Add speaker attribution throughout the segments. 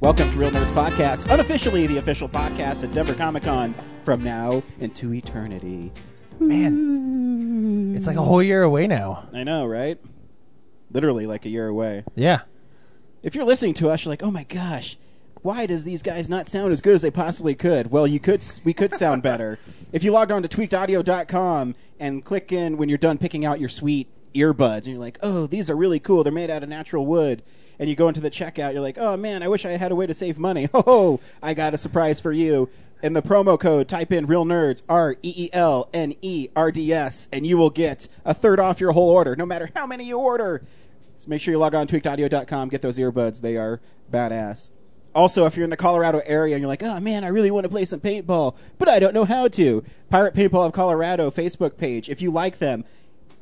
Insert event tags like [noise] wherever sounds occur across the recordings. Speaker 1: Welcome to Real Nerds Podcast, unofficially the official podcast at Denver Comic Con from now into eternity.
Speaker 2: Man, it's like a whole year away now.
Speaker 1: I know, right? Literally like a year away.
Speaker 2: Yeah.
Speaker 1: If you're listening to us, you're like, "Oh my gosh, why does these guys not sound as good as they possibly could?" Well, you could we could sound better. If you logged on to tweakedaudio.com and click in when you're done picking out your sweet earbuds and you're like, "Oh, these are really cool. They're made out of natural wood." And you go into the checkout, you're like, "Oh man, I wish I had a way to save money." [laughs] Oh, I got a surprise for you. In the promo code, type in real nerds, R E E L N E R D S, and you will get a third off your whole order, no matter how many you order. So make sure you log on to tweakedaudio.com, get those earbuds. They are badass. Also, if you're in the Colorado area and you're like, oh man, I really want to play some paintball, but I don't know how to, Pirate Paintball of Colorado Facebook page. If you like them,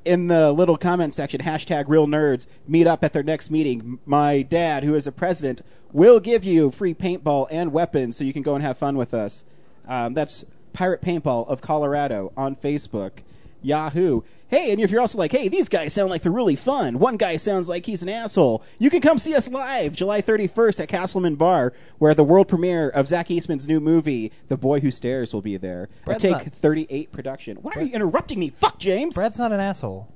Speaker 1: in the little comment section, hashtag real nerds, meet up at their next meeting. My dad, who is the president, will give you free paintball and weapons so you can go and have fun with us. Um, that's Pirate Paintball of Colorado on Facebook. Yahoo. Hey, and if you're also like, hey, these guys sound like they're really fun. One guy sounds like he's an asshole. You can come see us live July 31st at Castleman Bar, where the world premiere of Zach Eastman's new movie, The Boy Who Stares, will be there. I
Speaker 2: Brett's
Speaker 1: take
Speaker 2: not-
Speaker 1: 38 production. Why are you interrupting me? Fuck, James.
Speaker 2: Brad's not an asshole.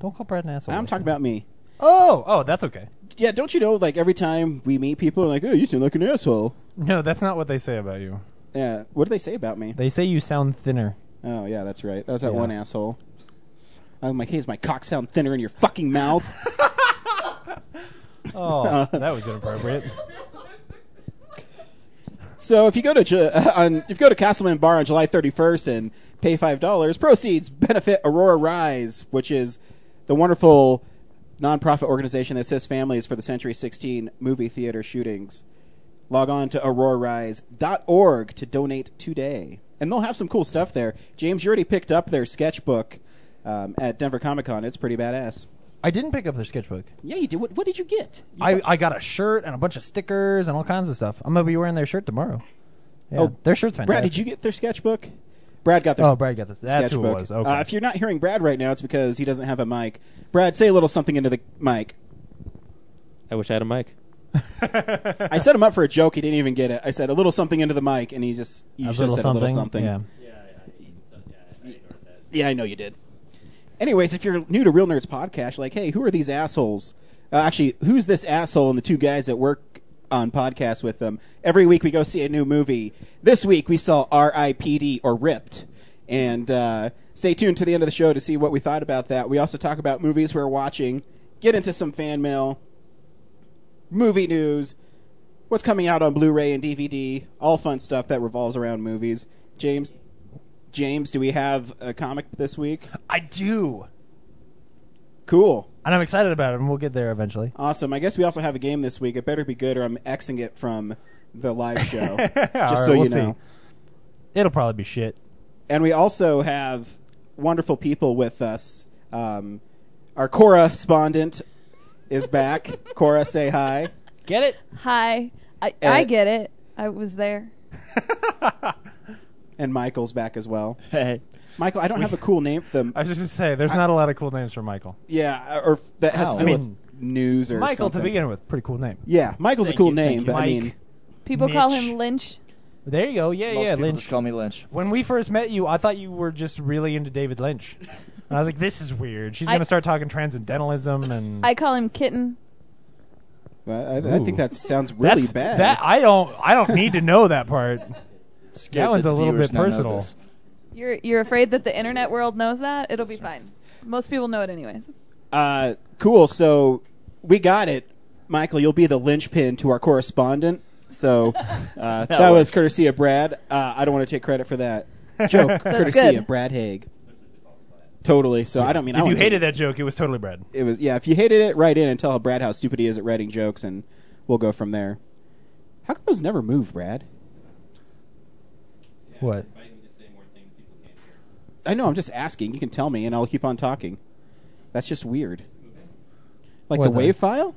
Speaker 2: Don't call Brad an asshole.
Speaker 1: I'm talking about me.
Speaker 2: Oh, oh, that's okay.
Speaker 1: Yeah, don't you know? Like every time we meet people, like, oh, you seem like an asshole.
Speaker 3: No, that's not what they say about you.
Speaker 1: Yeah. What do they say about me?
Speaker 2: They say you sound thinner.
Speaker 1: Oh yeah, that's right. That was that
Speaker 2: Yeah.
Speaker 1: one asshole. I'm like, hey, is my cock sound thinner in your fucking mouth?
Speaker 2: [laughs] Oh, that was inappropriate.
Speaker 1: so if you go to Ju- uh, on, if you go to Castleman Bar on July 31st and pay five dollars, proceeds benefit Aurora Rise, which is the wonderful nonprofit organization that assists families for the Century 16 movie theater shootings. Log on to aurorarise.org to donate today. And they'll have some cool stuff there. James, you already picked up their sketchbook um, at Denver Comic Con. It's pretty badass.
Speaker 2: I didn't pick up their sketchbook.
Speaker 1: Yeah, you did. What, what did you get? You
Speaker 2: I, I got a shirt and a bunch of stickers and all kinds of stuff. I'm gonna be wearing their shirt tomorrow. Yeah,
Speaker 1: Oh,
Speaker 2: their shirt's fantastic.
Speaker 1: Brad, did you get their sketchbook? Brad got their
Speaker 2: Oh, Brad got this. That's
Speaker 1: sketchbook.
Speaker 2: who it was. Okay.
Speaker 1: Uh, if you're not hearing Brad right now, it's because he doesn't have a mic. Brad, say a little something into the
Speaker 2: [laughs]
Speaker 1: mic.
Speaker 4: I wish I had a mic.
Speaker 1: I set him up for a joke. He didn't even get it. I said a little something into the mic, and he just you
Speaker 2: a
Speaker 1: just
Speaker 2: little
Speaker 1: said
Speaker 2: something.
Speaker 1: a little something.
Speaker 2: Yeah.
Speaker 1: Yeah, I know you did. Anyways, if you're new to Real Nerds Podcast, like, hey, who are these assholes? Uh, actually, who's this asshole and the two guys that work on podcasts with them? Every week we go see a new movie. This week we saw R.I.P.D. or Ripped. And uh, stay tuned to the end of the show to see what we thought about that. We also talk about movies we're watching, get into some fan mail, movie news, what's coming out on Blu ray and DVD, all fun stuff that revolves around movies. James, James, do we have a comic this week?
Speaker 2: I do,
Speaker 1: Cool.
Speaker 2: and I'm excited about it. And we'll get there eventually.
Speaker 1: Awesome. I guess we also have a game this week. It better be good or I'm Xing it from the live show. just
Speaker 3: All right,
Speaker 1: so
Speaker 3: we'll
Speaker 1: you know.
Speaker 3: see.
Speaker 2: It'll probably be shit.
Speaker 1: And we also have wonderful people with us. Um, our correspondent is back. Cora, say hi.
Speaker 2: Get it?
Speaker 5: Hi. I,
Speaker 1: Uh,
Speaker 5: I get it. I was there.
Speaker 1: And Michael's back as well.
Speaker 4: Hey.
Speaker 1: Michael, I don't have a cool name for them.
Speaker 3: [laughs] I was just gonna say, there's not a lot of cool names for Michael.
Speaker 1: Yeah, or f- that has
Speaker 2: Ow.
Speaker 1: to do
Speaker 2: I mean,
Speaker 1: with news or
Speaker 3: Michael
Speaker 1: something.
Speaker 3: to begin with, pretty cool name.
Speaker 1: Yeah, Michael's a
Speaker 4: Thank
Speaker 1: cool
Speaker 4: you, thank
Speaker 1: name,
Speaker 4: you.
Speaker 1: but
Speaker 3: Mike.
Speaker 1: I mean,
Speaker 5: People call
Speaker 3: Mitch.
Speaker 5: him Lynch.
Speaker 2: There you go. Yeah,
Speaker 4: Most
Speaker 2: yeah.
Speaker 4: people
Speaker 2: Lynch.
Speaker 4: just call me Lynch.
Speaker 2: When we first met you, I thought you were just really into David Lynch. And I was like, this is weird. She's
Speaker 5: I-
Speaker 2: going to start talking transcendentalism and.
Speaker 5: I call him Kitten.
Speaker 1: I, I- I think that sounds really
Speaker 2: That's-
Speaker 1: bad.
Speaker 2: That I don't. I don't need to know
Speaker 1: [laughs]
Speaker 2: that part.
Speaker 4: Scared
Speaker 2: one's
Speaker 4: the
Speaker 2: a little
Speaker 4: viewers
Speaker 2: bit
Speaker 4: don't know
Speaker 2: personal.
Speaker 4: this.
Speaker 5: You're you're afraid that the internet world knows that? It'll be fine. Most people know it anyways.
Speaker 1: Uh, cool. So we got it, Michael. You'll be the linchpin to our correspondent. So uh, that, was
Speaker 4: works.
Speaker 1: courtesy of Brad. Uh, I don't want to take credit for that joke. courtesy
Speaker 5: good.
Speaker 1: of Brad Haig. Totally. So I don't mean I
Speaker 2: If you
Speaker 1: want to-
Speaker 2: hated that joke, it was totally Brad.
Speaker 1: It was yeah. If you hated it, write in and tell Brad how stupid he is at writing jokes, and we'll go from there. How come those never move, Brad?
Speaker 2: What?
Speaker 1: I know. I'm just asking. You can tell me, and I'll keep on talking. That's just weird. Like
Speaker 2: What
Speaker 1: the
Speaker 2: the-
Speaker 1: wave file.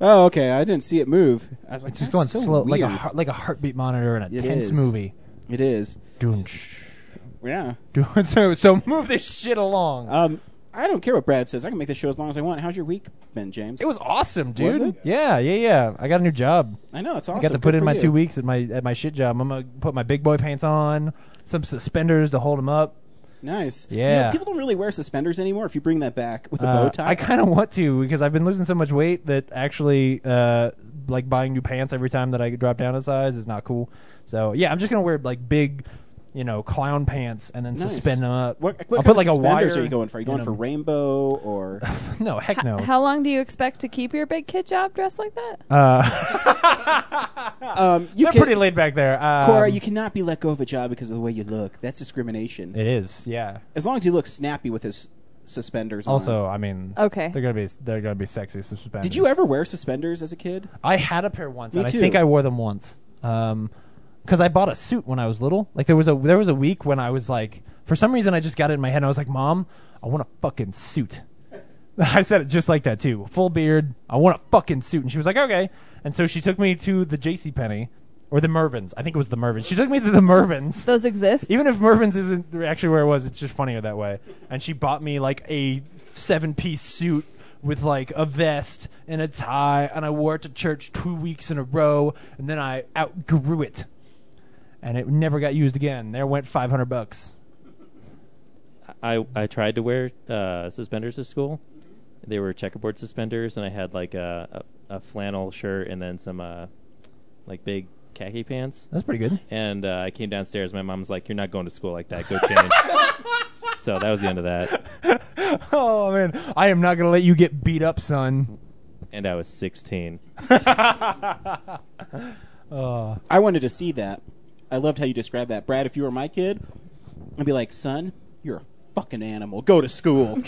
Speaker 1: Oh, okay. I didn't see it move. I was like,
Speaker 2: It's just
Speaker 1: "That's
Speaker 2: going
Speaker 1: so
Speaker 2: slow, like a
Speaker 1: weird."
Speaker 2: heart- like a heartbeat monitor in a
Speaker 1: It
Speaker 2: tense
Speaker 1: is.
Speaker 2: movie.
Speaker 1: It is.
Speaker 2: [laughs] Doonch.
Speaker 1: Yeah.
Speaker 2: Doon- So so move this shit along.
Speaker 1: Um, I don't care what Brad says. I can make this show as long as I want. How's your week been, James?
Speaker 2: It was awesome, dude.
Speaker 1: Was it?
Speaker 2: Yeah, yeah, yeah. I got a new job.
Speaker 1: I know it's awesome.
Speaker 2: I got to
Speaker 1: Good
Speaker 2: put in
Speaker 1: for
Speaker 2: my
Speaker 1: you.
Speaker 2: two weeks at my at my shit job. I'm gonna put my big boy pants on, some suspenders to hold them up.
Speaker 1: Nice. You
Speaker 2: Yeah.
Speaker 1: know, people don't really wear suspenders anymore. If you bring that back with a
Speaker 2: Uh,
Speaker 1: bow tie,
Speaker 2: I kind of want to because I've been losing so much weight that actually, uh, like buying new pants every time that I drop down a size is not cool. So yeah, I'm just gonna wear like big, you know, clown pants and then
Speaker 1: Nice.
Speaker 2: suspend them up.
Speaker 1: What, what
Speaker 2: I'll
Speaker 1: kind
Speaker 2: put
Speaker 1: of
Speaker 2: like a wire.
Speaker 1: suspenders are you going for? Are you going
Speaker 2: in
Speaker 1: for
Speaker 2: 'em.
Speaker 1: rainbow or?
Speaker 2: [laughs] no, heck no.
Speaker 5: How long do you expect to keep your big kid job dressed like that?
Speaker 2: uh,
Speaker 1: [laughs] um, you
Speaker 2: they're
Speaker 1: can-
Speaker 2: pretty laid back there.
Speaker 1: [laughs]
Speaker 2: Um,
Speaker 1: Cora, you cannot be let go of a job because of the way you look. That's discrimination.
Speaker 2: It is, yeah.
Speaker 1: As long as he looks snappy with his suspenders. on.
Speaker 2: Also, I mean,
Speaker 5: Okay.
Speaker 2: they're gonna be they're gonna be sexy suspenders.
Speaker 1: did you ever wear suspenders as a kid?
Speaker 2: I had a pair once,
Speaker 1: Me
Speaker 2: and
Speaker 1: too.
Speaker 2: I think I wore them once. Um 'cause because I bought a suit when I was little. Like there was a there was a week when I was like, for some reason, I just got it in my head, and I was like, Mom, I want a fucking suit. [laughs] I said it just like that too, full beard. I want a fucking suit, and she was like, okay. And so she took me to the J.C. Penney or the Mervins. I think it was the Mervins. She took me to the [laughs]
Speaker 5: [laughs]
Speaker 2: Mervins.
Speaker 5: Those exist.
Speaker 2: Even if Mervin's isn't actually where it was, it's just funnier that way. And she bought me like a seven piece suit with like a vest and a tie, and I wore it to church two weeks in a row, and then I outgrew it. And it never got used again. There went 500 bucks.
Speaker 4: I I tried to wear uh, suspenders to school. They were checkerboard suspenders, and I had like a a, a flannel shirt and then some uh, like big khaki pants.
Speaker 2: That's pretty good.
Speaker 4: And uh, I came downstairs. My mom's like, "You're not going to school like that. Go
Speaker 1: [laughs]
Speaker 4: change." so that was the end of that.
Speaker 2: [laughs] oh, man. I am not going to let you get beat up, son.
Speaker 4: And I was 16.
Speaker 2: Oh.
Speaker 1: Uh, I wanted to see that. I loved how you described that, Brad. If you were my kid, I'd be like, "Son, you're a fucking animal. Go to school."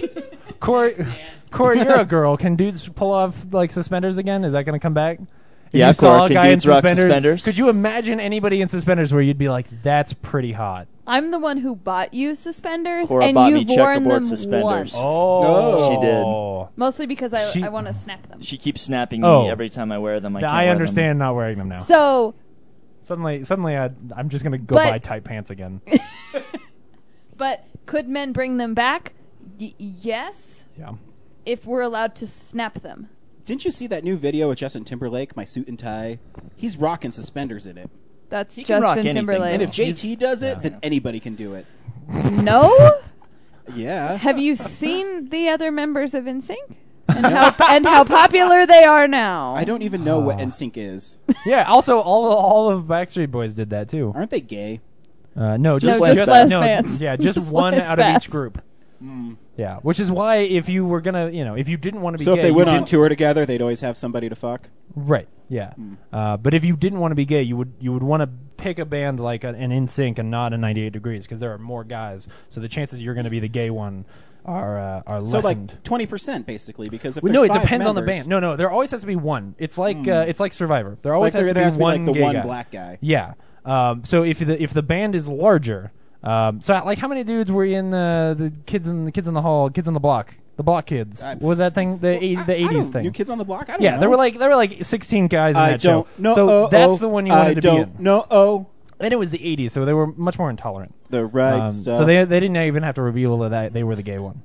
Speaker 2: Corey, Corey, you're a girl. Can dudes pull off like suspenders again? Is that going to come back? If
Speaker 6: Yeah,
Speaker 2: you saw
Speaker 6: Corey,
Speaker 2: a
Speaker 6: can
Speaker 2: guy
Speaker 6: dudes
Speaker 2: in
Speaker 6: rock
Speaker 2: suspenders,
Speaker 6: suspenders?
Speaker 2: Could you imagine anybody in suspenders where you'd be like, "That's pretty hot"?
Speaker 5: I'm the one who bought you suspenders,
Speaker 6: Cora
Speaker 5: and
Speaker 6: bought me
Speaker 5: you've worn
Speaker 6: checkerboard
Speaker 5: them
Speaker 6: suspenders.
Speaker 5: once.
Speaker 6: Oh. She did.
Speaker 5: Mostly because I,
Speaker 2: She-
Speaker 5: I want to snap them.
Speaker 6: She keeps snapping
Speaker 2: Oh.
Speaker 6: me every time I wear them. I,
Speaker 2: Th-
Speaker 6: can't
Speaker 2: I
Speaker 6: wear
Speaker 2: understand not wearing them now.
Speaker 5: So
Speaker 2: suddenly, suddenly, I, I'm just gonna go
Speaker 5: But-
Speaker 2: buy tight pants again.
Speaker 5: But could men bring them back? Y- yes,
Speaker 2: [laughs] yeah.
Speaker 5: if we're allowed to snap them.
Speaker 1: Didn't you see that new video with Justin Timberlake, my suit and tie? He's rocking suspenders in it.
Speaker 5: That's
Speaker 6: He can rock
Speaker 5: Justin
Speaker 6: anything,
Speaker 5: Timberlake.
Speaker 1: And if
Speaker 6: J-
Speaker 1: JT does it, then anybody can do it.
Speaker 5: no,
Speaker 1: [laughs] Yeah.
Speaker 5: have you seen the other members of NSYNC and
Speaker 2: [laughs]
Speaker 5: how and how popular they are now?
Speaker 1: I don't even know what NSYNC is.
Speaker 2: Yeah. Also, all all of Backstreet Boys did that too.
Speaker 1: Aren't they gay?
Speaker 2: Uh, no, just,
Speaker 5: No,
Speaker 6: just
Speaker 5: Last
Speaker 2: no,
Speaker 5: Dance.
Speaker 2: Um,
Speaker 5: [laughs]
Speaker 2: Yeah, just,
Speaker 5: Just
Speaker 2: one
Speaker 5: Last
Speaker 2: out
Speaker 5: Dance.
Speaker 2: of each group. Yeah, which is why if you were gonna, you know, if you didn't want to be
Speaker 1: So
Speaker 2: gay,
Speaker 1: if they
Speaker 2: you
Speaker 1: went
Speaker 2: didn't-
Speaker 1: on tour together, they'd always have somebody to fuck.
Speaker 2: Right. Yeah.
Speaker 1: Hmm.
Speaker 2: Uh, but if you didn't want to be gay, you would you would want to pick a band like a, an NSYNC and not a 98 Degrees because there are more guys. So the chances you're going to be the gay one are uh, are
Speaker 1: So
Speaker 2: lessened.
Speaker 1: like twenty percent, basically, because if
Speaker 2: Well, no,
Speaker 1: there's
Speaker 2: it
Speaker 1: five
Speaker 2: depends on the
Speaker 1: members-
Speaker 2: band. No, no, there always has to be one. It's like uh, it's like Survivor. There always
Speaker 1: Hmm. like there,
Speaker 2: has
Speaker 1: there
Speaker 2: to
Speaker 1: has
Speaker 2: be
Speaker 1: to be like the
Speaker 2: one gay
Speaker 1: one
Speaker 2: guy.
Speaker 1: black guy.
Speaker 2: Yeah. Um, so if the if the band is larger, um, so like how many dudes were in the the kids in the kids in the hall, kids on the block, the block kids?
Speaker 1: I-
Speaker 2: What was that thing the eight
Speaker 1: I-
Speaker 2: the
Speaker 1: I don't-
Speaker 2: eighties thing?
Speaker 1: New Kids on the Block. I don't
Speaker 2: Yeah,
Speaker 1: know.
Speaker 2: there were like there were like 16 guys in
Speaker 1: I
Speaker 2: that
Speaker 1: don't
Speaker 2: show.
Speaker 1: know.
Speaker 2: so
Speaker 1: oh,
Speaker 2: that's
Speaker 1: oh,
Speaker 2: the one you wanted
Speaker 1: I
Speaker 2: to
Speaker 1: don't
Speaker 2: be in.
Speaker 1: No, oh,
Speaker 2: And it was the 80s, so they were much more intolerant.
Speaker 1: the right
Speaker 2: Um,
Speaker 1: stuff.
Speaker 2: So they they didn't even have to reveal that I- they were the gay one.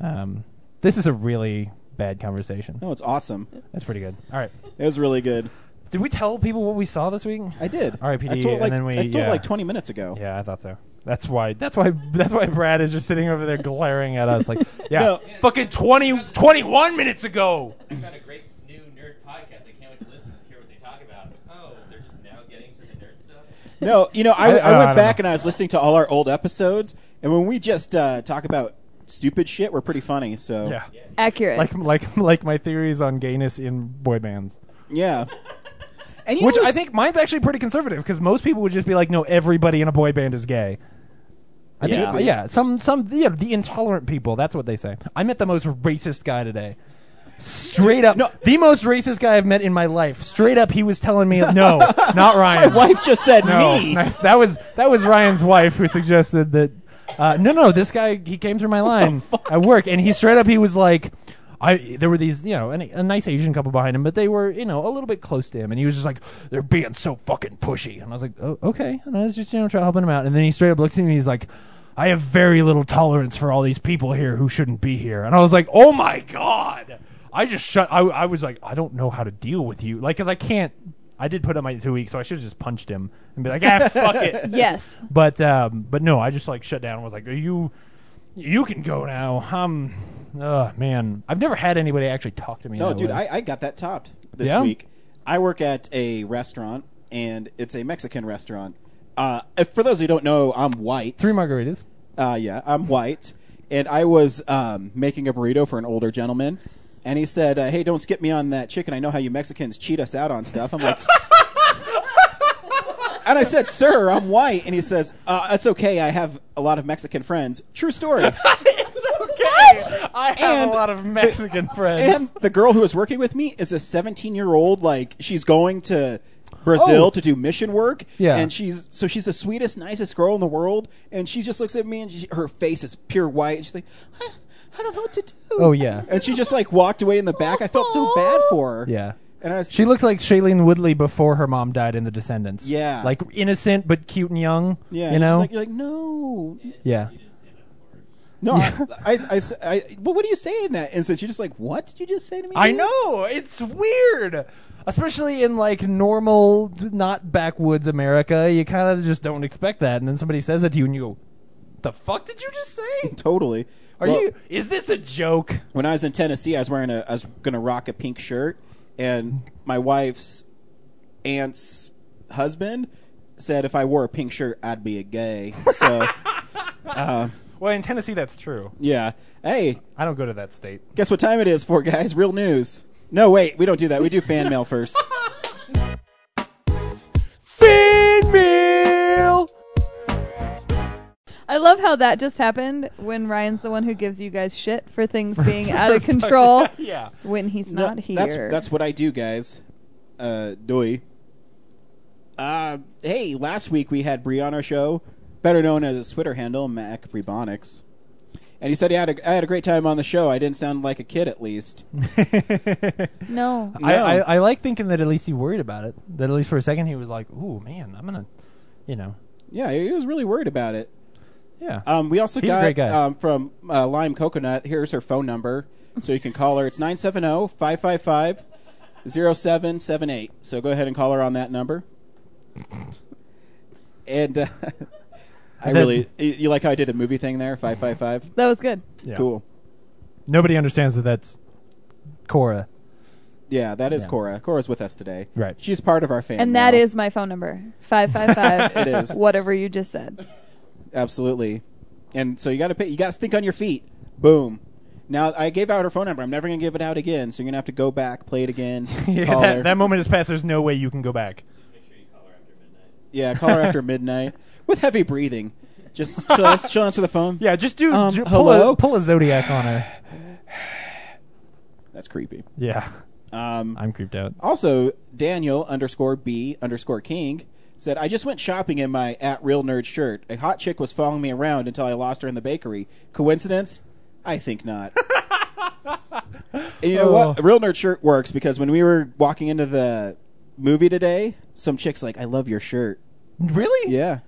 Speaker 2: Um, this is a really bad conversation.
Speaker 1: no, it's awesome.
Speaker 2: That's pretty good. All right,
Speaker 1: It was really good.
Speaker 2: did we tell people what we saw this week?
Speaker 1: I did.
Speaker 2: R.I.P.D.,
Speaker 1: I told
Speaker 2: and
Speaker 1: like
Speaker 2: then we-
Speaker 1: I told
Speaker 2: yeah.
Speaker 1: like twenty minutes ago.
Speaker 2: Yeah, I thought so. That's why. That's why. That's why Brad is just sitting over there glaring at us
Speaker 1: [laughs]
Speaker 2: like, yeah,
Speaker 1: No.
Speaker 2: fucking 20, 21 minutes ago.
Speaker 4: I found a great new nerd podcast. I can't wait to listen to hear what they talk about. Oh, they're just now getting to the nerd stuff.
Speaker 1: No, you know, I, I,
Speaker 2: I- I
Speaker 1: went
Speaker 2: don't
Speaker 1: back
Speaker 2: know.
Speaker 1: and I was listening to all our old episodes, and when we just uh, talk about stupid shit, we're pretty funny. So
Speaker 2: Yeah,
Speaker 5: Accurate.
Speaker 2: like like like my theories on gayness in boy bands.
Speaker 1: yeah. [laughs] And you
Speaker 2: Which
Speaker 1: know
Speaker 2: I
Speaker 1: what's-
Speaker 2: think mine's actually pretty conservative because most people would just be like, no, everybody in a boy band is gay. I
Speaker 6: Yeah.
Speaker 2: think, yeah. Some, some, yeah, the intolerant people. That's what they say. I met the most racist guy today. Straight up,
Speaker 1: No.
Speaker 2: the most racist guy I've met in my life. Straight up, he was telling me,
Speaker 1: [laughs]
Speaker 2: no, not Ryan.
Speaker 1: wife just said
Speaker 2: No,
Speaker 1: me.
Speaker 2: nice. That was that was Ryan's wife who suggested that. Uh, no, no, this guy he came through my line at work, and he straight up he was like, I there were these you know an, a nice Asian couple behind him, but they were you know a little bit close to him, and he was just like they're oh, being so fucking pushy, and I was like oh, okay, and I was just you know trying to helping him out, and then he straight up looks at me, and he's like. I have very little tolerance for all these people here who shouldn't be here. And I was like, oh my God. I just shut. I, I was like, I don't know how to deal with you. Like, because I can't. I did put up my two weeks, so I should have just punched him and be like, ah, fuck it.
Speaker 5: Yes.
Speaker 2: But, um, but no, I just like shut down and was like, are you. You can go now. Um, uh, man, I've never had anybody actually talk to me.
Speaker 1: No,
Speaker 2: that
Speaker 1: dude,
Speaker 2: way.
Speaker 1: I, I got that topped this
Speaker 2: Yeah?
Speaker 1: week. I work at a restaurant, and it's a Mexican restaurant. Uh, if- for those who don't know, I'm white.
Speaker 2: three margaritas.
Speaker 1: Uh, yeah, I'm white, and I was um, making a burrito for an older gentleman, and he said, uh, "Hey, don't skip me on that chicken. I know how you Mexicans cheat us out on stuff." I'm like, [laughs] and I said, "Sir, I'm white," and he says, uh, "That's okay. I have a lot of Mexican friends. True story."
Speaker 5: What?
Speaker 2: I have
Speaker 1: And-
Speaker 2: a lot of Mexican friends.
Speaker 1: and the girl who was working with me is a 17 year old. Like she's going to Brazil
Speaker 2: Oh.
Speaker 1: to do mission work.
Speaker 2: Yeah.
Speaker 1: and she's so she's the sweetest, nicest girl in the world. And she just looks at me, and she, her face is pure white. And she's like, I, I don't know what to do.
Speaker 2: Oh, yeah.
Speaker 1: and she just like walked away in the back. I felt so bad for her.
Speaker 2: Yeah.
Speaker 1: and I was,
Speaker 2: She looks like Shailene Woodley before her mom died in The Descendants.
Speaker 1: Yeah.
Speaker 2: Like innocent but cute and young.
Speaker 1: yeah, and
Speaker 2: You
Speaker 1: she's
Speaker 2: know?
Speaker 1: like, you're like no,
Speaker 2: yeah.
Speaker 1: no. I, I, I, I- well, what do you say in that instance? You're just like, what did you just say to me?
Speaker 2: I
Speaker 1: dude?"
Speaker 2: know. It's weird. Especially in like normal, not backwoods America. You kind of just don't expect that. And then somebody says it to you and you go, the fuck did you just say?
Speaker 1: [laughs] Totally.
Speaker 2: Are
Speaker 1: Well-
Speaker 2: you. Is this a joke?
Speaker 1: when I was in Tennessee, I was wearing a, I was gonna rock a pink shirt, and my wife's aunt's husband said if I wore a pink shirt, I'd be a gay.
Speaker 2: [laughs]
Speaker 1: So, uh,
Speaker 2: Well, in Tennessee, that's true.
Speaker 1: yeah. Hey,
Speaker 2: I don't go to that state.
Speaker 1: guess what time it is for, guys? Real news. No, wait, we don't do that. We do fan mail first.
Speaker 2: [laughs] Fan mail!
Speaker 5: I love how that just happened when Ryan's the one who gives you guys shit for
Speaker 2: [laughs]
Speaker 5: things being out of control
Speaker 2: Yeah.
Speaker 5: when he's
Speaker 1: No,
Speaker 5: not here.
Speaker 1: That's that's what I do, guys. Uh, doy. Uh, hey, last week we had Bree on our show, better known as his Twitter handle Mac Brebonics, and he said he had a, I had a great time on the show. I didn't sound like a kid, at least. [laughs]
Speaker 5: no.
Speaker 2: I,
Speaker 1: No.
Speaker 2: I, I like thinking that at least he worried about it. That at least for a second he was like, "Ooh, man, I'm gonna," you know,
Speaker 1: yeah, he was really worried about it.
Speaker 2: yeah.
Speaker 1: Um, we also
Speaker 2: He's a
Speaker 1: got
Speaker 2: great guy.
Speaker 1: Um, from uh, Lime Coconut. Here's her phone number, so you can call her. It's oh, 970-555-0778. So go ahead and call her on that
Speaker 2: [laughs]
Speaker 1: number. And uh, [laughs] I
Speaker 2: That-
Speaker 1: really, you- you like how I did a movie thing there? Five five five.
Speaker 5: That was good.
Speaker 2: Yeah.
Speaker 1: Cool.
Speaker 2: Nobody understands that that's Cora. [laughs]
Speaker 1: Yeah, that is
Speaker 2: Yeah.
Speaker 1: Cora. Cora's with us today.
Speaker 2: Right.
Speaker 1: She's part of our family.
Speaker 5: And that is my phone number.
Speaker 1: [laughs]
Speaker 5: 555
Speaker 1: It is.
Speaker 5: whatever you just said.
Speaker 1: absolutely. And so you got to pay. You got to think on your feet. Boom. Now I gave out her phone number. I'm never gonna give it out again. So you're gonna have to go back, play it
Speaker 2: [laughs]
Speaker 1: again. call her.
Speaker 2: that, that moment is past. There's no way you can go back.
Speaker 1: Yeah, call her after midnight with heavy breathing. Just
Speaker 2: [laughs]
Speaker 1: she'll, she'll answer the phone.
Speaker 2: Yeah, just do
Speaker 1: Um,
Speaker 2: ju- pull
Speaker 1: hello?
Speaker 2: a pull a zodiac on her.
Speaker 1: that's creepy.
Speaker 2: Yeah,
Speaker 1: Um,
Speaker 2: I'm creeped out.
Speaker 1: also, Daniel underscore B underscore King said, "I just went shopping in my at real nerd shirt. A hot chick was following me around until I lost her in the bakery. Coincidence? I think not." And you know what?
Speaker 2: Oh.
Speaker 1: A real nerd shirt works because when we were walking into the movie today, some chick's like, "I love your shirt."
Speaker 2: Really?
Speaker 1: Yeah.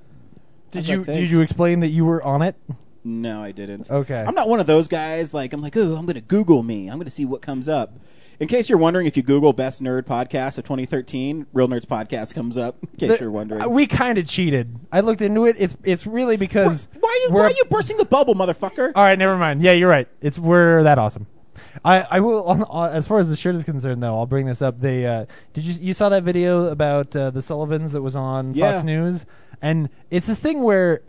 Speaker 2: Did
Speaker 1: was
Speaker 2: you
Speaker 1: like,
Speaker 2: did
Speaker 1: "Thanks."
Speaker 2: you explain that you were on it?
Speaker 1: No, I didn't.
Speaker 2: Okay.
Speaker 1: I'm not one of those guys. Like, I'm like, oh, I'm going to Google me. I'm going to see what comes up. In case you're wondering, if you Google Best Nerd Podcast of 2013, Real Nerds Podcast comes up. In case
Speaker 2: The-
Speaker 1: you're wondering.
Speaker 2: uh, we kind of cheated. I looked into it. It's it's really because
Speaker 1: why, are you,
Speaker 2: we're-
Speaker 1: why are you bursting the bubble, motherfucker?
Speaker 2: All right, never mind. Yeah, you're right. It's we're that awesome. I I will on, on, as far as the shirt is concerned though. I'll bring this up. They uh, did you you saw that video about uh, the Sullivans that was on
Speaker 1: Yeah.
Speaker 2: Fox News, and it's a thing where,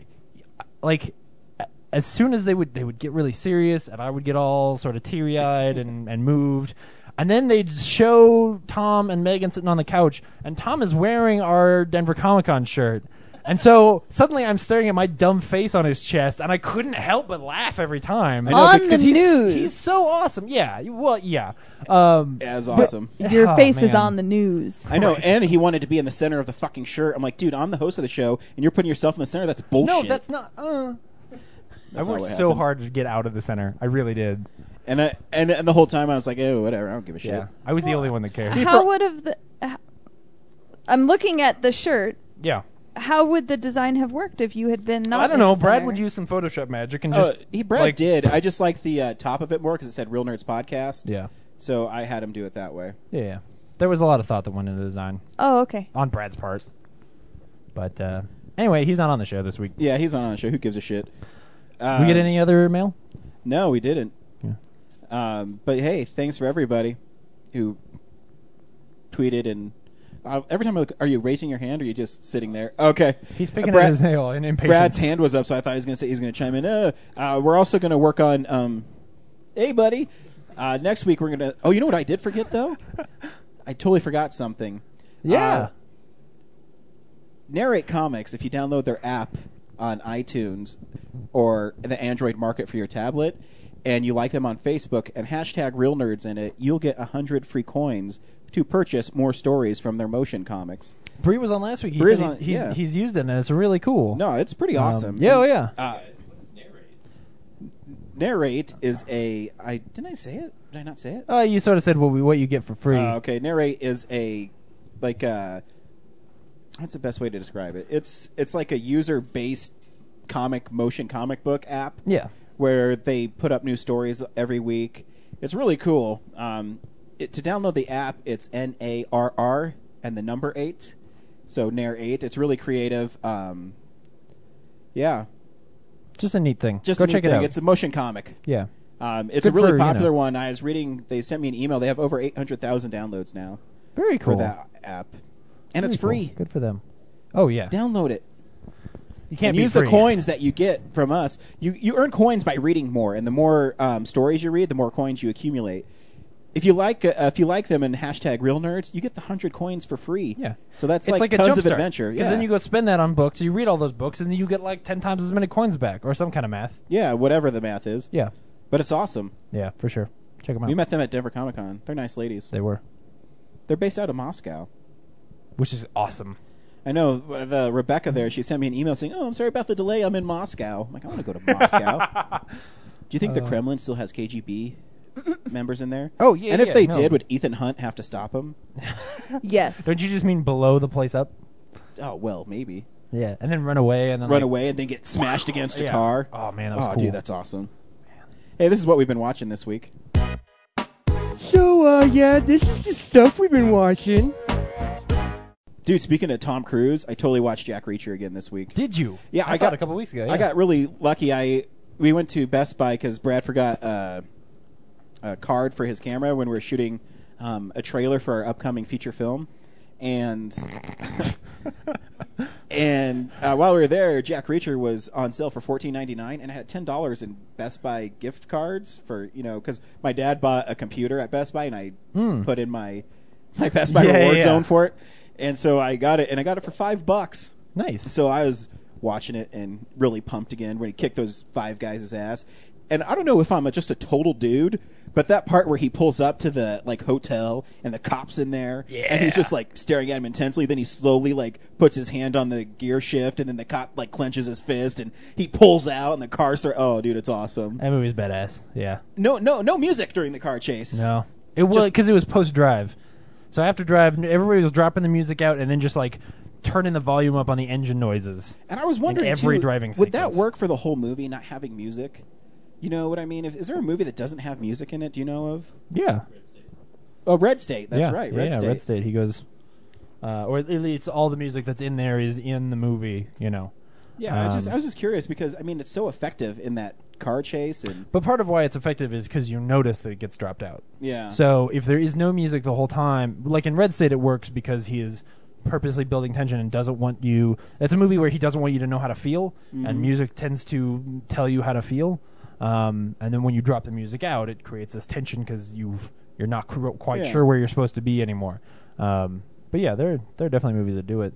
Speaker 2: like, a- as soon as they would they would get really serious, and I would get all sort of teary eyed and and moved. And then they'd show Tom and Megan sitting on the couch, and Tom is wearing our Denver Comic Con shirt. And so suddenly I'm staring at my dumb face on his chest, and I couldn't help but laugh every time.
Speaker 1: know,
Speaker 5: On the
Speaker 1: because
Speaker 2: he's,
Speaker 5: news.
Speaker 2: he's so awesome. Yeah. you- Well, yeah. Um,
Speaker 1: As awesome.
Speaker 5: Your
Speaker 2: Oh,
Speaker 5: face is
Speaker 2: man.
Speaker 5: on the news.
Speaker 1: I know. And he wanted to be in the center of the fucking shirt. I'm like, dude, I'm the host of the show, and you're putting yourself in the center? That's bullshit.
Speaker 2: no, that's not. Uh,
Speaker 1: That's
Speaker 2: I
Speaker 1: not
Speaker 2: worked
Speaker 1: what
Speaker 2: so
Speaker 1: happened.
Speaker 2: hard to get out of the center. I really did.
Speaker 1: And, I, and, and the whole time I was like, oh, whatever. I don't give a shit.
Speaker 2: Yeah. I was the only one that cared.
Speaker 1: See,
Speaker 5: How
Speaker 1: for-
Speaker 5: would have the. h- I'm looking at the shirt,
Speaker 2: yeah.
Speaker 5: how would the design have worked if you had been not?
Speaker 2: I don't
Speaker 5: in
Speaker 2: know.
Speaker 5: the
Speaker 2: Brad
Speaker 5: center?
Speaker 2: would use some Photoshop magic and
Speaker 1: Uh,
Speaker 2: just
Speaker 1: he Brad
Speaker 2: like-
Speaker 1: did. I just liked the uh, top of it more because it said "Real Nerds Podcast."
Speaker 2: Yeah.
Speaker 1: So I had him do it that way.
Speaker 2: yeah, yeah. There was a lot of thought that went into design
Speaker 5: Oh, okay.
Speaker 2: on Brad's part. But uh, anyway, he's not on the show this week.
Speaker 1: Yeah, he's not on the show. Who gives a shit? Uh,
Speaker 2: we get any other mail?
Speaker 1: No, we didn't.
Speaker 2: Yeah.
Speaker 1: Um, but hey, thanks for everybody who tweeted and uh, every time I look, are you raising your hand or are you just sitting there? Okay,
Speaker 2: He's picking
Speaker 1: Brad-
Speaker 2: up his nail in impatience.
Speaker 1: Brad's hand was up, so I thought he was going to say he's going to chime in. Uh, uh, we're also going to work on. Um, hey, buddy. Uh, next week we're going to. Oh, you know what I did forget
Speaker 2: [laughs]
Speaker 1: though? I totally forgot something.
Speaker 2: Yeah.
Speaker 1: Uh, Narrate Comics, if you download their app on iTunes or the Android market for your tablet, and you like them on Facebook and hashtag Real Nerds in it, you'll get 100 free coins to purchase more stories from their motion comics.
Speaker 2: Bree was on last week. He
Speaker 1: Bree was
Speaker 2: said he's,
Speaker 1: on-
Speaker 2: he's,
Speaker 1: yeah.
Speaker 2: he's used it, and it's really cool.
Speaker 1: No, it's pretty
Speaker 2: Um,
Speaker 1: awesome.
Speaker 2: yeah, oh, yeah.
Speaker 1: Uh, narrate is a. I Didn't I say it? Did I not say it?
Speaker 2: Uh, you sort of said what, we, what you get for free.
Speaker 1: Uh, okay, narrate is a like uh what's the best way to describe it? It's it's like a user based comic motion comic book app.
Speaker 2: Yeah.
Speaker 1: Where they put up new stories every week. It's really cool. Um it, to download the app, it's N A R R and the number 8. So narrate. It's really creative. Um yeah.
Speaker 2: Just a neat thing.
Speaker 1: Just
Speaker 2: Go
Speaker 1: a neat
Speaker 2: check it
Speaker 1: thing.
Speaker 2: out.
Speaker 1: It's a motion comic.
Speaker 2: yeah.
Speaker 1: Um, it's a
Speaker 2: Good
Speaker 1: really
Speaker 2: for, you know.
Speaker 1: popular one. I was reading. They sent me an email. They have over eight hundred thousand downloads now
Speaker 2: Very cool.
Speaker 1: for that app, and it's
Speaker 2: Very cool.
Speaker 1: free.
Speaker 2: Good for them. Oh, yeah.
Speaker 1: Download it.
Speaker 2: You can't
Speaker 1: And
Speaker 2: be
Speaker 1: use
Speaker 2: free.
Speaker 1: the coins that you get from us. You you earn coins by reading more, and the more um, stories you read, the more coins you accumulate. If you like, uh, if you like them and hashtag real nerds, you get the hundred coins for free.
Speaker 2: Yeah.
Speaker 1: So that's
Speaker 2: it's
Speaker 1: like,
Speaker 2: like, a
Speaker 1: tons
Speaker 2: jump
Speaker 1: of
Speaker 2: start,
Speaker 1: adventure.
Speaker 2: 'cause
Speaker 1: Yeah.
Speaker 2: then you go spend that on books. You read all those books, and then you get like ten times as many coins back, or some kind of math.
Speaker 1: yeah, whatever the math is.
Speaker 2: Yeah,
Speaker 1: But it's awesome.
Speaker 2: yeah, for sure. Check them out.
Speaker 1: We met them at Denver Comic Con. They're nice ladies.
Speaker 2: they were,
Speaker 1: They're based out of Moscow.
Speaker 2: which is awesome.
Speaker 1: I know the Rebecca there. She sent me an email saying, "Oh, I'm sorry about the delay. I'm in Moscow." I'm like, I want to go to Moscow.
Speaker 2: [laughs]
Speaker 1: Do you think the Kremlin still has KGB members in there?
Speaker 2: Uh. Oh, yeah,
Speaker 1: And if
Speaker 2: yeah,
Speaker 1: they
Speaker 2: no.
Speaker 1: did, would Ethan Hunt have to stop him?
Speaker 5: Yes.
Speaker 2: Don't you just mean below the place up?
Speaker 1: Oh well, maybe
Speaker 2: Yeah, and then run away, and then
Speaker 1: run
Speaker 2: like-
Speaker 1: away and then get smashed against a
Speaker 2: Yeah.
Speaker 1: car.
Speaker 2: Oh, man, that was
Speaker 1: oh,
Speaker 2: cool.
Speaker 1: dude, that's awesome. Hey, this is what we've been watching this week.
Speaker 7: So, uh, yeah, this is the stuff we've been watching.
Speaker 1: Dude, speaking of Tom Cruise, I totally watched Jack Reacher again this week.
Speaker 2: Did you?
Speaker 1: Yeah,
Speaker 2: I,
Speaker 1: I
Speaker 2: saw
Speaker 1: got-
Speaker 2: it a couple weeks ago. yeah.
Speaker 1: I got really lucky. I we went to Best Buy because Brad forgot uh, a card for his camera when we were shooting um, a trailer for our upcoming feature film,
Speaker 2: [laughs]
Speaker 1: and and uh, while we were there, Jack Reacher was on sale for fourteen ninety nine, and I had ten dollars in Best Buy gift cards for you know because my dad bought a computer at Best Buy, and I put in my my Best Buy
Speaker 2: Hmm. Yeah,
Speaker 1: reward
Speaker 2: yeah.
Speaker 1: zone for it, and so I got it, and I got it for five bucks.
Speaker 2: nice.
Speaker 1: So I was watching it and really pumped again when he kicked those five guys' ass. And I don't know if I'm a, just a total dude, but that part where he pulls up to the like hotel and the cops in there, and he's just like staring at him intensely. Then he slowly like puts his hand on the gear shift, and then the cop like clenches his fist, and he pulls out, and the car start. Oh, dude, it's awesome.
Speaker 2: That movie's badass. Yeah.
Speaker 1: No, no, no music during the car chase.
Speaker 2: No, it was
Speaker 1: Just-
Speaker 2: because it was post drive. So after drive, everybody was dropping the music out, and then just like turning the volume up on the engine noises.
Speaker 1: And I was wondering
Speaker 2: every
Speaker 1: too,
Speaker 2: driving
Speaker 1: would that
Speaker 2: sequence.
Speaker 1: work for the whole movie not having music? You know what I mean? If, is there a movie that doesn't have music in it? Do you know of?
Speaker 2: Yeah.
Speaker 1: Oh, Red State. That's
Speaker 2: yeah,
Speaker 1: right.
Speaker 2: yeah,
Speaker 1: Red
Speaker 2: yeah,
Speaker 1: State.
Speaker 2: Red State. He goes, uh, or at least all the music that's in there is in the movie, you know.
Speaker 1: Yeah, I, was just,
Speaker 2: Um,
Speaker 1: I was just curious because I mean it's so effective in that car chase and
Speaker 2: But part of why it's effective is because you notice that it gets dropped out.
Speaker 1: yeah.
Speaker 2: So if there is no music the whole time, like in Red State, it works because he is purposely building tension and doesn't want you. It's a movie where he doesn't want you to know how to feel,
Speaker 1: Mm-hmm.
Speaker 2: and music tends to tell you how to feel. Um, and then when you drop the music out, it creates this tension because you've you're not cr- quite
Speaker 1: Yeah.
Speaker 2: sure where you're supposed to be anymore. Um, but yeah, there there are definitely movies that do it.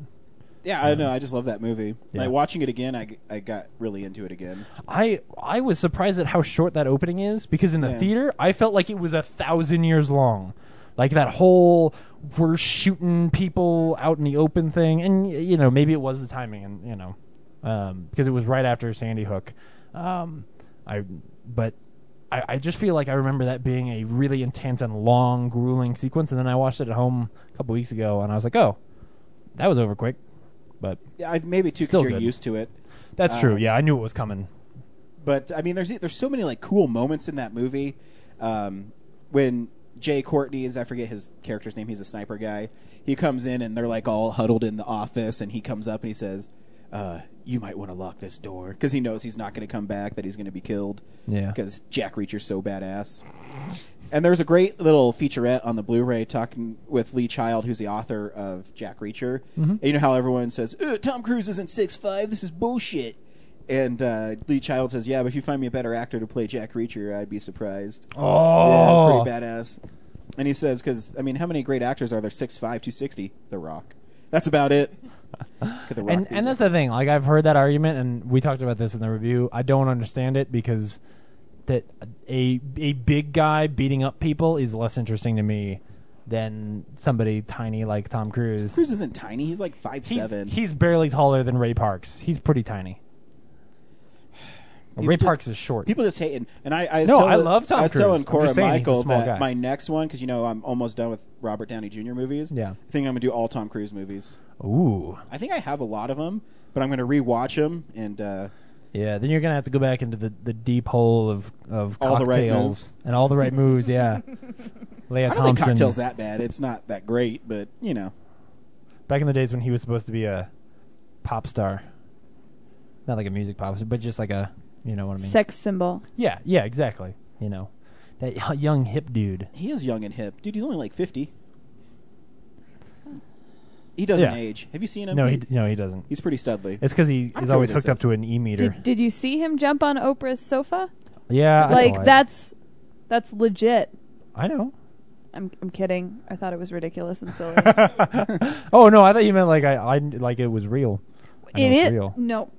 Speaker 1: yeah, I know. I just love that movie.
Speaker 2: Yeah.
Speaker 1: Like watching it again, I, g- I got really into it again.
Speaker 2: I I was surprised at how short that opening is because in the
Speaker 1: Yeah.
Speaker 2: theater I felt like it was a thousand years long, like that whole we're shooting people out in the open thing, and y- you know maybe it was the timing, and you know um, because it was right after Sandy Hook, um, I but. I, I just feel like I remember that being a really intense and long, grueling sequence, and then I watched it at home a couple weeks ago, and I was like, "Oh, that was over quick." But
Speaker 1: Yeah, I, maybe too because
Speaker 2: Still
Speaker 1: you're
Speaker 2: good.
Speaker 1: used to it.
Speaker 2: that's true.
Speaker 1: Um,
Speaker 2: Yeah, I knew it was coming.
Speaker 1: But I mean, there's there's so many like cool moments in that movie. Um, when Jay Courtney is I forget his character's name. He's a sniper guy. He comes in and they're like all huddled in the office, and he comes up and he says, uh, "You might want to lock this door," because he knows he's not going to come back. That he's going to be killed.
Speaker 2: Yeah.
Speaker 1: Because Jack Reacher's so badass. And there's a great little featurette on the Blu-ray talking with Lee Child, who's the author of Jack Reacher. And you know how everyone says, "Ugh, "Tom Cruise isn't six five. This is bullshit." And uh, Lee Child says, "Yeah, but if you find me a better actor to play Jack Reacher, I'd be surprised."
Speaker 2: Oh.
Speaker 1: yeah, it's pretty badass. And he says, "Because I mean, how many great actors are there? Six five, two sixty, The Rock. That's about
Speaker 2: [laughs]
Speaker 1: it." Could The Rock be
Speaker 2: and and
Speaker 1: there?
Speaker 2: that's the thing. Like I've heard that argument, and we talked about this in the review. I don't understand it because that a a big guy beating up people is less interesting to me than somebody tiny like Tom Cruise.
Speaker 1: Cruise isn't tiny. He's like five
Speaker 2: he's,
Speaker 1: seven.
Speaker 2: he's barely taller than Ray Parks. He's pretty tiny.
Speaker 1: You
Speaker 2: Ray
Speaker 1: just-
Speaker 2: Parks is short.
Speaker 1: People just hating, and I, I was
Speaker 2: No,
Speaker 1: telling,
Speaker 2: I love Tom
Speaker 1: I was
Speaker 2: Cruise.
Speaker 1: telling
Speaker 2: I'm
Speaker 1: Cora
Speaker 2: just saying he's a
Speaker 1: Michael
Speaker 2: small
Speaker 1: that
Speaker 2: guy.
Speaker 1: my next one, because you know I'm almost done with Robert Downey Jr. movies.
Speaker 2: Yeah.
Speaker 1: I think I'm gonna do all Tom Cruise movies.
Speaker 2: Ooh,
Speaker 1: I think I have a lot of them, but I'm gonna rewatch them and uh,
Speaker 2: yeah. Then you're gonna have to go back into the, the deep hole of of
Speaker 1: All the
Speaker 2: cocktails
Speaker 1: right moves.
Speaker 2: and all the right
Speaker 1: [laughs]
Speaker 2: moves. Yeah, Leah
Speaker 1: I don't
Speaker 2: Thompson.
Speaker 1: think cocktails that bad. It's not that great, but you know,
Speaker 2: back in the days when he was supposed to be a pop star, not like a music pop star, but just like a you know what I mean?
Speaker 5: Sex symbol.
Speaker 2: yeah, yeah, exactly. You know that young hip dude.
Speaker 1: he is young and hip, dude. He's only like 50. He doesn't
Speaker 2: Yeah.
Speaker 1: age. Have you seen him?
Speaker 2: No, he no he doesn't.
Speaker 1: he's pretty studly.
Speaker 2: It's because he
Speaker 1: don't
Speaker 2: is
Speaker 1: care
Speaker 2: always
Speaker 1: what it
Speaker 2: hooked up
Speaker 1: says.
Speaker 2: to an e meter.
Speaker 5: Did, did you see him jump on Oprah's sofa?
Speaker 2: yeah, I
Speaker 5: like
Speaker 2: saw it.
Speaker 5: that's that's legit.
Speaker 2: I know.
Speaker 5: I'm I'm kidding. I thought it was ridiculous and silly.
Speaker 2: [laughs] oh no,
Speaker 5: [laughs]
Speaker 2: I thought you meant like I, I like it was real. I know
Speaker 5: it
Speaker 2: it's
Speaker 5: is
Speaker 2: real.
Speaker 5: no.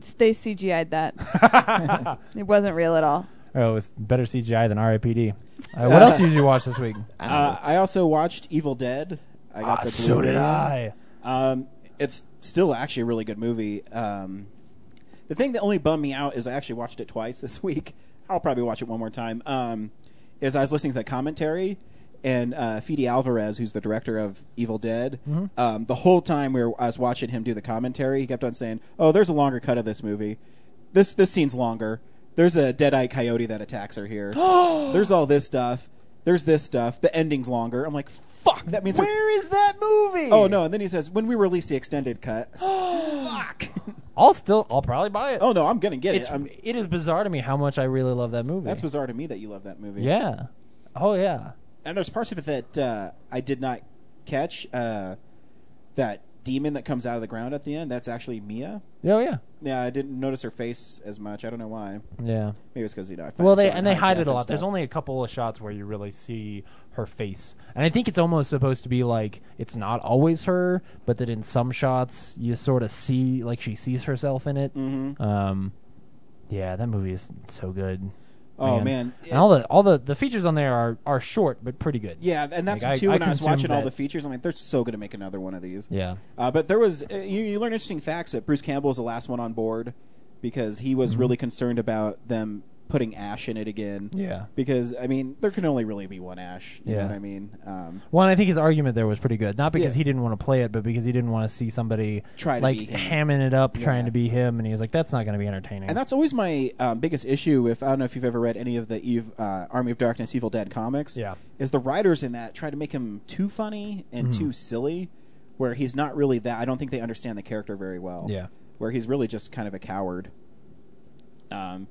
Speaker 5: S- They CGI'd
Speaker 2: [laughs]
Speaker 5: that. it was't real at all.
Speaker 2: Oh, it's better CGI than RIPD. Uh, what else did you watch this week?
Speaker 1: [laughs] Uh, I also watched Evil Dead. I got
Speaker 2: Ah,
Speaker 1: the
Speaker 2: so did
Speaker 1: Blu-ray.
Speaker 2: I.
Speaker 1: Um, it's still actually a really good movie. Um, the thing that only bummed me out is I actually watched it twice this [laughs] week. I'll probably watch it one more time. Um, is I was listening to the commentary, and uh, Fede Alvarez, who's the director of Evil Dead,
Speaker 2: Mm-hmm.
Speaker 1: um, the whole time we were, I was watching him do the commentary, he kept on saying, "Oh, there's a longer cut of this movie. This this scene's longer. There's a dead-eye coyote that attacks her
Speaker 2: [gasps]
Speaker 1: here. there's all this stuff. There's this stuff. The ending's longer." I'm like, "Fuck, that means
Speaker 3: Where is that movie?
Speaker 1: Oh
Speaker 8: [gasps]
Speaker 1: no! And then he says, "When we release the extended cut." I said,
Speaker 2: I'll still, I'll probably buy it.
Speaker 1: oh no, I'm gonna get
Speaker 2: it's
Speaker 1: it. I'm,
Speaker 2: it is bizarre to me how much I really love that movie.
Speaker 1: that's bizarre to me that you love that movie.
Speaker 2: Yeah. Oh yeah.
Speaker 1: And there's parts of it that uh, I did not catch. Uh, that demon that comes out of the ground at the end—that's actually Mia.
Speaker 2: Oh yeah.
Speaker 1: Yeah, I didn't notice her face as much. I don't know why.
Speaker 2: Yeah.
Speaker 1: Maybe it's because you know. I
Speaker 2: Well, they
Speaker 1: saw it in
Speaker 2: and they
Speaker 1: high
Speaker 2: hide
Speaker 1: def
Speaker 2: it a
Speaker 1: and
Speaker 2: lot. There's
Speaker 1: stuff.
Speaker 2: only a couple of shots where you really see her face, and I think it's almost supposed to be like it's not always her, but that in some shots you sort of see like she sees herself in it.
Speaker 1: Mm-hmm.
Speaker 2: Um, yeah, that movie is so good.
Speaker 1: Oh, man.
Speaker 2: And all the all the, the features on there are, are short but pretty good.
Speaker 1: Yeah, and that's
Speaker 2: Like, I-
Speaker 1: too.
Speaker 2: I
Speaker 1: when I was
Speaker 2: consumed
Speaker 1: watching all
Speaker 2: that.
Speaker 1: the features, I'm like, they're so gonna make another one of these.
Speaker 2: yeah.
Speaker 1: Uh, but there was uh, you, you learn interesting facts that Bruce Campbell was the last one on board because he was
Speaker 2: Mm-hmm.
Speaker 1: really concerned about them putting ash in it again.
Speaker 2: Yeah.
Speaker 1: Because I mean, there can only really be one ash. You
Speaker 2: Yeah.
Speaker 1: know what I mean? Um,
Speaker 2: Well, and I think his argument there was pretty good. Not because
Speaker 1: Yeah.
Speaker 2: he didn't want to play it, but because he didn't want to see somebody
Speaker 1: Try to
Speaker 2: like
Speaker 1: be him.
Speaker 2: hamming it up,
Speaker 1: Yeah.
Speaker 2: trying to be him, and he was like, "That's not going to be entertaining."
Speaker 1: and that's always my um, biggest issue. If I don't know if you've ever read any of the Eve, uh, Army of Darkness, Evil Dead comics,
Speaker 2: Yeah.
Speaker 1: is the writers in that try to make him too funny and
Speaker 2: Mm-hmm.
Speaker 1: too silly, where he's not really that. I don't think they understand the character very well.
Speaker 2: Yeah.
Speaker 1: where he's really just kind of a coward. Um,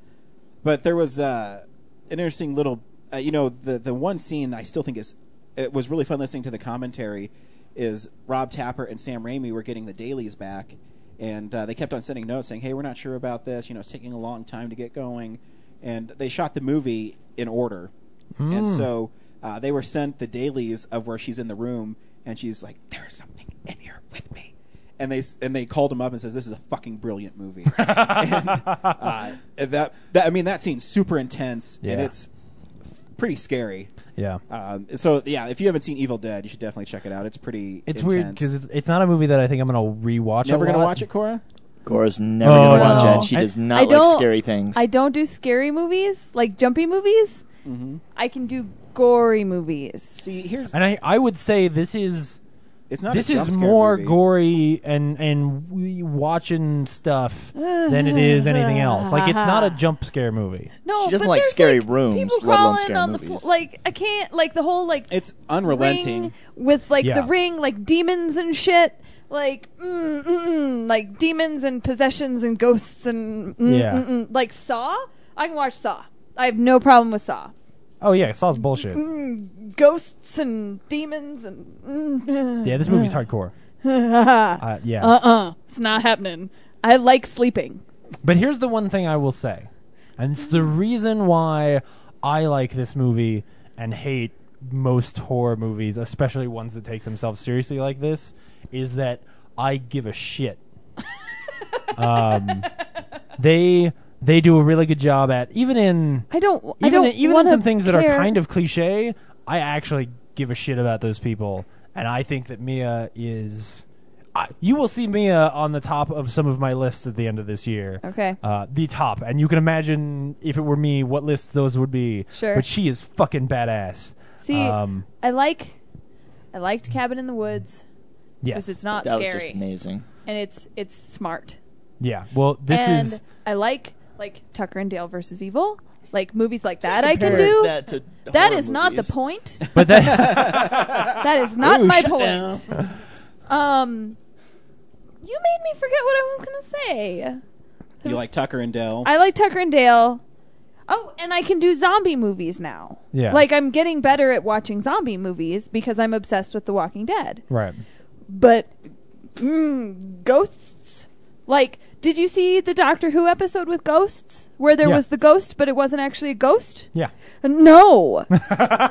Speaker 1: but there was uh, an interesting little, uh, you know, the the one scene I still think is it was really fun listening to the commentary. Is Rob Tapper and Sam Raimi were getting the dailies back, and uh, they kept on sending notes saying, "Hey, we're not sure about this. You know, it's taking a long time to get going." And they shot the movie in order, and
Speaker 2: Hmm.
Speaker 1: so uh, they were sent the dailies of where she's in the room, and she's like, "There's something in here with me." and they and they called him up and says this is a fucking brilliant
Speaker 2: [laughs]
Speaker 1: movie. and, uh, and that that I mean that scene's super intense and
Speaker 2: Yeah.
Speaker 1: it's pretty scary.
Speaker 2: yeah.
Speaker 1: Um, so yeah, if you haven't seen Evil Dead, you should definitely check it out. It's pretty.
Speaker 2: It's
Speaker 1: intense.
Speaker 2: weird because it's, it's not a movie that I think I'm gonna rewatch.
Speaker 1: never
Speaker 2: a
Speaker 1: gonna
Speaker 2: lot.
Speaker 1: watch it, Cora.
Speaker 6: Cora's never
Speaker 2: Oh,
Speaker 6: gonna watch
Speaker 5: no.
Speaker 6: it. She
Speaker 2: I-
Speaker 6: does
Speaker 5: I
Speaker 6: not like
Speaker 5: don't-
Speaker 6: scary things.
Speaker 5: I don't do scary movies, like jumpy movies.
Speaker 6: Mm-hmm.
Speaker 5: I can do gory movies.
Speaker 1: See, here's
Speaker 2: And I I would say this is
Speaker 1: It's not. a
Speaker 2: this
Speaker 1: jump
Speaker 2: is
Speaker 1: scare
Speaker 2: more
Speaker 1: movie.
Speaker 2: gory and and we watching stuff than it is anything else. Like it's not
Speaker 6: [laughs]
Speaker 2: a jump scare movie.
Speaker 5: No,
Speaker 6: She doesn't
Speaker 5: but
Speaker 6: like
Speaker 5: there's,
Speaker 6: scary
Speaker 5: like,
Speaker 6: rooms,
Speaker 5: People
Speaker 6: let alone
Speaker 5: crawling
Speaker 6: scary
Speaker 5: on the
Speaker 6: movies.
Speaker 5: floor. Like I can't. Like the whole like
Speaker 1: It's unrelenting.
Speaker 5: ring with like
Speaker 2: Yeah.
Speaker 5: the ring, like demons and shit. Like mm, mm, mm, like demons and possessions and ghosts and mm,
Speaker 2: Yeah.
Speaker 5: mm, mm. like Saw. I can watch Saw. I have no problem with Saw. Mm,
Speaker 2: Oh yeah, Saw's bullshit.
Speaker 5: Ghosts and demons and mm,
Speaker 2: Yeah, this
Speaker 5: [laughs]
Speaker 2: movie's hardcore.
Speaker 5: uh
Speaker 2: Uh, yeah,
Speaker 5: uh, it's not happening. I like sleeping.
Speaker 2: but here's the one thing I will say, and it's the reason why I like this movie and hate most horror movies, especially ones that take themselves seriously like this, is that I give a shit.
Speaker 5: [laughs]
Speaker 2: um, they they do a really good job at even in
Speaker 5: I don't. I
Speaker 2: even
Speaker 5: don't.
Speaker 2: in, even in
Speaker 5: wanna
Speaker 2: some things that are
Speaker 5: care.
Speaker 2: kind of cliche, I actually give a shit about those people, and I think that Mia is. I, you will see Mia on the top of some of my lists at the end of this year.
Speaker 5: Okay.
Speaker 2: Uh, the top, and you can imagine if it were me, what list those would be.
Speaker 5: Sure.
Speaker 2: But she is fucking badass.
Speaker 5: See,
Speaker 2: um,
Speaker 5: I like. I liked Cabin in the Woods because
Speaker 2: yes.
Speaker 5: it's not
Speaker 6: that was just
Speaker 5: scary
Speaker 6: amazing.
Speaker 5: and it's it's smart.
Speaker 2: yeah. Well, this
Speaker 5: and
Speaker 2: is.
Speaker 5: I like like Tucker and Dale versus Evil, like movies like that. I can
Speaker 6: Compared
Speaker 5: do.
Speaker 6: that to
Speaker 5: that
Speaker 6: horror
Speaker 5: is not the
Speaker 6: movies.
Speaker 5: point.
Speaker 2: [laughs] But that.
Speaker 5: [laughs] That is not
Speaker 1: Ooh,
Speaker 5: my
Speaker 1: shut
Speaker 5: point.
Speaker 1: down.
Speaker 5: Um, you made me forget what I was gonna say.
Speaker 1: You like Tucker and Dell.
Speaker 5: I like Tucker and Dale. Oh, and I can do zombie movies now.
Speaker 2: Yeah.
Speaker 5: Like I'm getting better at watching zombie movies because I'm obsessed with The Walking Dead.
Speaker 8: [gasps]
Speaker 2: right.
Speaker 5: But mm, ghosts, like, did you see the Doctor Who episode with ghosts where there
Speaker 2: Yeah.
Speaker 5: was the ghost, but it wasn't actually a ghost?
Speaker 2: Yeah.
Speaker 5: No,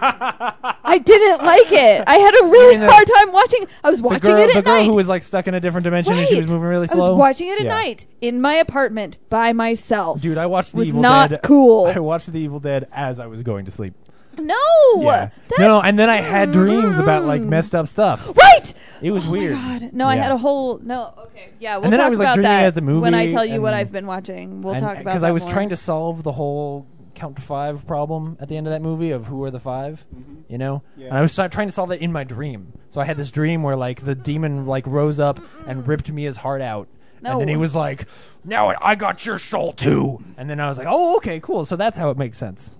Speaker 5: I
Speaker 2: [laughs]
Speaker 5: didn't like it. I had a really
Speaker 2: mean the-
Speaker 5: hard time watching. I was
Speaker 2: The
Speaker 5: watching
Speaker 2: girl,
Speaker 5: it at
Speaker 2: the girl
Speaker 5: night.
Speaker 2: who was like stuck in a different dimension and she was
Speaker 5: Right.
Speaker 2: moving really slow.
Speaker 5: I was watching it at
Speaker 2: Yeah.
Speaker 5: night in my apartment by myself.
Speaker 2: Dude, I watched the
Speaker 5: was
Speaker 2: Evil
Speaker 5: not
Speaker 2: Dead.
Speaker 5: cool.
Speaker 2: [laughs] I watched the Evil Dead as I was going to sleep.
Speaker 5: no,
Speaker 2: Yeah.
Speaker 5: That's-
Speaker 2: No, and then I had dreams about like messed up stuff.
Speaker 5: right.
Speaker 2: It was
Speaker 5: Oh my
Speaker 2: weird.
Speaker 5: God. No, I
Speaker 2: Yeah.
Speaker 5: had a whole no. Okay, yeah, we'll
Speaker 2: then I
Speaker 5: talk
Speaker 2: was, like,
Speaker 5: about
Speaker 2: dreaming
Speaker 5: that
Speaker 2: at the movie
Speaker 5: when I tell you what
Speaker 2: and-
Speaker 5: I've been watching. We'll
Speaker 2: And-
Speaker 5: talk about
Speaker 2: because I
Speaker 5: that
Speaker 2: was
Speaker 5: more.
Speaker 2: trying to solve the whole count to five problem at the end of that movie of who are the 5
Speaker 1: Mm-hmm.
Speaker 2: you know. And I was try- trying to solve that in my dream. So I had this dream where like the demon like rose up and ripped Mia's heart out. And then
Speaker 5: No.
Speaker 2: he was like, "Now I got your soul too." And then I was like, "Oh, okay, cool. So that's how it makes sense."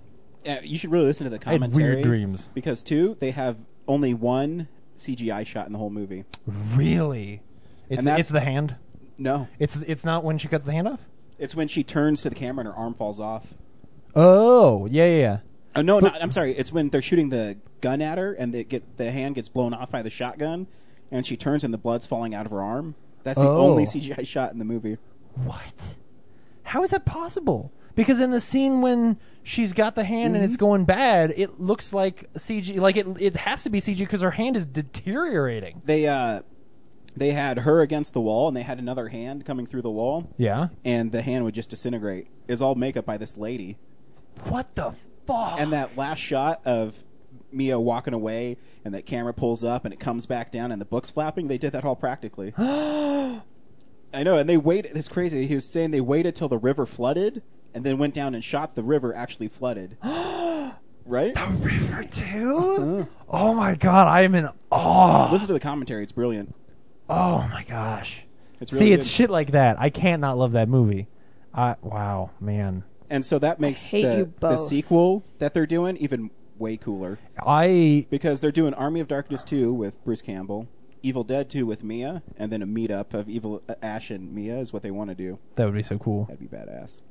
Speaker 1: Uh, you should really listen to the
Speaker 2: I had
Speaker 1: commentary.
Speaker 2: weird dreams.
Speaker 1: because two, they have only one CGI shot in the whole movie.
Speaker 2: Really? It's,
Speaker 1: that's-
Speaker 2: it's the hand.
Speaker 1: No,
Speaker 2: It's it's not when she cuts the hand off.
Speaker 1: it's when she turns to the camera and her arm falls off.
Speaker 2: Oh yeah yeah. yeah.
Speaker 1: Oh no, not, I'm sorry. It's when they're shooting the gun at her and they get the hand gets blown off by the shotgun, and she turns and the blood's falling out of her arm. That's the
Speaker 2: Oh.
Speaker 1: only CGI shot in the movie.
Speaker 2: What? How is that possible? Because in the scene when she's got the hand and it's going bad, it looks like CG. Like it, it has to be CG because her hand is deteriorating.
Speaker 1: They uh, they had her against the wall and they had another hand coming through the wall,
Speaker 2: Yeah.
Speaker 1: and the hand would just disintegrate. Is all makeup by this lady.
Speaker 2: What the fuck?
Speaker 1: and that last shot of Mia walking away, and that camera pulls up, and it comes back down, and the book's flapping. They did that all
Speaker 2: [gasps]
Speaker 1: practically. I know, and they waited. It's crazy. He was saying they waited till the river flooded, and then went down and shot the river actually
Speaker 2: [gasps]
Speaker 1: flooded. right? Uh-huh.
Speaker 2: River Two. oh my god, I am in awe.
Speaker 1: Listen to the commentary. It's brilliant.
Speaker 2: Oh my gosh.
Speaker 1: It's
Speaker 2: See,
Speaker 1: really
Speaker 2: it's
Speaker 1: good.
Speaker 2: shit like that. I can't not love that movie. I wow, man.
Speaker 1: And so that makes
Speaker 5: hate you
Speaker 1: the, the
Speaker 5: both.
Speaker 1: sequel that they're doing even way cooler
Speaker 2: I
Speaker 1: because they're doing Army of Darkness 2 with Bruce Campbell, Evil Dead 2 with Mia, and then a meetup of Evil uh, Ash and Mia is what they want to do.
Speaker 2: that would be so cool.
Speaker 1: That'd be badass.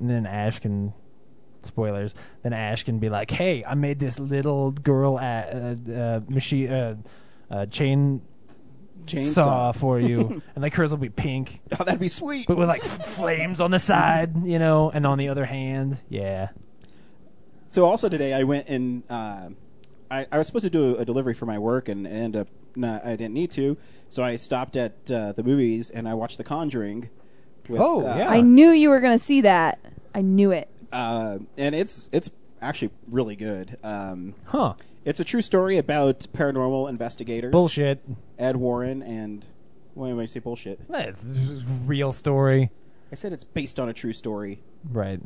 Speaker 2: And then Ash can, spoilers. Then Ash can be like, "Hey, I made this little girl a uh, uh, machine uh, uh, chain
Speaker 1: Chainsaw.
Speaker 2: saw
Speaker 1: [laughs]
Speaker 2: for you," and like hers will be pink,
Speaker 1: Oh, that'd be sweet.
Speaker 2: but with like flames on the side, you know. And on the other hand, yeah,
Speaker 1: So also today I went and uh, I, I was supposed to do a delivery for my work and, and ended up not, I didn't need to. So I stopped at uh, the movies and I watched The Conjuring. With,
Speaker 2: Oh,
Speaker 1: uh,
Speaker 2: yeah.
Speaker 5: I knew you were gonna see that. I
Speaker 1: [laughs]
Speaker 5: knew it.
Speaker 1: uh, and it's it's actually really good. Um,
Speaker 2: huh?
Speaker 1: It's a true story about paranormal investigators.
Speaker 2: Bullshit.
Speaker 1: Ed Warren and why am I say bullshit?
Speaker 2: That's real story,
Speaker 1: I said it's based on a true story.
Speaker 2: right?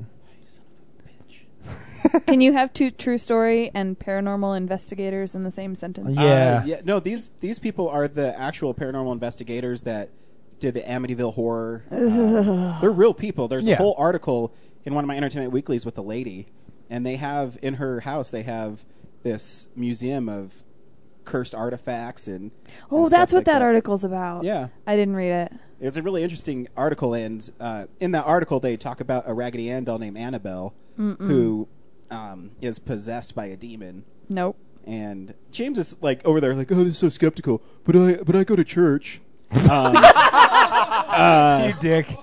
Speaker 5: Can you have two true story and paranormal investigators in the same sentence?
Speaker 1: Uh,
Speaker 2: Yeah.
Speaker 1: yeah. No, these these people are the actual paranormal investigators that did the Amityville horror.
Speaker 5: [sighs]
Speaker 1: Uh, they're real people. There's
Speaker 2: Yeah.
Speaker 1: a whole article in one of my entertainment weeklies with a lady, and they have in her house they have this museum of cursed artifacts and and
Speaker 5: Oh,
Speaker 1: stuff
Speaker 5: that's what
Speaker 1: like
Speaker 5: that, article's about.
Speaker 1: Yeah.
Speaker 5: I didn't read it.
Speaker 1: It's a really interesting article, and uh, in that article, they talk about a Raggedy Ann doll named Annabelle who um, is possessed by a demon.
Speaker 5: Nope.
Speaker 1: And James is like over there, like, "Oh, this is so skeptical," but I, but I go to
Speaker 2: [laughs]
Speaker 1: church. Um,
Speaker 2: you dick.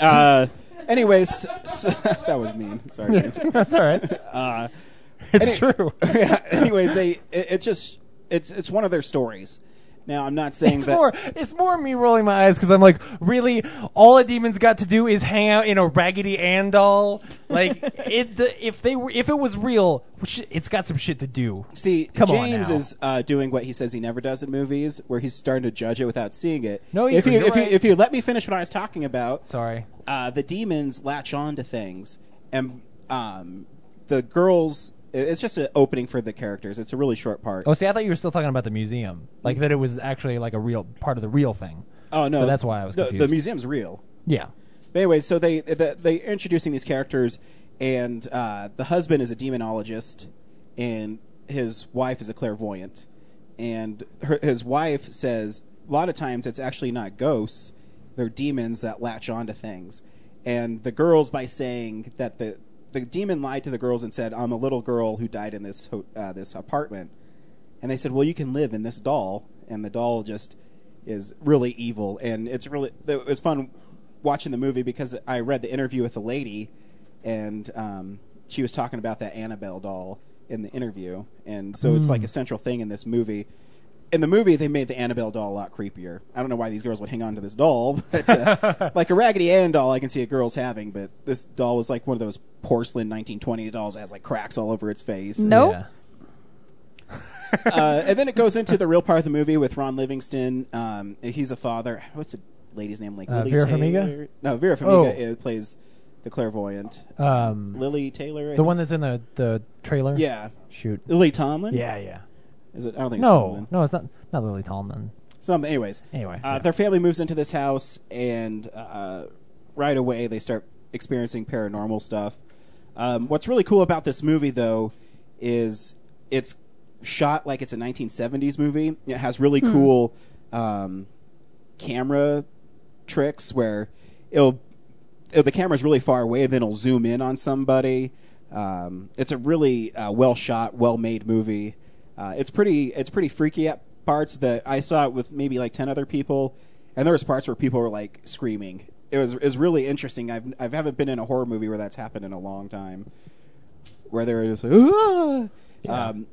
Speaker 1: Uh, anyways, so- [laughs] that was mean. Sorry, James.
Speaker 2: [laughs]
Speaker 1: Uh,
Speaker 2: That's all right.
Speaker 1: [laughs]
Speaker 2: it's true.
Speaker 1: Yeah, anyways, they it, it just it's it's one of their stories. Now, I'm not saying
Speaker 2: It's
Speaker 1: that.
Speaker 2: more, it's more me rolling my eyes because I'm like, really, all a demon's got to do is hang out in a Raggedy Ann doll.
Speaker 1: [laughs]
Speaker 2: Like, it, the, if they were, if it was real, which it's got some shit to do.
Speaker 1: See,
Speaker 2: Come on
Speaker 1: James
Speaker 2: now.
Speaker 1: is uh, doing what he says he never does in movies, where he's starting to judge it without seeing it.
Speaker 2: No,
Speaker 1: if
Speaker 2: you're-
Speaker 1: you
Speaker 2: you're
Speaker 1: if
Speaker 2: right.
Speaker 1: you if you let me finish what I was talking about,
Speaker 2: Sorry.
Speaker 1: uh, the demons latch on to things, and um, the girls. i- It's just an opening for the characters. It's a really short part.
Speaker 3: Oh, see, I thought you were still talking about the museum, like that it was actually like a real part of the real thing.
Speaker 1: Oh, no,
Speaker 3: so that's why I was
Speaker 1: the,
Speaker 3: confused.
Speaker 1: The museum's real.
Speaker 3: yeah,
Speaker 1: But anyway, so they the, they are introducing these characters, and uh, the husband is a demonologist, and his wife is a clairvoyant, and her, his wife says a lot of times it's actually not ghosts, they're demons that latch onto things, and the girls by saying that the the demon lied to the girls and said I'm a little girl who died in this ho- uh, this apartment, and they said, "Well, you can live in this doll," and the doll just is really evil, and it's really it was fun watching the movie because I read the interview with the lady, and um, she was talking about that Annabelle doll in the interview, and so it's like a central thing in this movie. In the movie, they made the Annabelle doll a lot creepier. I don't know why these girls would hang on to this doll, [laughs] but uh, like a Raggedy Ann doll, I can see a girl's having, but this doll was like one of those porcelain 1920s dolls that has like cracks all over its face
Speaker 5: Nope.
Speaker 3: Yeah.
Speaker 1: uh, and then it goes into the real part of the movie with Ron Livingston. Um, he's a father. What's the lady's name? Like
Speaker 3: Uh,
Speaker 1: Lily
Speaker 3: Vera
Speaker 1: Taylor?
Speaker 3: Farmiga?
Speaker 1: No, Vera
Speaker 3: Oh.
Speaker 1: Farmiga is, plays the clairvoyant.
Speaker 3: Um,
Speaker 1: Lily Taylor. I
Speaker 3: the
Speaker 1: think
Speaker 3: one
Speaker 1: it's-
Speaker 3: that's in the the trailer.
Speaker 1: yeah,
Speaker 3: Shoot.
Speaker 1: Lily Tomlin.
Speaker 3: Yeah, yeah.
Speaker 1: is it? I don't think it's
Speaker 3: No,
Speaker 1: Tomlin.
Speaker 3: no, it's not. Not Lily Tomlin.
Speaker 1: Some, anyways.
Speaker 3: Anyway,
Speaker 1: uh,
Speaker 3: yeah.
Speaker 1: their family moves into this house, and uh, right away they start experiencing paranormal stuff. Um, what's really cool about this movie, though, is it's shot like it's a 1970s movie. It has really cool um, camera tricks where it'll, it the camera's really far away, then it'll zoom in on somebody. Um, it's a really uh, well shot, well made movie. Uh, it's pretty it's pretty freaky at parts that I saw it with maybe like ten other people, and there was parts where people were like screaming. It was it was really interesting. I've I haven't been in a horror movie where that's happened in a long time, where they were just like, "Ah!" um,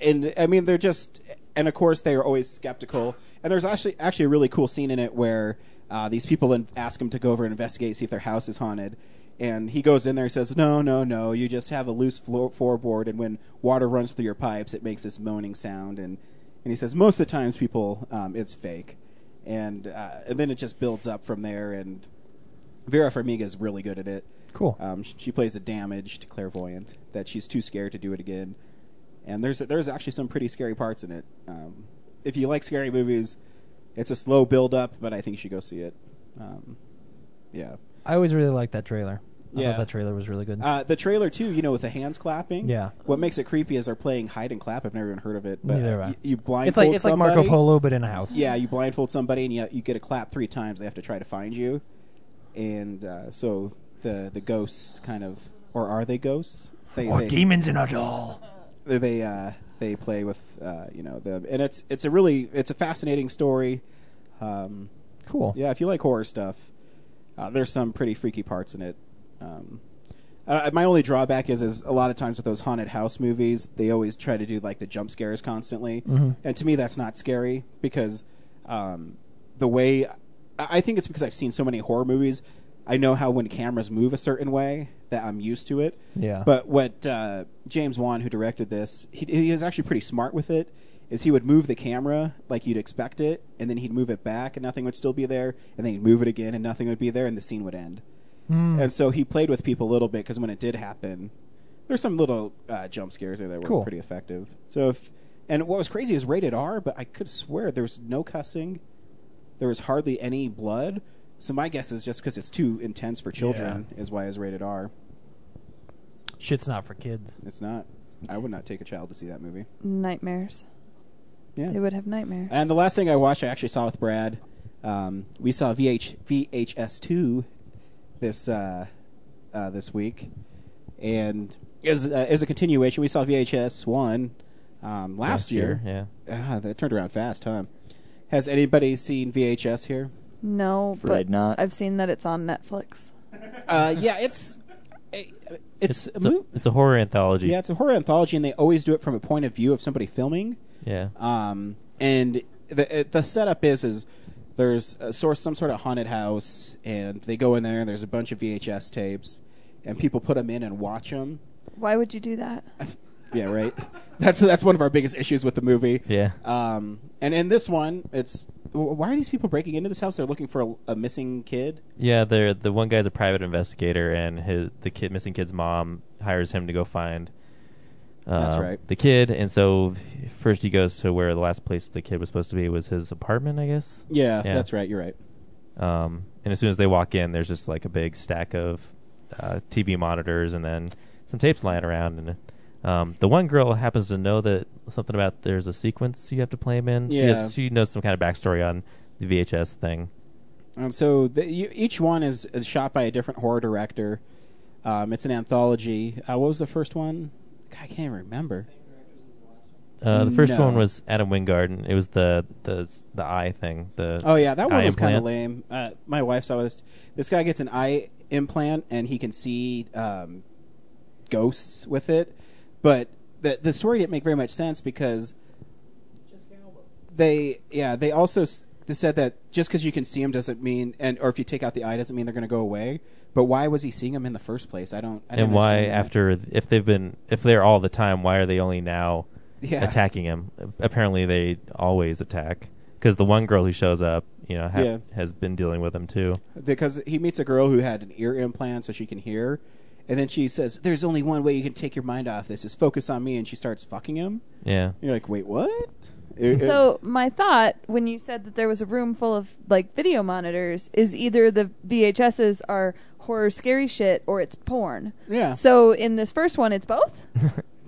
Speaker 1: and I mean they're just and of course they are always skeptical. And there's actually actually a really cool scene in it where uh, these people in, ask him to go over and investigate, see if their house is haunted. And he goes in there and says, "No, no, no. You just have a loose floor, floorboard, and when water runs through your pipes, it makes this moaning sound." And and he says, "Most of the times, people, um, it's fake." And uh, and then it just builds up from there. And Vera Farmiga is really good at it.
Speaker 3: Cool.
Speaker 1: Um, sh- she plays a damaged clairvoyant that she's too scared to do it again. And there's there's actually some pretty scary parts in it. Um, if you like scary movies, it's a slow build up, but I think you should go see it. Um, yeah.
Speaker 3: I always really liked that trailer. I
Speaker 1: Yeah.
Speaker 3: thought that trailer was really good.
Speaker 1: Uh, the trailer too, you know, with the hands clapping.
Speaker 3: Yeah.
Speaker 1: What makes it creepy is they're playing hide and clap. I've never even heard of it, but
Speaker 3: Neither
Speaker 1: uh,
Speaker 3: have I.
Speaker 1: you, you blindfold
Speaker 3: it's like it's like
Speaker 1: somebody.
Speaker 3: Marco Polo, but in a house.
Speaker 1: Yeah, you blindfold somebody and you, you get a clap three times. They have to try to find you, and uh, so the the ghosts kind of, or are they ghosts? They
Speaker 2: Or
Speaker 1: they,
Speaker 2: demons in a doll.
Speaker 1: they they, uh, they play with uh, you know the and it's it's a really it's a fascinating story. Um,
Speaker 3: Cool.
Speaker 1: yeah, if you like horror stuff, uh, there's some pretty freaky parts in it. Um, uh, my only drawback is, is a lot of times with those haunted house movies, they always try to do like the jump scares constantly, and to me that's not scary because um, the way I- I think it's because I've seen so many horror movies, I know how when cameras move a certain way that I'm used to it.
Speaker 3: Yeah.
Speaker 1: But what uh, James Wan, who directed this, he, he was actually pretty smart with it. Is he would move the camera like you'd expect it, and then he'd move it back, and nothing would still be there, and then he'd move it again,
Speaker 2: Hmm.
Speaker 3: Mm.
Speaker 1: and nothing would be there, and the scene would end. And so he played with people a little bit because when it did happen, there's some little uh, jump scares there that were
Speaker 3: Cool.
Speaker 1: pretty effective. So if and what was crazy is rated R, but I could swear there was no cussing, there was hardly any blood. So my guess is just because it's too intense for children is why it's rated R.
Speaker 3: Shit's not for kids.
Speaker 1: It's not. I would not take a child to see that movie.
Speaker 5: Nightmares.
Speaker 1: Yeah.
Speaker 5: They would have nightmares.
Speaker 1: And the last thing I watched, I actually saw with Brad. Um, we saw VH, VHS two this uh, uh, this week, and it was, uh, it was a continuation. We saw VHS one um, last, year. Ah, that turned around fast, huh? Has anybody seen VHS here?
Speaker 5: no,
Speaker 6: Afraid
Speaker 5: but
Speaker 6: not.
Speaker 5: I've seen that it's on Netflix.
Speaker 1: Uh, yeah, it's it- it's,
Speaker 4: It's,
Speaker 1: a
Speaker 4: it's, a,
Speaker 1: mo-
Speaker 4: it's a horror anthology.
Speaker 1: yeah, it's a horror anthology, and they always do it from a point of view of somebody filming.
Speaker 4: Yeah.
Speaker 1: Um, and the it, the setup is is there's a source some sort of haunted house, and they go in there, and there's a bunch of VHS tapes, and people put them in and watch them.
Speaker 5: Why would you do that?
Speaker 1: Yeah, right. [laughs] that's that's one of our biggest issues with the movie.
Speaker 4: Yeah.
Speaker 1: Um, and in this one, it's wh- why are these people breaking into this house? They're looking for a, a missing kid.
Speaker 4: Yeah, they're the one guy's a private investigator, and his the kid missing kid's mom hires him to go find. Uh,
Speaker 1: That's right.
Speaker 4: The kid, and so first he goes to where the last place the kid was supposed to be was his apartment, I guess.
Speaker 1: Yeah,
Speaker 4: Yeah.
Speaker 1: that's right. You're right.
Speaker 4: Um, and as soon as they walk in, there's just like a big stack of uh, TV monitors and then some tapes lying around. And um, the one girl happens to know that something about there's a sequence you have to play 'em in. She,
Speaker 1: Yeah.
Speaker 4: has, she knows some kind of backstory on the VHS thing.
Speaker 1: Um, so the, you, each one is, is shot by a different horror director. Um, it's an anthology. Uh, what was the first one? God, I can't even remember.
Speaker 4: Uh, the first
Speaker 1: No.
Speaker 4: one was Adam Wingard. It was the the the eye thing. The
Speaker 1: Oh yeah, that one
Speaker 4: eye
Speaker 1: was kind of
Speaker 4: implant.
Speaker 1: lame. Uh, my wife saw this. This guy gets an eye implant and he can see um, ghosts with it, but the the story didn't make very much sense because they yeah they also s- they said that just because you can see them doesn't mean and or if you take out the eye doesn't mean they're going to go away. But why was he seeing them in the first place? I don't. I don't
Speaker 4: And why
Speaker 1: understand that.
Speaker 4: after if they've been if they're all the time, why are they only now
Speaker 1: Yeah.
Speaker 4: attacking him? Apparently, they always attack because the one girl who shows up, you know, ha-
Speaker 1: Yeah.
Speaker 4: has been dealing with them too.
Speaker 1: because he meets a girl who had an ear implant so she can hear and then she says there's only one way you can take your mind off this is focus on me and she starts fucking him
Speaker 4: Yeah,
Speaker 1: and you're like wait what It- it-
Speaker 5: So my thought when you said that there was a room full of like video monitors is either the VHSs are horror scary shit or it's porn.
Speaker 1: yeah
Speaker 5: So in this first one it's both?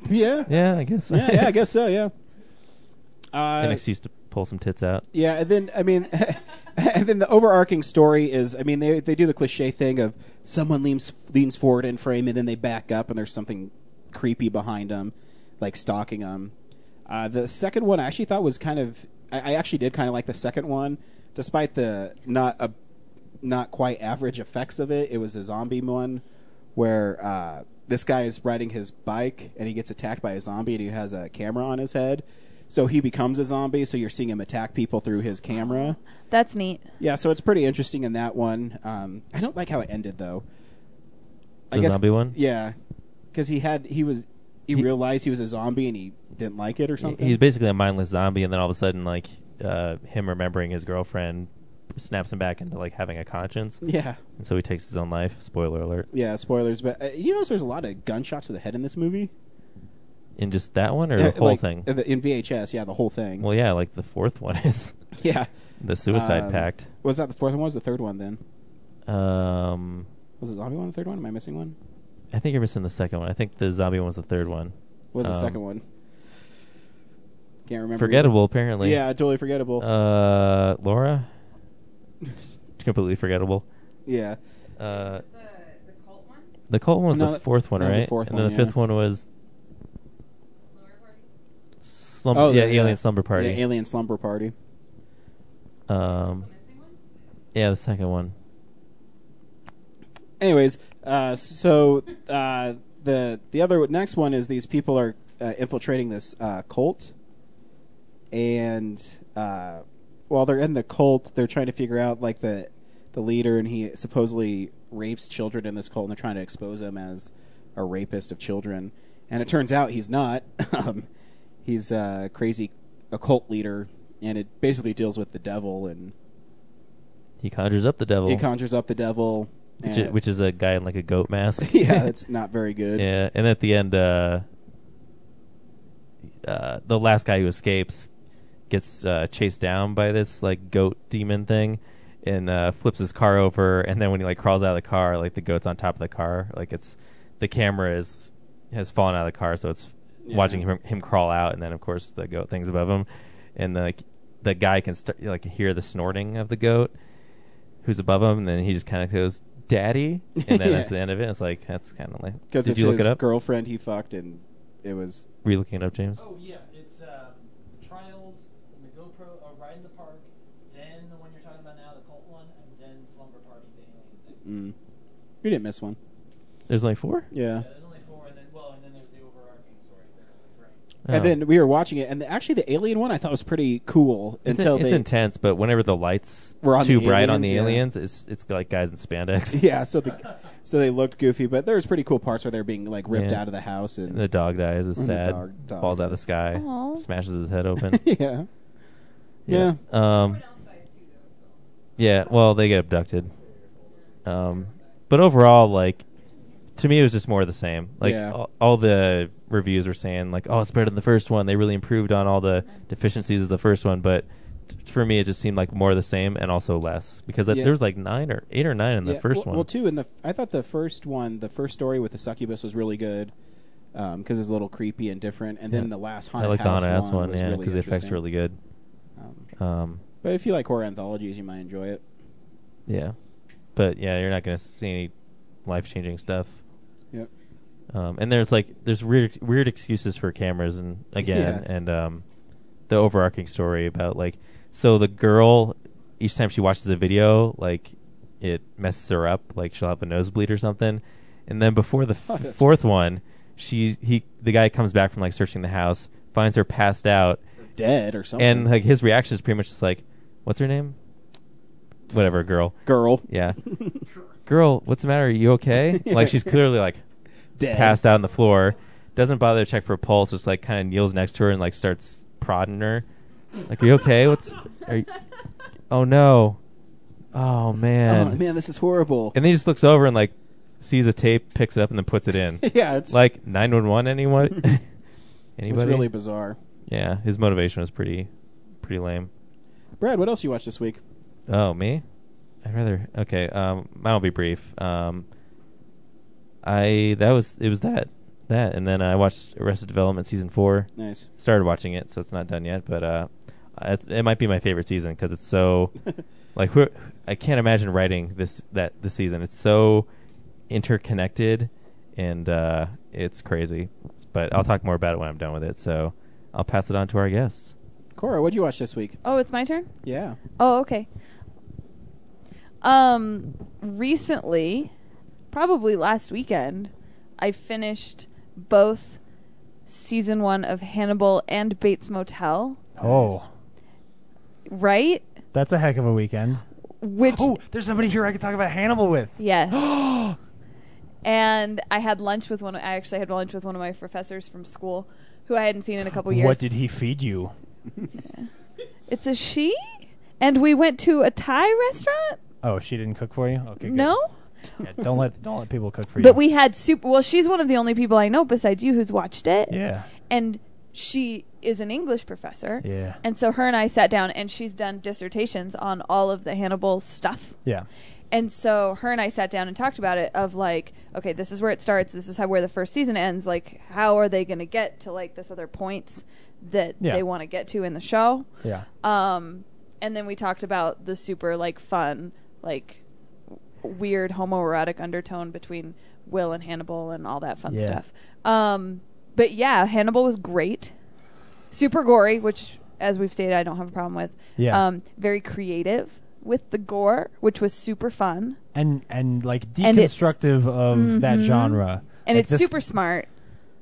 Speaker 1: yeah yeah
Speaker 4: yeah, I guess.
Speaker 1: yeah i guess so yeah
Speaker 4: an
Speaker 1: uh,
Speaker 4: excuse to pull some tits out.
Speaker 1: yeah and then i mean [laughs] and then the overarching story is i mean they they do the cliche thing of someone leans leans forward in frame and then they back up and there's something creepy behind them like stalking them Uh, the second one I actually thought was kind of. I, I actually did kind of like the second one, despite the not a not quite average effects of it. It was a zombie one where uh, this guy is riding his bike and he gets attacked by a zombie and he has a camera on his head. So he becomes a zombie. So you're seeing him attack people through his camera.
Speaker 5: That's neat.
Speaker 1: Yeah, so it's pretty interesting in that one. Um, I don't like how it ended though.
Speaker 4: The zombie one?
Speaker 1: Yeah, because he had he was he,
Speaker 4: He-
Speaker 1: realized he was a zombie and he didn't like it or something.
Speaker 4: He's basically a mindless zombie, and then all of a sudden, like uh, him remembering his girlfriend snaps him back into like having a conscience,
Speaker 1: yeah.
Speaker 4: and so he takes his own life. Spoiler alert!
Speaker 1: Yeah, spoilers, but uh, you notice there's a lot of gunshots to the head in this movie.
Speaker 4: In just that one or
Speaker 1: Uh,
Speaker 4: the whole
Speaker 1: like,
Speaker 4: thing?
Speaker 1: uh, the- In VHS, yeah, the whole thing.
Speaker 4: well, yeah, like the fourth [laughs] one is
Speaker 1: yeah.
Speaker 4: the suicide
Speaker 1: Um,
Speaker 4: pact.
Speaker 1: Was that the fourth one? What was the third one then?
Speaker 4: Um,
Speaker 1: Was it zombie one? The third one? Am I missing one?
Speaker 4: I think you're missing the second one. I think the zombie one was the third one.
Speaker 1: What was the
Speaker 4: Um,
Speaker 1: second one? Can't remember.
Speaker 4: Forgettable, apparently.
Speaker 1: Yeah, totally forgettable.
Speaker 4: Uh, Laura, completely forgettable.
Speaker 1: yeah.
Speaker 4: Uh, the cult one was
Speaker 1: No,
Speaker 4: the fourth one,
Speaker 1: that
Speaker 4: right?
Speaker 1: was the fourth
Speaker 4: and
Speaker 1: one,
Speaker 4: then the
Speaker 1: yeah.
Speaker 4: fifth one was slumber.
Speaker 1: Oh,
Speaker 4: yeah,
Speaker 1: the-
Speaker 4: alien slumber party.
Speaker 1: Yeah, alien slumber party.
Speaker 4: Um, yeah, the second one.
Speaker 1: anyways, uh, so uh, the the other next one is these people are uh, infiltrating this uh, cult, and uh, while they're in the cult, they're trying to figure out like the the leader, and he supposedly rapes children in this cult, and they're trying to expose him as a rapist of children. And it turns out he's not. [laughs] um, he's a crazy occult leader, and it basically deals with the devil and
Speaker 4: He conjures up the devil.
Speaker 1: he conjures up the devil.
Speaker 4: which,
Speaker 1: Yeah.
Speaker 4: is, which is a guy in like a goat mask.
Speaker 1: [laughs]
Speaker 4: [laughs]
Speaker 1: yeah, that's not very good.
Speaker 4: Yeah, and at the end, uh, uh, the last guy who escapes gets uh, chased down by this like goat demon thing, and uh, flips his car over. And then when he like crawls out of the car, like the goat's on top of the car. Like it's the camera is has fallen out of the car, so it's
Speaker 1: Yeah.
Speaker 4: watching him him crawl out. And then of course the goat thing's above him, and like the guy can start like hear the snorting of the goat who's above him, and then he just kind of goes. Daddy,
Speaker 1: [laughs]
Speaker 4: and then
Speaker 1: Yeah.
Speaker 4: that's the end of it. It's like that's kind of like.
Speaker 1: Because
Speaker 4: Did
Speaker 1: it's
Speaker 4: you look
Speaker 1: his
Speaker 4: it up?
Speaker 1: girlfriend he fucked, and it was.
Speaker 4: Were you looking it up, James?
Speaker 3: Oh yeah, it's um, the trials and the GoPro uh, ride in the park, then the one you're talking about now, the cult one, and then slumber party. The alien thing.
Speaker 1: Mm, you didn't miss one.
Speaker 4: There's only four.
Speaker 1: Yeah.
Speaker 3: Yeah, there's only four, and then well, and then there's the overarching story. There, with Frank.
Speaker 4: Oh.
Speaker 1: And then we were watching it, and the, actually the alien one I thought was pretty cool
Speaker 4: it's,
Speaker 1: until
Speaker 4: it's
Speaker 1: they.
Speaker 4: intense, but whenever the lights
Speaker 1: Were on
Speaker 4: too
Speaker 1: the
Speaker 4: bright on the
Speaker 1: aliens, yeah.
Speaker 4: aliens, it's it's like guys in [laughs]
Speaker 1: [laughs]
Speaker 4: spandex.
Speaker 1: yeah, so the, so they looked goofy, but there was pretty cool parts where they're being like ripped
Speaker 4: Yeah.
Speaker 1: out of the house and,
Speaker 4: And the dog dies. It's
Speaker 1: And the
Speaker 4: sad.
Speaker 1: dog- dog
Speaker 4: falls out of the sky.
Speaker 5: Aw.
Speaker 4: Smashes his
Speaker 1: [laughs]
Speaker 4: head open.
Speaker 1: [laughs] yeah. Yeah.
Speaker 4: Um. Yeah. Well, they get abducted. Um. But overall, like, to me, it was just more of the same. Like,
Speaker 1: Yeah.
Speaker 4: all, all the reviews were saying, like, oh, it's better than the first one. They really improved on all the deficiencies of the first one, but. t- For me, it just seemed like more of the same and also less because
Speaker 1: Yeah.
Speaker 4: there was like nine or eight or nine in the
Speaker 1: Yeah,
Speaker 4: first
Speaker 1: well,
Speaker 4: one.
Speaker 1: Well, too, in the f- I thought the first one, the first story with the succubus was really good because it's a little creepy and different. And then
Speaker 4: Yeah.
Speaker 1: the last
Speaker 4: I
Speaker 1: haunted
Speaker 4: like the
Speaker 1: house
Speaker 4: Haunted House
Speaker 1: one,
Speaker 4: one,
Speaker 1: was
Speaker 4: yeah,
Speaker 1: really
Speaker 4: because the effects
Speaker 1: interesting.
Speaker 4: were really good.
Speaker 1: Um,
Speaker 4: Um,
Speaker 1: but if you like horror anthologies, you might enjoy it.
Speaker 4: yeah, but yeah, you're not gonna see any life changing stuff.
Speaker 1: Yep.
Speaker 4: Um, and there's like there's weird weird excuses for cameras and again
Speaker 1: Yeah.
Speaker 4: and um, the overarching story about like so the girl each time she watches a video like it messes her up like she'll have a nosebleed or something and then before the
Speaker 1: [laughs] Oh,
Speaker 4: f-
Speaker 1: that's-
Speaker 4: fourth one she he the guy comes back from like searching the house finds her passed out
Speaker 1: Dead or something.
Speaker 4: and like his reaction is pretty much just like, "What's her name? Whatever, girl.
Speaker 1: girl, [laughs]
Speaker 4: Yeah, girl. What's the matter? Are you okay? like she's clearly like
Speaker 1: dead.
Speaker 4: passed out on the floor. Doesn't bother to check for a pulse. Just like kind of kneels next to her and like starts prodding her. Like, are you okay? What's? Are you, oh no. Oh man.
Speaker 1: Oh man, this is horrible.
Speaker 4: And then he just looks over and like sees a tape, picks it up, and then puts it in.
Speaker 1: [laughs] yeah, it's
Speaker 4: like nine one
Speaker 1: [laughs]
Speaker 4: one. Anyone? [laughs]
Speaker 1: it's
Speaker 4: Anybody?
Speaker 1: really bizarre.
Speaker 4: yeah, his motivation was pretty, pretty lame.
Speaker 1: Brad, what else you watched this week?
Speaker 4: Oh, me? I'd rather. Okay, um, mine'll be brief. Um, I that was it was that that, and then I watched Arrested Development season four.
Speaker 1: Nice.
Speaker 4: Started watching it, so it's not done yet, but uh, it's, it might be my favorite season because it's so like who I can't imagine writing this that this season. It's so interconnected, and uh, it's crazy. But I'll talk more about it when I'm done with it. So I'll pass it on to our guests.
Speaker 1: Cora, what'd you watch this week?
Speaker 5: Oh, it's my turn?
Speaker 1: Yeah.
Speaker 5: Oh, okay. Um, recently, probably last weekend, I finished both season one of Hannibal and Bates Motel,
Speaker 2: Oh,
Speaker 5: right?
Speaker 3: that's a heck of a weekend.
Speaker 5: Which,
Speaker 2: Oh, there's somebody here I could talk about Hannibal with.
Speaker 5: yes.
Speaker 3: [gasps]
Speaker 5: and I had lunch with one. I actually had lunch with one of my professors from school, who I hadn't seen in a couple years.
Speaker 3: What did he feed you?
Speaker 5: [laughs] it's a she, and we went to a Thai restaurant.
Speaker 3: Oh, she didn't cook for you. Okay, good.
Speaker 5: No.
Speaker 3: Yeah, don't let don't let people cook for you.
Speaker 5: But we had super. Well, she's one of the only people I know besides you who's watched it.
Speaker 3: yeah
Speaker 5: And she is an English professor.
Speaker 3: yeah
Speaker 5: And so her and I sat down, and she's done dissertations on all of the Hannibal stuff.
Speaker 3: yeah.
Speaker 5: And so her and I sat down and talked about it of like, okay, this is where it starts. This is how where the first season ends. Like, how are they going to get to like this other points that
Speaker 3: Yeah.
Speaker 5: they want to get to in the show?
Speaker 3: Yeah.
Speaker 5: Um, and then we talked about the super like fun, like w- weird homoerotic undertone between Will and Hannibal and all that fun
Speaker 3: Yeah.
Speaker 5: stuff. Um, but yeah, Hannibal was great, super gory, which as we've stated, I don't have a problem with.
Speaker 3: Yeah.
Speaker 5: Um, very creative with the gore, which was super fun,
Speaker 3: and and like
Speaker 5: And it's-
Speaker 3: deconstructive of that
Speaker 5: Mhm.
Speaker 3: genre.
Speaker 5: and
Speaker 3: Like
Speaker 5: it's
Speaker 3: this-
Speaker 5: super smart.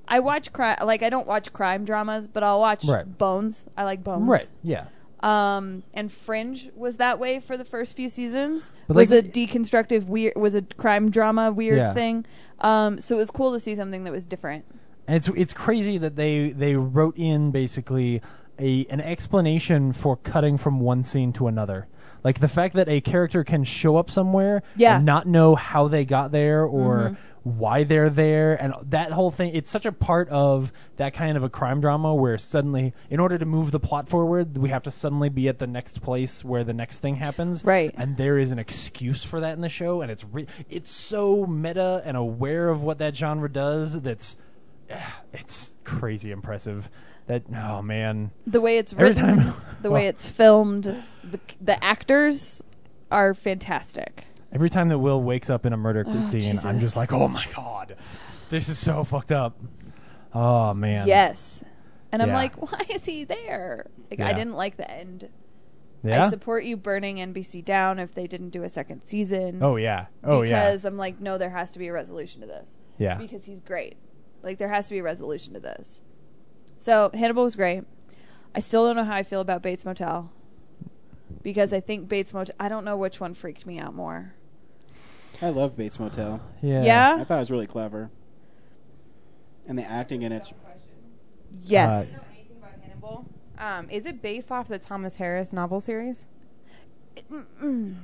Speaker 5: I watch crime, like I don't watch crime dramas, but I'll watch
Speaker 3: Right.
Speaker 5: Bones. I like Bones.
Speaker 3: Right. Yeah.
Speaker 5: um, and Fringe was that way for the first few seasons.
Speaker 3: But,
Speaker 5: was
Speaker 3: like-
Speaker 5: a deconstructive weird, was a crime drama weird
Speaker 3: Yeah.
Speaker 5: thing. Um, so it was cool to see something that was different.
Speaker 3: And it's it's crazy that they they wrote in basically a an explanation for cutting from one scene to another.
Speaker 2: Like the fact that a character can show up somewhere
Speaker 5: Yeah.
Speaker 2: and not know how they got there or
Speaker 5: Mm-hmm.
Speaker 2: why they're there and that whole thing it's such a part of that kind of a crime drama where suddenly in order to move the plot forward we have to suddenly be at the next place where the next thing happens
Speaker 5: Right.
Speaker 2: and there is an excuse for that in the show and it's re- it's so meta and aware of what that genre does that's [sighs] it's crazy impressive that oh man
Speaker 5: the way it's
Speaker 2: Every
Speaker 5: written,
Speaker 2: time- [laughs]
Speaker 5: the way it's filmed, the, the actors are fantastic.
Speaker 2: every time that will wakes up in a murder scene i'm
Speaker 5: Oh, Jesus.
Speaker 2: just like oh my god this is so fucked up oh man
Speaker 5: Yes. And I'm
Speaker 2: Yeah.
Speaker 5: like, why is he there? Like, I
Speaker 2: Yeah.
Speaker 5: didn't like the end.
Speaker 2: yeah
Speaker 5: I support you burning NBC down if they didn't do a second season.
Speaker 2: oh yeah oh yeah
Speaker 5: Because I'm like, no, there has to be a resolution to this.
Speaker 2: yeah
Speaker 5: Because he's great. Like, there has to be a resolution to this. So, Hannibal was great. I still don't know how I feel about Bates Motel. Because I think Bates Motel, I don't know which one freaked me out more.
Speaker 1: I love Bates Motel.
Speaker 2: yeah
Speaker 5: Yeah?
Speaker 1: I thought it was really clever. And the acting in it's
Speaker 5: Yes.
Speaker 2: Uh,
Speaker 9: anything about Hannibal. Um, is it based off the Thomas Harris novel series?
Speaker 3: Mm.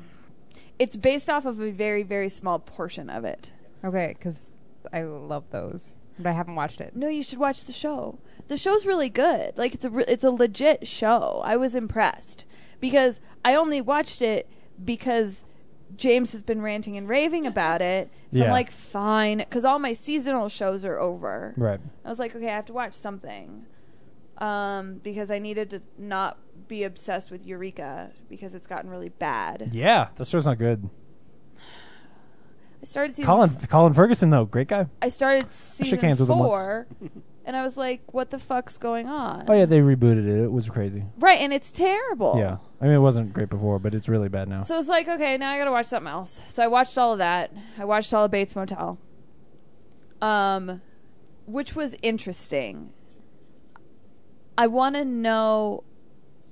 Speaker 5: it's based off of a very, very small portion of it.
Speaker 9: Okay, because I love those, but I haven't watched it.
Speaker 5: No, you should watch the show. The show's really good. Like it's a re- it's a legit show. I was impressed because I only watched it because James has been ranting and raving about it. So I'm
Speaker 2: Yeah.
Speaker 5: like, fine, because all my seasonal shows are over.
Speaker 2: right
Speaker 5: I was like, okay, I have to watch something um, because I needed to not be obsessed with Eureka because it's gotten really bad.
Speaker 2: yeah the show's not good
Speaker 5: I started season
Speaker 2: colin colin ferguson though great guy
Speaker 5: I started season
Speaker 2: hands with him once. [laughs]
Speaker 5: four, and I was like, "What the fuck's going on?"
Speaker 2: oh yeah they rebooted it it was crazy
Speaker 5: right, and it's terrible.
Speaker 2: yeah i mean it wasn't great before but it's really bad now
Speaker 5: So it's like, okay, now I gotta watch something else. So I watched all of that. I watched all of Bates Motel, um, which was interesting. I want to know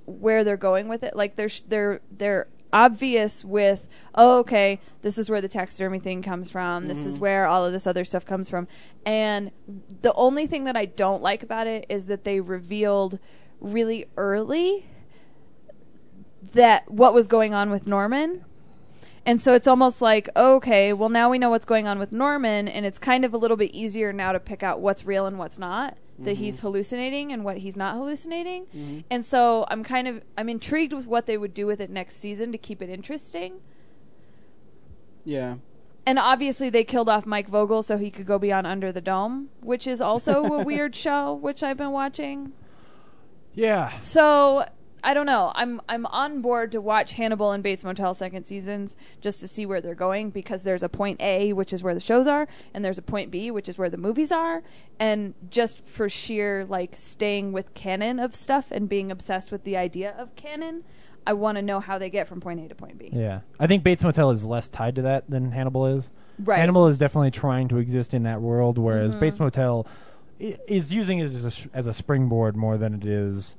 Speaker 5: where they're going with it. Like they're sh- they're they're obvious with, oh, okay, this is where the taxidermy thing comes from. This is where all of this other stuff comes from. And the only thing that I don't like about it is that they revealed really early that what was going on with Norman. And so it's almost like, okay, well now we know what's going on with Norman and it's kind of a little bit easier now to pick out what's real and what's not, that he's hallucinating and what he's not hallucinating. And so I'm kind of I'm intrigued with what they would do with it next season to keep it interesting.
Speaker 1: yeah.
Speaker 5: And obviously they killed off Mike Vogel so he could go be on Under the Dome, which is also a weird show which I've been watching.
Speaker 2: yeah
Speaker 5: So I don't know. I'm I'm on board to watch Hannibal and Bates Motel second seasons just to see where they're going because there's a point A which is where the shows are and there's a point B which is where the movies are and just for sheer like staying with canon of stuff and being obsessed with the idea of canon, I want to know how they get from point A to point B.
Speaker 2: yeah i think bates motel is less tied to that than hannibal is
Speaker 5: Right. Mm-hmm.
Speaker 2: Hannibal is definitely trying to exist in that world, whereas Bates Motel i- is using it as a, as a springboard more than it is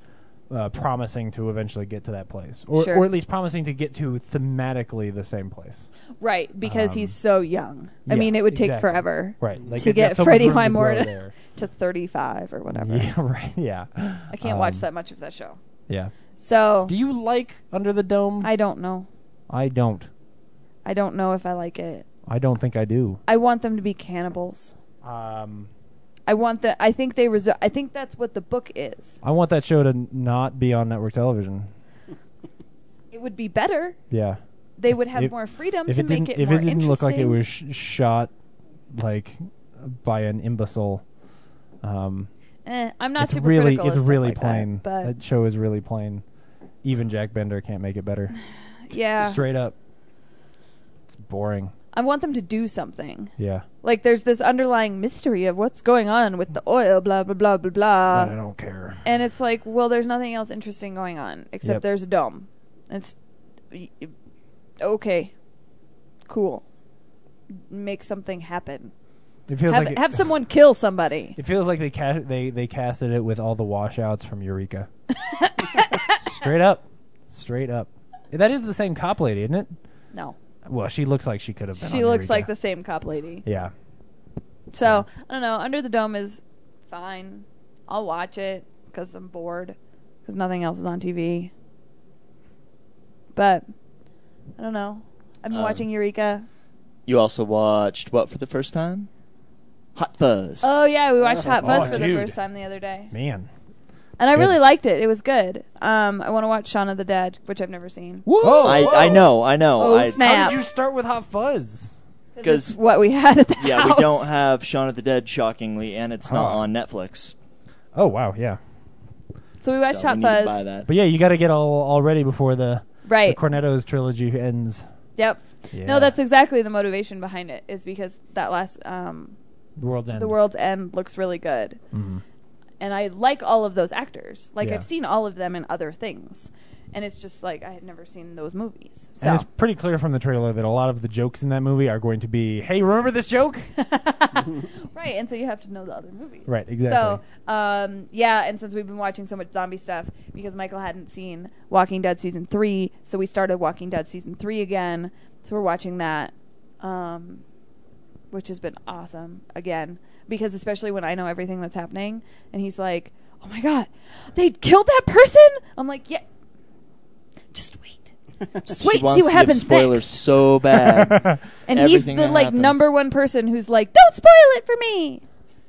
Speaker 2: uh, promising to eventually get to that place, or,
Speaker 5: Sure.
Speaker 2: or at least promising to get to thematically the same place.
Speaker 5: Right, because
Speaker 2: Um,
Speaker 5: he's so young. I
Speaker 2: yeah,
Speaker 5: mean, it would take
Speaker 2: exactly.
Speaker 5: forever
Speaker 2: Right, like
Speaker 5: To
Speaker 2: they've got
Speaker 5: get
Speaker 2: so much
Speaker 5: Freddie
Speaker 2: room to grow
Speaker 5: Highmore to-
Speaker 2: there.
Speaker 5: [laughs] to 35 or whatever.
Speaker 2: [laughs] yeah, right. Yeah, Um,
Speaker 5: I can't watch that much of that show.
Speaker 2: yeah.
Speaker 5: So,
Speaker 2: Do you like Under the Dome?
Speaker 5: I don't know.
Speaker 2: Um, I don't.
Speaker 5: I don't know if I like it.
Speaker 2: I don't think I do.
Speaker 5: I want them to be cannibals.
Speaker 2: Um,
Speaker 5: I want the. I think they. Res- I think that's what the book is.
Speaker 2: I want that show to not be on network television.
Speaker 5: It would be better.
Speaker 2: Yeah.
Speaker 5: They would have
Speaker 2: If-
Speaker 5: more freedom
Speaker 2: if
Speaker 5: to
Speaker 2: it
Speaker 5: make
Speaker 2: didn't,
Speaker 5: it
Speaker 2: if
Speaker 5: more
Speaker 2: it didn't
Speaker 5: interesting.
Speaker 2: look like it was sh- shot like by an imbecile um
Speaker 5: Eh, I'm not
Speaker 2: it's
Speaker 5: super
Speaker 2: really
Speaker 5: critical. of
Speaker 2: it's
Speaker 5: stuff
Speaker 2: really
Speaker 5: like that,
Speaker 2: plain
Speaker 5: but
Speaker 2: show is really plain even jack bender can't make it better
Speaker 5: [sighs] yeah,
Speaker 2: straight up it's boring
Speaker 5: I want them to do something.
Speaker 2: yeah
Speaker 5: Like there's this underlying mystery of what's going on with the oil, blah blah blah blah
Speaker 2: but i
Speaker 5: blah,
Speaker 2: don't care
Speaker 5: and it's like, well, there's nothing else interesting going on except
Speaker 2: Yep.
Speaker 5: there's a dome. It's y- y- okay, cool. Make something happen.
Speaker 2: it feels
Speaker 5: have,
Speaker 2: like it, [laughs]
Speaker 5: have someone kill somebody.
Speaker 2: it feels like they ca- they they casted it with all the washouts
Speaker 5: [laughs]
Speaker 2: from eureka straight up straight up that is the same cop lady isn't it
Speaker 5: No,
Speaker 2: well she looks like she could have been
Speaker 5: she
Speaker 2: on
Speaker 5: looks
Speaker 2: Eureka.
Speaker 5: like the same cop lady.
Speaker 2: yeah
Speaker 5: So I don't know. Under the Dome is fine. I'll watch it because I'm bored because nothing else is on TV. But I don't know. I've
Speaker 2: Uh,
Speaker 5: been
Speaker 6: Um,
Speaker 5: watching Eureka.
Speaker 6: You also watched what for the first time? Hot Fuzz.
Speaker 5: Oh yeah, we watched Hot
Speaker 2: Oh,
Speaker 5: Fuzz for the
Speaker 2: dude.
Speaker 5: first time the other day,
Speaker 2: Man.
Speaker 5: and I
Speaker 2: Good.
Speaker 5: really liked it. It was good. Um, I want to watch Shaun of the Dead, which I've never seen.
Speaker 2: Whoa!
Speaker 6: I, I know, I know.
Speaker 5: Oh,
Speaker 6: I,
Speaker 5: snap.
Speaker 2: How
Speaker 5: Yeah.
Speaker 2: did you start with Hot Fuzz?
Speaker 6: 'Cause-
Speaker 5: Because what we had at the [laughs]
Speaker 6: Yeah,
Speaker 5: house.
Speaker 6: we don't have Shaun of the Dead, shockingly, and it's not
Speaker 2: Huh.
Speaker 6: on Netflix.
Speaker 2: Oh wow, yeah.
Speaker 5: So we watched
Speaker 6: so
Speaker 5: Hot
Speaker 6: we need to buy
Speaker 5: Fuzz.
Speaker 6: that.
Speaker 3: But yeah, you got to get all, all ready before the, the
Speaker 5: Right.
Speaker 3: Cornetto's trilogy ends.
Speaker 5: Yep.
Speaker 3: Yeah.
Speaker 5: No, that's exactly the motivation behind it. Is because that last um,
Speaker 3: the world's end.
Speaker 5: the world's end looks really good,
Speaker 3: Mhm.
Speaker 5: and I like all of those actors. Like
Speaker 3: Yeah.
Speaker 5: I've seen all of them in other things, and it's just like I had never seen those movies. So
Speaker 2: And it's pretty clear from the trailer that a lot of the jokes in that movie are going to be, "Hey, remember this joke?"
Speaker 5: right, and so you have to know the other movies.
Speaker 2: Right, exactly.
Speaker 5: So, um, yeah, and since we've been watching so much zombie stuff, because Michael hadn't seen Walking Dead season three, so we started Walking Dead season three again. So we're watching that, um, which has been awesome again. Because especially when I know everything that's happening, and he's like, "Oh my god, they killed that person!" I'm like, "Yeah, just
Speaker 6: [laughs]
Speaker 5: wait, just wait,
Speaker 6: she wants
Speaker 5: see what
Speaker 6: to give
Speaker 5: happens
Speaker 6: spoilers
Speaker 5: next."
Speaker 6: so
Speaker 2: [laughs]
Speaker 6: bad.
Speaker 5: And
Speaker 6: Everything
Speaker 5: he's the
Speaker 6: that
Speaker 5: like
Speaker 6: happens.
Speaker 5: number one person who's like, "Don't spoil it for me."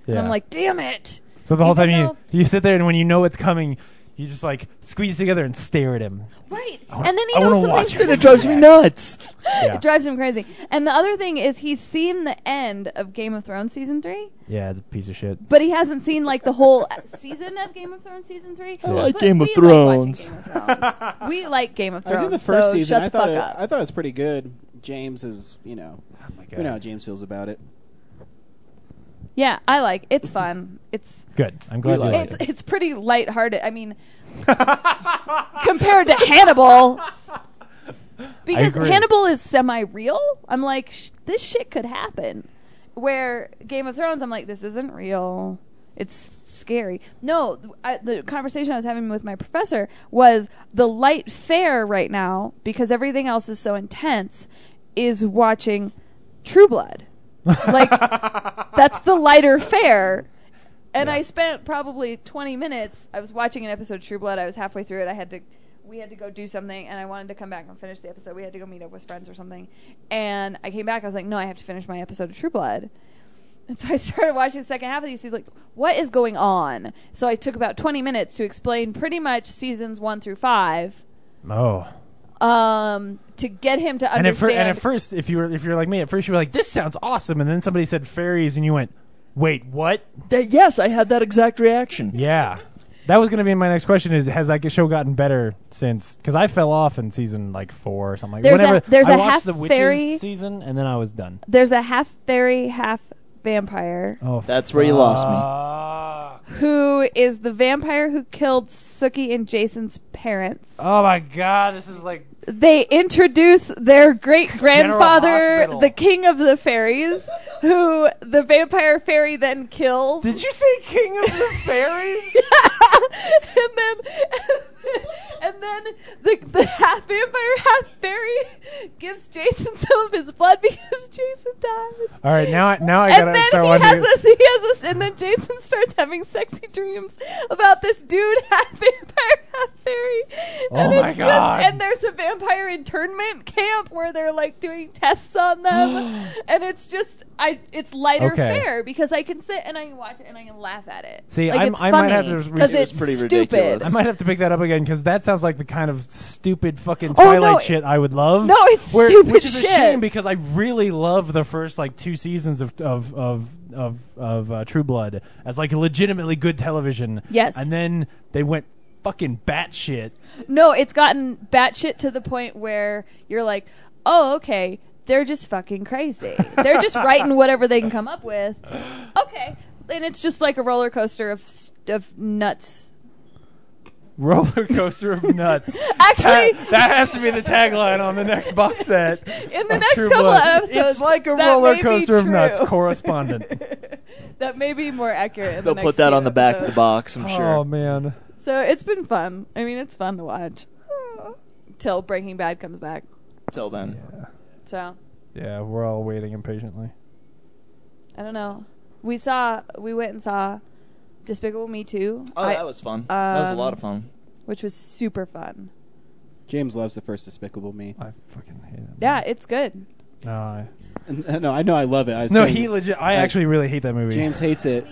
Speaker 5: And I'm
Speaker 2: Yeah.
Speaker 5: like, "Damn it!" [laughs]
Speaker 2: So the whole
Speaker 5: Even
Speaker 2: time you
Speaker 5: though-
Speaker 2: you sit there and when you know it's coming, you just like squeeze together and stare at him.
Speaker 5: Right. And then he
Speaker 2: I wanna
Speaker 5: knows
Speaker 2: watch
Speaker 5: something's
Speaker 2: it.
Speaker 6: it drives me nuts.
Speaker 5: [laughs]
Speaker 2: Yeah.
Speaker 5: it drives him crazy. And the other thing is he's seen the end of Game of Thrones season 3,
Speaker 2: Yeah, it's a piece of shit.
Speaker 5: but he hasn't seen like the whole season of Game of Thrones season 3. I
Speaker 6: like Game of Thrones.
Speaker 5: we like Game of
Speaker 1: I was
Speaker 5: Thrones.
Speaker 1: in the first
Speaker 5: Um, so
Speaker 1: season.
Speaker 5: Shut
Speaker 1: I
Speaker 5: the
Speaker 1: thought
Speaker 5: fuck
Speaker 1: it,
Speaker 5: up.
Speaker 1: I thought it was pretty good. James is, you know,
Speaker 2: Oh
Speaker 1: you know how James feels about it.
Speaker 5: yeah, I like. It's fun. It's
Speaker 2: Good. I'm glad
Speaker 6: We
Speaker 2: you
Speaker 6: like
Speaker 2: liked
Speaker 5: it's
Speaker 2: it.
Speaker 5: it's pretty lighthearted. I mean, compared to Hannibal, because
Speaker 2: agree.
Speaker 5: Hannibal is semi-real. I'm like, sh- this shit could happen. Where Game of Thrones, I'm like, this isn't real. It's scary. No, th- I, the conversation I was having with my professor was the light fare right now because everything else is so intense. Is watching True Blood. Like that's the lighter fare. And I spent probably 20 minutes. I was watching an episode of True Blood. I was halfway through it. I had to, we had to go do something, and I wanted to come back and finish the episode. We had to go meet up with friends or something. And I came back. I was like, no, I have to finish my episode of True Blood. [laughs] And so I started watching the second half of these. He's like, what is going on? So I took about 20 minutes to explain pretty much seasons one through five
Speaker 2: Oh.
Speaker 5: um, to get him to
Speaker 2: And at, fir-
Speaker 5: understand.
Speaker 2: and at first, if you were if you're like me, at first you were like, "This sounds awesome," and then somebody said fairies, and you went, "Wait, what?"
Speaker 6: That, yes, I had that exact reaction.
Speaker 2: Yeah, that was going to be my next question: Is has that show gotten better since? Because I fell off in season like four or something. Like,
Speaker 5: There's a-
Speaker 2: whenever
Speaker 5: there's
Speaker 2: I
Speaker 5: a
Speaker 2: watched
Speaker 5: half
Speaker 2: the witches
Speaker 5: fairy-
Speaker 2: season, and then I was done.
Speaker 5: There's a half fairy, half vampire.
Speaker 2: Oh,
Speaker 6: That's where you lost me.
Speaker 2: Ah, me.
Speaker 5: who is the vampire who killed Suki and Jason's parents.
Speaker 2: Oh my god, this is like
Speaker 5: They introduce their great grandfather,
Speaker 2: Hospital.
Speaker 5: the king of the fairies, who the vampire fairy then kills.
Speaker 2: Did you say King
Speaker 5: [laughs]
Speaker 2: of the Fairies?
Speaker 5: and then and then the, the half vampire, half fairy gives Jason some of his blood because Jason dies.
Speaker 2: All right, now I, now I
Speaker 5: and
Speaker 2: gotta
Speaker 5: then
Speaker 2: start
Speaker 5: he
Speaker 2: watching.
Speaker 5: has this, he has this, and then Jason starts having sexy dreams about this dude [laughs] half vampire, half fairy. and
Speaker 2: Oh my
Speaker 5: it's
Speaker 2: God.
Speaker 5: Just, and there's a vampire internment camp where they're like doing tests on them,
Speaker 2: [gasps]
Speaker 5: and it's just I it's lighter
Speaker 2: Okay.
Speaker 5: fare because I can sit and I can watch it and I can laugh at it.
Speaker 2: See,
Speaker 5: like,
Speaker 2: I'm-
Speaker 5: it's
Speaker 2: I might
Speaker 5: funny
Speaker 2: have to re-
Speaker 5: because
Speaker 6: It was
Speaker 5: it's
Speaker 6: pretty
Speaker 5: stupid.
Speaker 6: ridiculous.
Speaker 2: I might have to pick that up again because that sounds like the kind of stupid fucking
Speaker 5: Oh, no,
Speaker 2: Twilight
Speaker 5: it-
Speaker 2: shit I would love.
Speaker 5: No, it's
Speaker 2: Where-
Speaker 5: stupid
Speaker 2: which is a
Speaker 5: shit.
Speaker 2: shame because I really love the first like two seasons of of of of, of uh, True Blood as like legitimately good television.
Speaker 5: Yes.
Speaker 2: and then they went fucking batshit.
Speaker 5: No, it's gotten batshit to the point where you're like, oh, okay, they're just fucking crazy. they're
Speaker 2: [laughs]
Speaker 5: just writing whatever they can come up with. Okay. And it's just like a roller coaster of, s- of nuts.
Speaker 2: Roller coaster of nuts.
Speaker 5: [laughs] Actually,
Speaker 2: that has to be the tagline on the next box set.
Speaker 5: in the
Speaker 2: of
Speaker 5: next
Speaker 2: True
Speaker 5: couple
Speaker 2: Blood.
Speaker 5: of episodes,
Speaker 2: it's like a
Speaker 5: that
Speaker 2: roller
Speaker 5: may be
Speaker 2: coaster of nuts.
Speaker 5: true.
Speaker 2: Correspondent.
Speaker 5: [laughs] that may be more accurate. in the
Speaker 6: They'll
Speaker 5: next
Speaker 6: put that
Speaker 5: few
Speaker 6: on the back of the
Speaker 5: episodes.
Speaker 6: box, I'm sure.
Speaker 2: Oh man.
Speaker 5: So it's been fun. I mean, it's fun to watch. Till Breaking Bad comes back.
Speaker 6: Till then.
Speaker 5: So.
Speaker 2: Yeah, we're all waiting impatiently.
Speaker 5: I don't know. We saw, we went and saw Despicable Me 2,
Speaker 6: Oh,
Speaker 5: I- Um,
Speaker 6: that was fun. that was a lot of fun.
Speaker 5: which was super fun.
Speaker 1: James loves the first Despicable Me.
Speaker 2: I fucking hate it.
Speaker 5: Yeah, it's good.
Speaker 2: No, I,
Speaker 1: [laughs] No, I know I love it. I was
Speaker 2: no,
Speaker 1: saying
Speaker 2: he legit. I
Speaker 1: Like,
Speaker 2: actually really hate that movie.
Speaker 1: James hates it. Uh,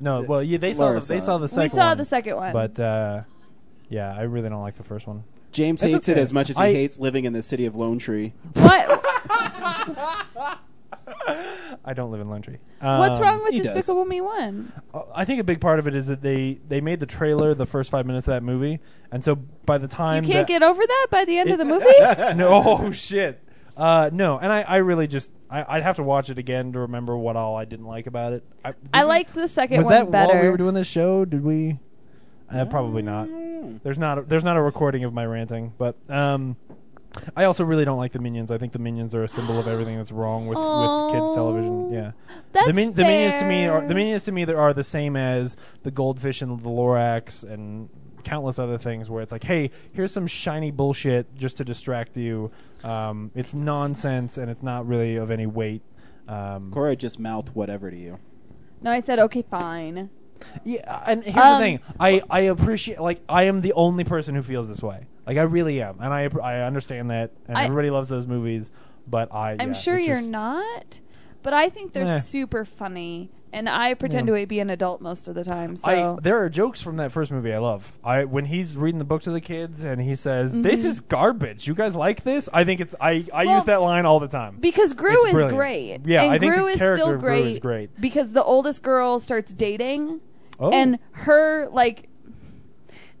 Speaker 2: No, well, yeah, they saw
Speaker 1: Laura
Speaker 2: the, they
Speaker 1: saw
Speaker 2: saw
Speaker 1: it.
Speaker 2: the second.
Speaker 5: We saw
Speaker 2: one,
Speaker 5: the second one.
Speaker 2: But uh, yeah, I really don't like the first one.
Speaker 1: James
Speaker 2: That's
Speaker 1: hates it
Speaker 2: okay.
Speaker 1: as much as he
Speaker 2: I-
Speaker 1: hates living in the city of Lone Tree.
Speaker 2: [laughs]
Speaker 5: what?
Speaker 2: I don't live in Lone Tree.
Speaker 5: What's
Speaker 2: Um,
Speaker 5: wrong with
Speaker 1: he does.
Speaker 5: Despicable Me One?
Speaker 2: I think a big part of it is that they they made the trailer the first five minutes of that movie, and so by the
Speaker 5: You
Speaker 2: time
Speaker 5: can't
Speaker 2: that,
Speaker 5: get over that by the end of the movie.
Speaker 2: [laughs] no oh, shit. Uh, no, and I, I really just I, I'd have to watch it again to remember what all I didn't like about it. I,
Speaker 5: I liked the second
Speaker 2: was
Speaker 5: one
Speaker 2: that
Speaker 5: better.
Speaker 2: while we were doing this show? Did we? Uh, probably not.
Speaker 1: Mm.
Speaker 2: There's not a, there's not a recording of my ranting, but um, I also really don't like the minions. I think the minions are a symbol of everything that's wrong with, with kids
Speaker 5: Oh.
Speaker 2: television. Yeah,
Speaker 5: That's
Speaker 2: the, min- the minions to me are
Speaker 5: fair.
Speaker 2: the minions to me there are the same as the goldfish and the Lorax and countless other things where it's like, hey, here's some shiny bullshit just to distract you. Um, it's nonsense and it's not really of any weight. Um,
Speaker 1: Cora just mouthed whatever to you.
Speaker 5: No, I said okay, fine.
Speaker 2: Yeah, and here's
Speaker 5: Um,
Speaker 2: the thing. I, I appreciate like I am the only person who feels this way. Like I really am, and I appr- I understand that, and
Speaker 5: I-
Speaker 2: everybody loves those movies. But I
Speaker 5: I'm
Speaker 2: yeah,
Speaker 5: sure
Speaker 2: it's
Speaker 5: you're
Speaker 2: just- Eh.
Speaker 5: not, but I think they're
Speaker 2: Meh.
Speaker 5: super funny, and I pretend to be an adult most of the time. So
Speaker 2: I, there are jokes from that first movie I love. I when he's reading the book to the kids and he says, "This is garbage. You guys like this?" I think it's I, I
Speaker 5: Mm-hmm. Well,
Speaker 2: use that line all the time.
Speaker 5: Because Gru
Speaker 2: It's
Speaker 5: is
Speaker 2: brilliant.
Speaker 5: great.
Speaker 2: Yeah,
Speaker 5: and
Speaker 2: I think
Speaker 5: Gru
Speaker 2: the
Speaker 5: is
Speaker 2: character
Speaker 5: still
Speaker 2: of Gru
Speaker 5: great,
Speaker 2: is great.
Speaker 5: because the oldest girl starts dating,
Speaker 2: Oh.
Speaker 5: and her like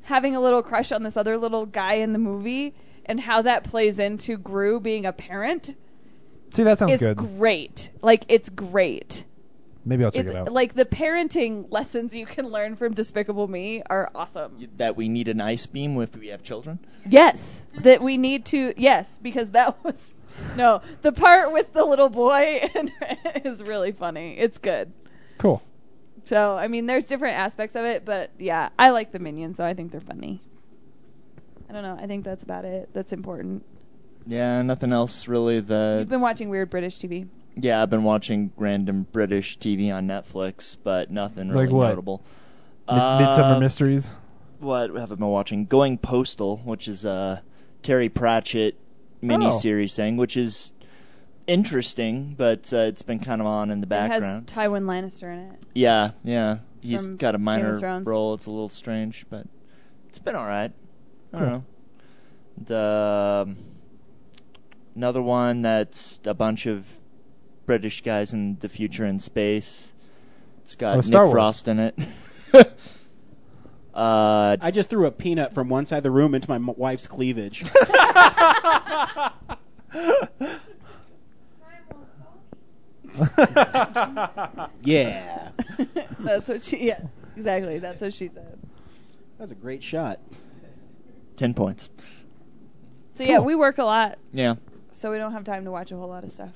Speaker 5: having a little crush on this other little guy in the movie, and how that plays into Gru being a parent
Speaker 2: See, that sounds
Speaker 5: is
Speaker 2: good.
Speaker 5: great. Like it's great.
Speaker 2: Maybe I'll check
Speaker 5: It's
Speaker 2: it out.
Speaker 5: like the parenting lessons you can learn from Despicable Me are awesome.
Speaker 6: That we need an ice beam if we have children.
Speaker 5: Yes, that we need to. Yes, because that [laughs] was no the part with the little boy [laughs] and, is really funny. It's good.
Speaker 2: cool.
Speaker 5: So I mean, there's different aspects of it, but yeah, I like the minions though. I think they're funny. I don't know. I think that's about it. That's important.
Speaker 6: Yeah, nothing else really. The
Speaker 5: You've been watching weird British TV.
Speaker 6: yeah, I've been watching random British TV on Netflix, but nothing really
Speaker 2: Like what?
Speaker 6: notable.
Speaker 2: Mid- Midsummer
Speaker 6: Uh,
Speaker 2: Mysteries.
Speaker 6: What have I been watching? Going Postal, which is a Terry Pratchett miniseries
Speaker 2: Oh.
Speaker 6: thing, which is interesting, but uh, it's been kind of on in the
Speaker 5: It has
Speaker 6: background.
Speaker 5: Tywin Lannister in
Speaker 6: [laughs]
Speaker 5: it.
Speaker 6: yeah, yeah. He's
Speaker 5: From
Speaker 6: got a
Speaker 5: Game of
Speaker 6: minor
Speaker 5: Thrones.
Speaker 6: role. It's a little strange, but it's been all right. I don't know. The um, another one that's a bunch of British guys in the future in space. It's got
Speaker 2: Oh,
Speaker 6: Nick
Speaker 2: Star Wars.
Speaker 6: Frost in it. [laughs] uh,
Speaker 1: I just threw a peanut from one side of the room into my m- wife's cleavage. yeah.
Speaker 5: [laughs] That's what she. Yes, exactly. That's what she said.
Speaker 1: That was a great shot.
Speaker 6: ten points.
Speaker 5: So yeah, we work a lot,
Speaker 6: Yeah.
Speaker 5: so we don't have time to watch a whole lot of stuff.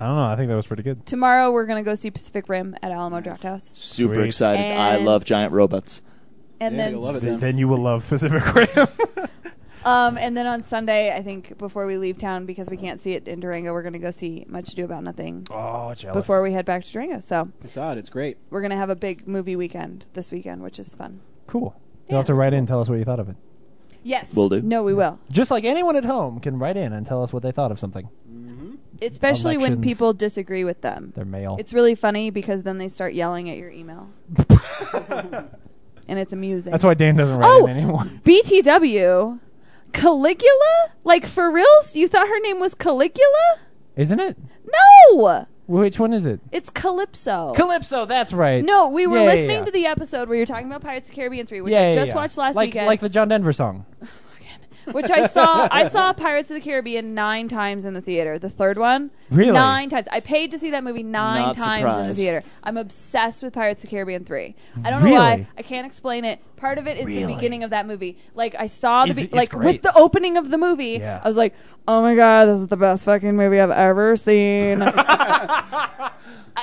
Speaker 2: I don't know. I think that was pretty good.
Speaker 5: Tomorrow we're gonna go see Pacific Rim at Alamo Drafthouse,
Speaker 6: Super
Speaker 2: Sweet.
Speaker 6: excited. I
Speaker 5: And-
Speaker 6: love giant robots.
Speaker 5: and
Speaker 1: Yeah,
Speaker 5: then
Speaker 1: you'll love it
Speaker 2: Th-
Speaker 1: then.
Speaker 2: Then you will love Pacific Rim.
Speaker 5: Um, and then on Sunday, I think before we leave town because we can't see it in Durango, we're going to go see Much Ado About Nothing
Speaker 2: oh, [laughs] jealous.
Speaker 5: before we head back to Durango. So
Speaker 1: I saw it. It's great.
Speaker 5: we're going to have a big movie weekend this weekend, which is fun.
Speaker 2: cool. You also write in and tell us what you thought of it.
Speaker 5: Yes,
Speaker 6: Will do.
Speaker 5: No, we will.
Speaker 2: Just like anyone at home can write in and tell us what they thought of something.
Speaker 5: Especially when
Speaker 2: Elections.
Speaker 5: people disagree with them.
Speaker 2: Their mail.
Speaker 5: It's really funny because then they start yelling at your
Speaker 2: [laughs]
Speaker 5: email, and it's amusing.
Speaker 2: That's why Dan doesn't write
Speaker 5: Oh!
Speaker 2: in anymore.
Speaker 5: BTW, Caligula? Like for reals? You thought her name was Caligula?
Speaker 2: Isn't it?
Speaker 5: No,
Speaker 2: Which one is it?
Speaker 5: it's Calypso.
Speaker 2: Calypso. That's right.
Speaker 5: Oh. No, we were
Speaker 2: Yeah, yeah,
Speaker 5: listening
Speaker 2: yeah.
Speaker 5: to the episode where you're talking about Pirates of the Caribbean 3, which
Speaker 2: yeah,
Speaker 5: I
Speaker 2: yeah,
Speaker 5: just
Speaker 2: yeah.
Speaker 5: watched last
Speaker 2: like,
Speaker 5: weekend.
Speaker 2: Like the John Denver song.
Speaker 5: [laughs] which I saw I
Speaker 2: [laughs]
Speaker 5: saw Pirates of the Caribbean 9 times in the theater. The third one?
Speaker 2: Really?
Speaker 5: 9 times. I paid to see that movie 9
Speaker 6: Not
Speaker 5: times in the
Speaker 6: surprised.
Speaker 5: theater. I'm obsessed with Pirates of the Caribbean 3. I don't know
Speaker 2: Really?
Speaker 5: why. I can't explain it. Part of it is the
Speaker 6: Really?
Speaker 5: beginning of that movie. Like I saw the
Speaker 2: Is
Speaker 5: be-
Speaker 2: it- it's
Speaker 5: like with
Speaker 2: great.
Speaker 5: the opening of the movie,
Speaker 2: Yeah.
Speaker 5: I was like, "Oh my god, this is the best fucking movie I've ever seen."
Speaker 2: [laughs]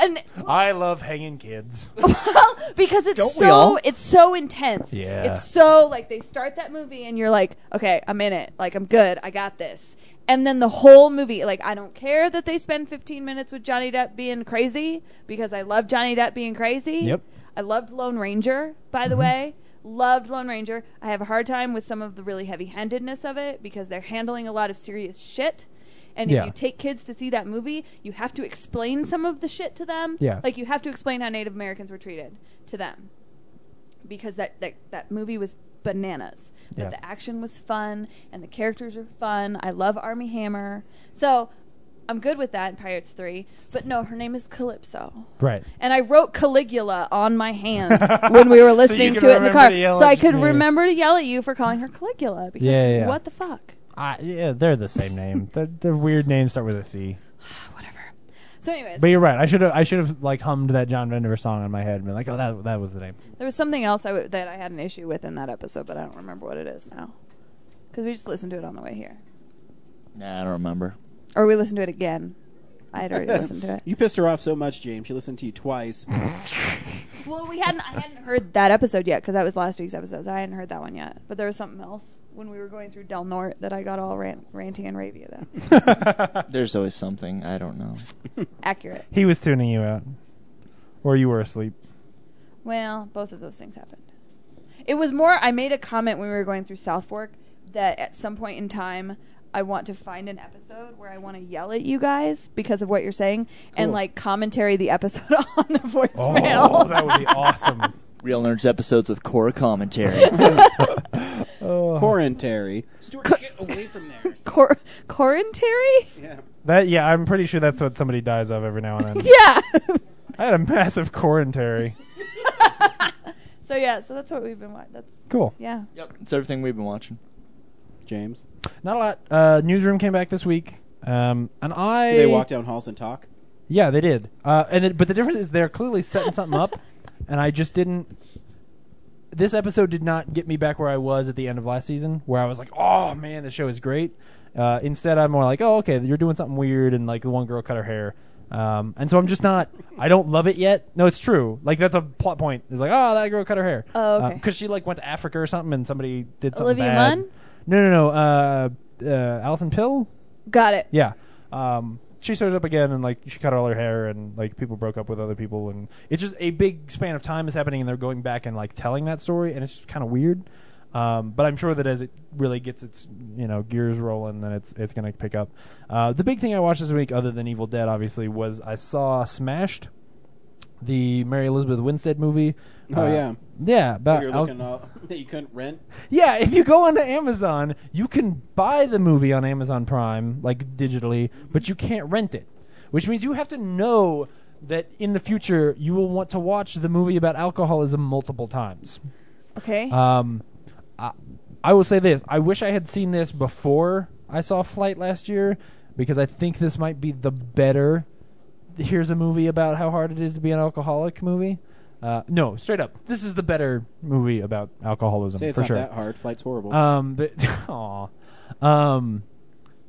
Speaker 5: and
Speaker 2: [gasps] I love
Speaker 5: [laughs]
Speaker 2: hanging kids.
Speaker 5: Oh because it's
Speaker 6: Don't we
Speaker 5: so
Speaker 6: all?
Speaker 5: it's so intense.
Speaker 2: Yeah.
Speaker 5: It's so like they start that movie and you're like, okay, I'm in it. Like I'm good. I got this. And then the whole movie, like I don't care that they spend 15 minutes with Johnny Depp being crazy because I love Johnny Depp being crazy.
Speaker 2: Yep. Mm-hmm.
Speaker 5: I loved Lone Ranger, by the way. Loved Lone Ranger. I have a hard time with some of the really heavy handedness of it because they're handling a lot of serious shit. And
Speaker 2: Yeah.
Speaker 5: if you take kids to see that movie, you have to explain some of the shit to them.
Speaker 2: Yeah.
Speaker 5: Like you have to explain how Native Americans were treated to them. Because that, that, that movie was bananas. But
Speaker 2: Yeah.
Speaker 5: the action was fun and the characters were fun. I love Army Hammer. So I'm good with that in Pirates 3. But no, her name is Calypso.
Speaker 2: Right.
Speaker 5: And I wrote Caligula on my
Speaker 2: [laughs]
Speaker 5: hand when we were listening
Speaker 2: can
Speaker 5: to it in the
Speaker 2: remember
Speaker 5: car.
Speaker 2: to yell
Speaker 5: So I
Speaker 2: at
Speaker 5: could
Speaker 2: me.
Speaker 5: remember to yell at you for calling her Caligula because
Speaker 2: Yeah, yeah, yeah.
Speaker 5: what the fuck?
Speaker 2: I, yeah, they're the same name. they're, they're weird names start with a C.
Speaker 5: Whatever. So, anyways,
Speaker 2: But you're right. I should have I should have like hummed that John Vandiver song in my head and been like, oh, that that was the name.
Speaker 5: there was something else I w- that I had an issue with in that episode, but I don't remember what it is now. Because we just listened to it on the way here.
Speaker 6: Nah, I don't remember.
Speaker 5: Or we listened to it again. I had already listened
Speaker 2: [laughs]
Speaker 5: to it.
Speaker 1: [laughs] You pissed her off so much, James. She listened to you twice.
Speaker 5: Well, we hadn't. I hadn't heard that episode yet because that was last week's episode. So I hadn't heard that one yet. But there was something else when we were going through Del Norte that I got all rant, ranty and ravey about.
Speaker 6: [laughs]
Speaker 2: [laughs]
Speaker 6: There's always something I don't know.
Speaker 5: Accurate.
Speaker 2: He was tuning you out, or you were asleep.
Speaker 5: Well, both of those things happened. It was more. I made a comment when we were going through South Fork that at some point in time. I want to find an episode where I want to yell at you guys because of what you're saying and
Speaker 6: Cool.
Speaker 5: like commentary the episode [laughs] on the voicemail.
Speaker 2: [laughs] Oh, that would be awesome.
Speaker 6: Real Nerds episodes with
Speaker 1: [laughs]
Speaker 6: core
Speaker 2: [laughs]
Speaker 6: commentary.
Speaker 2: Oh.
Speaker 1: Corin Terry. Stuart, get away from there.
Speaker 5: [laughs] Cor- commentary?
Speaker 1: Yeah.
Speaker 2: That yeah, I'm pretty sure that's what somebody dies of every now and
Speaker 5: [laughs]
Speaker 2: then.
Speaker 5: Yeah.
Speaker 2: [laughs] I had a massive commentary.
Speaker 5: so yeah, so that's what we've been watching. That's
Speaker 2: Cool.
Speaker 5: yeah.
Speaker 6: yep, it's everything we've been watching.
Speaker 1: James.
Speaker 2: Not a lot. Uh, newsroom came back this week, um, and I
Speaker 1: Do they walk down halls and talk?
Speaker 2: Yeah, they did. Uh, and it, but the difference is they're clearly setting something up, and I just didn't. This episode did not get me back where I was at the end of last season, where I was like, "Oh man, the show is great." Uh, instead, I'm more like, "Oh, okay, you're doing something weird," and like the one girl cut her hair, um, and so I'm just not. I don't love it yet. No, it's true. Like that's a plot point. It's like, "Oh, that girl cut her hair,"
Speaker 5: Oh, okay.
Speaker 2: because she like went to Africa or something, and somebody did something
Speaker 5: Olivia
Speaker 2: bad.
Speaker 5: Munn?
Speaker 2: No, no, no. Uh, uh, Allison Pill.
Speaker 5: Got it.
Speaker 2: Yeah. Um, she shows up again and like she cut all her hair and like people broke up with other people and it's just a big span of time is happening and they're going back and like telling that story and it's just kind of weird. Um, but I'm sure that as it really gets its you know gears rolling, then it's it's gonna pick up. Uh, the big thing I watched this week, other than Evil Dead, obviously, was I saw Smashed, the Mary Elizabeth Winstead movie.
Speaker 1: Oh,
Speaker 2: Uh,
Speaker 1: yeah.
Speaker 2: yeah, about
Speaker 1: You're
Speaker 2: al-
Speaker 1: looking all, [laughs] that you couldn't rent.
Speaker 2: yeah, if you go onto Amazon, you can buy the movie on Amazon Prime, like digitally, but you can't rent it. Which means you have to know that in the future you will want to watch the movie about alcoholism multiple times.
Speaker 5: Okay.
Speaker 2: Um, I, I will say this: I wish I had seen this before I saw Flight last year, because I think this might be the better. Here's a movie about how hard it is to be an alcoholic movie. Uh, no, straight up, this is the better movie about alcoholism
Speaker 1: Say it's
Speaker 2: for
Speaker 1: not
Speaker 2: sure.
Speaker 1: that hard. Flight's horrible.
Speaker 2: Um, but [laughs] aw. um,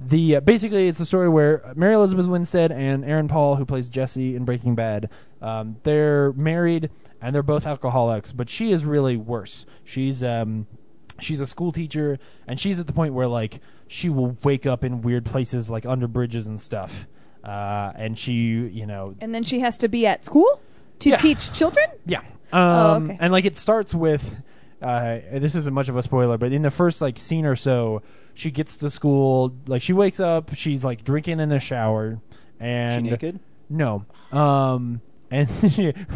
Speaker 2: the uh, basically it's a story where Mary Elizabeth Winstead and Aaron Paul, who plays Jesse in Breaking Bad, um, they're married and they're both alcoholics, but she is really worse. She's um, she's a school teacher and she's at the point where like she will wake up in weird places like under bridges and stuff. Uh, and she, you know,
Speaker 5: and then she has to be at school to
Speaker 2: Yeah.
Speaker 5: teach children.
Speaker 2: yeah. Um,
Speaker 5: Oh, okay.
Speaker 2: And like it starts with, uh, this isn't much of a spoiler, but in the first like scene or so, she gets to school. Like she wakes up, she's like drinking in the shower,
Speaker 1: Is she
Speaker 2: and
Speaker 1: naked?
Speaker 2: no. Um, and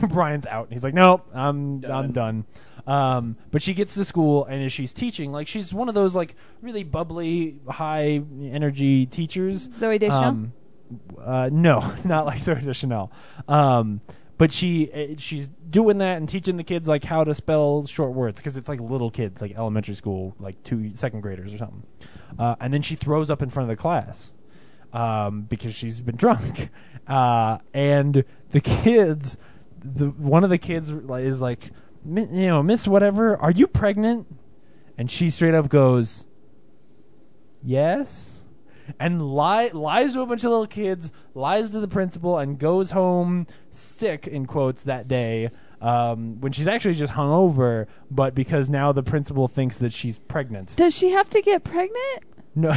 Speaker 2: [laughs] Brian's out, and he's like, "Nope, I'm I'm done." Um, but she gets to school, and as she's teaching, like she's one of those like really bubbly, high energy teachers.
Speaker 5: Zooey Deschanel?
Speaker 2: Um, uh, no, [laughs] not like Sarah Chanel. Um, but she eh, she's doing that and teaching the kids like how to spell short words because it's like little kids, like elementary school, like two second graders or something. Uh, and then she throws up in front of the class um, because she's been [laughs] drunk. Uh, and the kids, the one of the kids like, is like, "Mi- you know, Miss whatever, are you pregnant? And she straight up goes, yes. And lie, lies to a bunch of little kids, lies to the principal, and goes home sick, in quotes, that day um, when she's actually just hungover, but because now the principal thinks that she's pregnant.
Speaker 5: Does she have to get pregnant?
Speaker 2: No,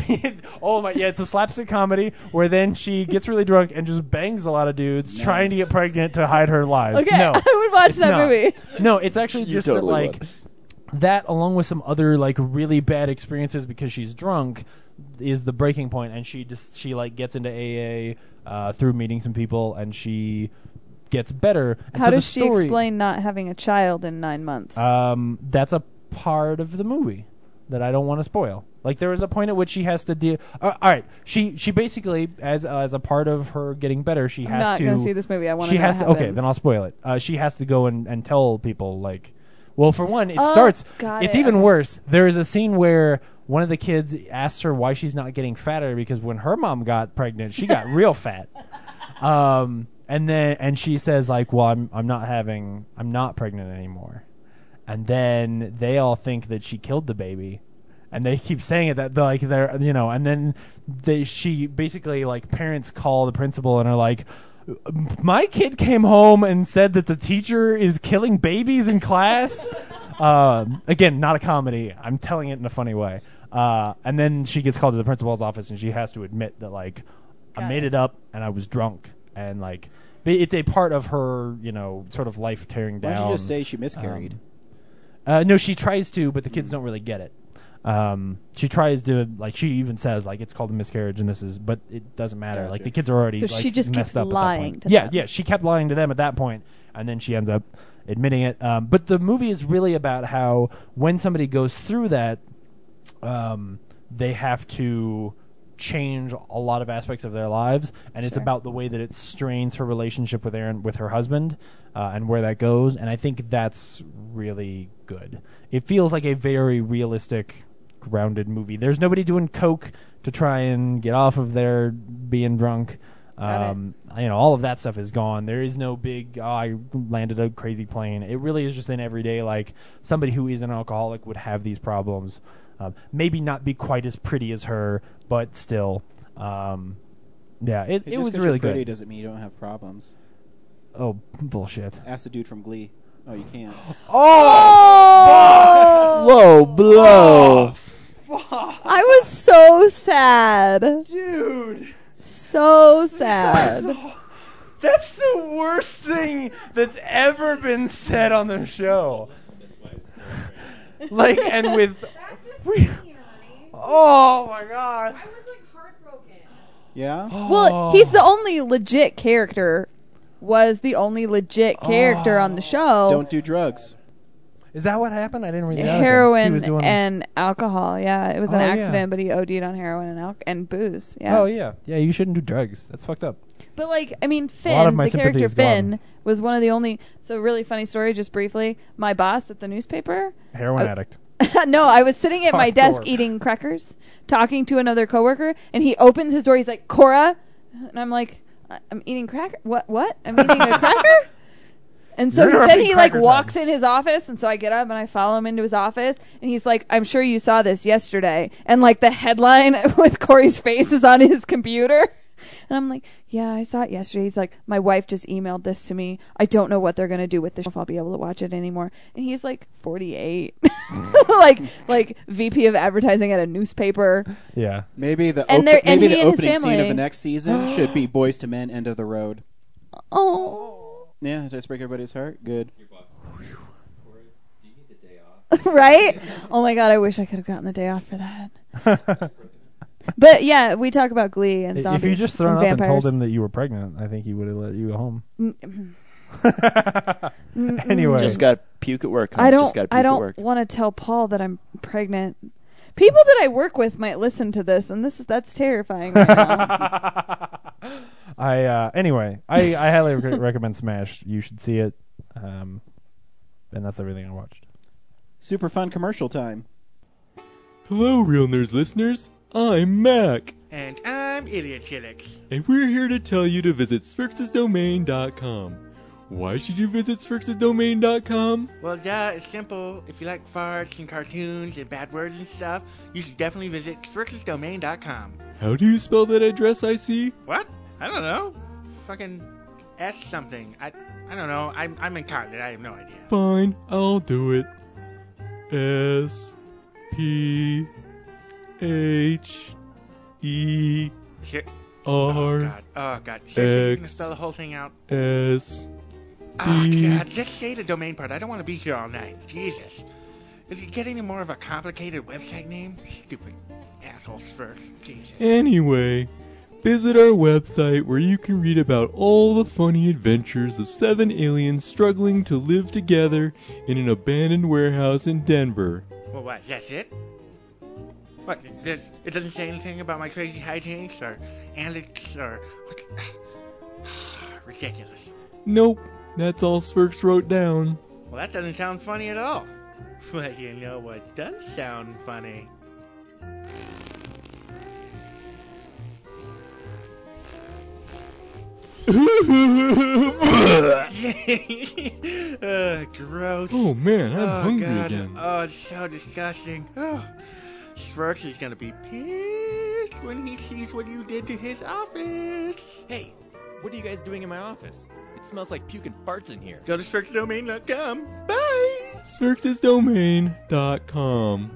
Speaker 2: oh my, yeah, it's a slapstick comedy where then she gets really drunk and just bangs a lot of dudes trying to
Speaker 1: Nice.
Speaker 2: get pregnant to hide her lies.
Speaker 5: Okay,
Speaker 2: No,
Speaker 5: [laughs] I would watch
Speaker 2: it's
Speaker 5: that
Speaker 2: not.
Speaker 5: movie.
Speaker 2: No, it's actually
Speaker 6: You
Speaker 2: just
Speaker 6: totally
Speaker 2: that, like
Speaker 6: would.
Speaker 2: that along with some other like really bad experiences because she's drunk is the breaking point and she just she like gets into AA uh, through meeting some people and she gets better and
Speaker 5: How
Speaker 2: so the
Speaker 5: does she
Speaker 2: story-
Speaker 5: explain not having a child in nine months?
Speaker 2: um, that's a part of the movie that I don't want to spoil. Like there is a point at which she has to deal. Uh, all right, she she basically as as a part of her getting better, she
Speaker 5: I'm
Speaker 2: has
Speaker 5: not
Speaker 2: to.
Speaker 5: gonna see this movie. I want
Speaker 2: she
Speaker 5: to.
Speaker 2: has to. Okay, then I'll spoil it. Uh, she has to go and and tell people like, well, for one, it
Speaker 5: Oh,
Speaker 2: starts.
Speaker 5: got
Speaker 2: It's
Speaker 5: it,
Speaker 2: even
Speaker 5: okay.
Speaker 2: worse. There is a scene where one of the kids asks her why she's not getting fatter because when her mom got pregnant, she
Speaker 5: [laughs]
Speaker 2: got real fat. Um, and then and she says like, well, I'm I'm not having I'm not pregnant anymore and then they all think that she killed the baby and they keep saying it that they're like they're you know and then they she basically like parents call the principal and are like my kid came home and said that the teacher is killing babies in
Speaker 5: [laughs]
Speaker 2: class um, again not a comedy i'm telling it in a funny way uh, and then she gets called to the principal's office and she has to admit that like i
Speaker 5: Got
Speaker 2: made
Speaker 5: it.
Speaker 2: it up and i was drunk and like but it's a part of her you know sort of life tearing
Speaker 1: Why
Speaker 2: down
Speaker 1: don't you just say she miscarried?
Speaker 2: um, uh, no, she tries to, but the kids don't really get it. Um, she tries to like she even says like it's called a miscarriage and this is but it doesn't matter
Speaker 1: Gotcha.
Speaker 2: like the kids are already
Speaker 5: So
Speaker 2: like,
Speaker 5: she just
Speaker 2: messed
Speaker 5: keeps
Speaker 2: up at that
Speaker 5: lying
Speaker 2: point.
Speaker 5: to
Speaker 2: yeah
Speaker 5: them.
Speaker 2: yeah she kept lying to them at that point and then she ends up admitting it um, but the movie is really about how when somebody goes through that um, they have to change a lot of aspects of their lives, and it's
Speaker 5: Sure.
Speaker 2: about the way that it strains her relationship with Aaron, with her husband, uh, and where that goes. And I think that's really good. It feels like a very realistic, grounded movie. There's nobody doing coke to try and get off of their being drunk.
Speaker 5: Got it.
Speaker 2: Um, you know, all of that stuff is gone. There is no big, oh, I landed a crazy plane. It really is just an everyday, like, somebody who is an alcoholic would have these problems. Um, maybe not be quite as pretty as her, but still. Um, yeah, it,
Speaker 1: Hey,
Speaker 2: it
Speaker 1: just
Speaker 2: was
Speaker 1: 'cause
Speaker 2: really
Speaker 1: you're pretty
Speaker 2: good.
Speaker 1: doesn't mean you don't have
Speaker 2: [laughs]
Speaker 1: problems.
Speaker 2: Oh, bullshit.
Speaker 1: Ask the dude from Glee. Oh, you can't.
Speaker 5: Oh!
Speaker 1: Low
Speaker 2: [laughs]
Speaker 1: blow.
Speaker 5: I was so sad. Dude. So sad.
Speaker 2: That's the worst thing that's ever been said on the show. like, and with.
Speaker 3: That just
Speaker 2: We-
Speaker 3: hit me, honey.
Speaker 2: Oh my god.
Speaker 3: I was
Speaker 8: [gasps]
Speaker 3: like heartbroken.
Speaker 1: Yeah.
Speaker 5: Well,
Speaker 8: [laughs]
Speaker 5: he's the only legit character. Was the only legit character
Speaker 2: Oh.
Speaker 5: on the show.
Speaker 1: Don't do drugs.
Speaker 2: Is that what happened? I didn't read the article. He was
Speaker 5: heroin
Speaker 2: doing-
Speaker 5: and alcohol. Yeah, it was an
Speaker 2: Oh, yeah.
Speaker 5: accident, but he OD'd on heroin and al- and booze. Yeah.
Speaker 2: Oh yeah, yeah. You shouldn't do drugs. That's fucked up.
Speaker 5: But like, I mean,
Speaker 2: lot of
Speaker 5: Finn,
Speaker 2: my
Speaker 5: the
Speaker 2: sympathy
Speaker 5: character
Speaker 2: is gone.
Speaker 5: Finn, was one of the only. So really funny story, just briefly. My boss at the newspaper. [laughs]
Speaker 2: Heroin
Speaker 5: Oh.
Speaker 2: addict.
Speaker 5: no, I was sitting at my desk
Speaker 2: Hardcore.
Speaker 5: eating crackers, talking to another coworker, and he opens his door. He's like, "Cora," and I'm like, "I- "I'm eating cracker. What? What? I'm eating a cracker." And so
Speaker 2: You're
Speaker 5: he
Speaker 2: interrupting
Speaker 5: said he like
Speaker 2: cracker time.
Speaker 5: walks in his office, and so I get up and I follow him into his office, and he's like, "I'm sure you saw this yesterday," and like the headline [laughs] with Corey's face is on his computer. And I'm like, yeah, I saw it yesterday. He's like, my wife just emailed this to me. I don't know what they're gonna do with this. If I'll be able to watch it anymore. And he's like 48, [laughs] like like VP of advertising at a newspaper.
Speaker 2: Yeah.
Speaker 1: Maybe the
Speaker 5: And
Speaker 1: op-
Speaker 5: there-
Speaker 1: maybe
Speaker 5: and
Speaker 1: the
Speaker 5: he and
Speaker 1: opening
Speaker 5: his
Speaker 1: scene of
Speaker 5: family.
Speaker 1: the next season should
Speaker 2: [gasps]
Speaker 1: be Boys to Men, End of the Road.
Speaker 5: Oh,
Speaker 1: Yeah, does that break everybody's heart? Good.
Speaker 5: [laughs] right? Oh my god, I wish I could have gotten the day off for that. [laughs] But yeah, we talk about Glee and zombies.
Speaker 2: if you just thrown
Speaker 5: and
Speaker 2: up and
Speaker 5: vampires.
Speaker 2: told him that you were pregnant, I think he would have let you go home.
Speaker 5: Mm, mm,
Speaker 2: anyway,
Speaker 6: Just got puke at work. huh?
Speaker 5: I
Speaker 6: Just
Speaker 5: don't.
Speaker 6: got puke
Speaker 5: I
Speaker 6: at work.
Speaker 5: don't want to tell Paul that I'm pregnant. People that I work with might listen to this, and this is that's terrifying. Right now.
Speaker 2: [laughs] I uh, anyway, I, I highly
Speaker 3: [laughs]
Speaker 2: rec- recommend Smash. You should see it. Um, and that's everything I watched.
Speaker 1: Super fun commercial time.
Speaker 10: Hello, Real Nerds listeners. I'm Mac,
Speaker 11: And I'm Idiot Chillix.
Speaker 10: and we're here to tell you to visit SphrixesDomain.com. Why should you visit SphrixesDomain.com?
Speaker 11: Well, duh, it's simple. If you like farts and cartoons and bad words and stuff, you should definitely visit StrixesDomain.com.
Speaker 10: How do you spell that address I see?
Speaker 11: What? I don't know. Fucking S something. I I don't know. I'm, I'm incontinent. I have no idea.
Speaker 10: Fine, I'll do it. S P H E
Speaker 11: Ser- oh,
Speaker 10: R
Speaker 11: God. Oh, God. Seriously, you're going to spell the whole thing out?
Speaker 10: S
Speaker 11: Oh,
Speaker 10: D-
Speaker 11: Ah, God. Just say the domain part. I don't want to be here all night. Jesus. Does it get any more of a complicated website name? Stupid assholes first. Jesus.
Speaker 10: Anyway, visit our website where you can read about all the funny adventures of seven aliens struggling to live together in an abandoned warehouse in Denver.
Speaker 11: Well, what? That's it? What? th- There's, it doesn't say anything about my crazy hijinks or antics or. What? [sighs] Ridiculous.
Speaker 10: Nope, that's all Swerks wrote down.
Speaker 11: Well, that doesn't sound funny at all. [laughs] But you know what does sound funny? [laughs] uh, gross.
Speaker 10: Oh man, I'm
Speaker 11: oh,
Speaker 10: hungry
Speaker 11: God.
Speaker 10: again.
Speaker 11: Oh, it's so disgusting. Oh, Smirks is gonna be pissed when he sees what you did to his office.
Speaker 12: Hey, what are you guys doing in my office? It smells like puke and farts in here.
Speaker 11: Go to SmirksDomain.com. Bye!
Speaker 10: SmirksDomain.com.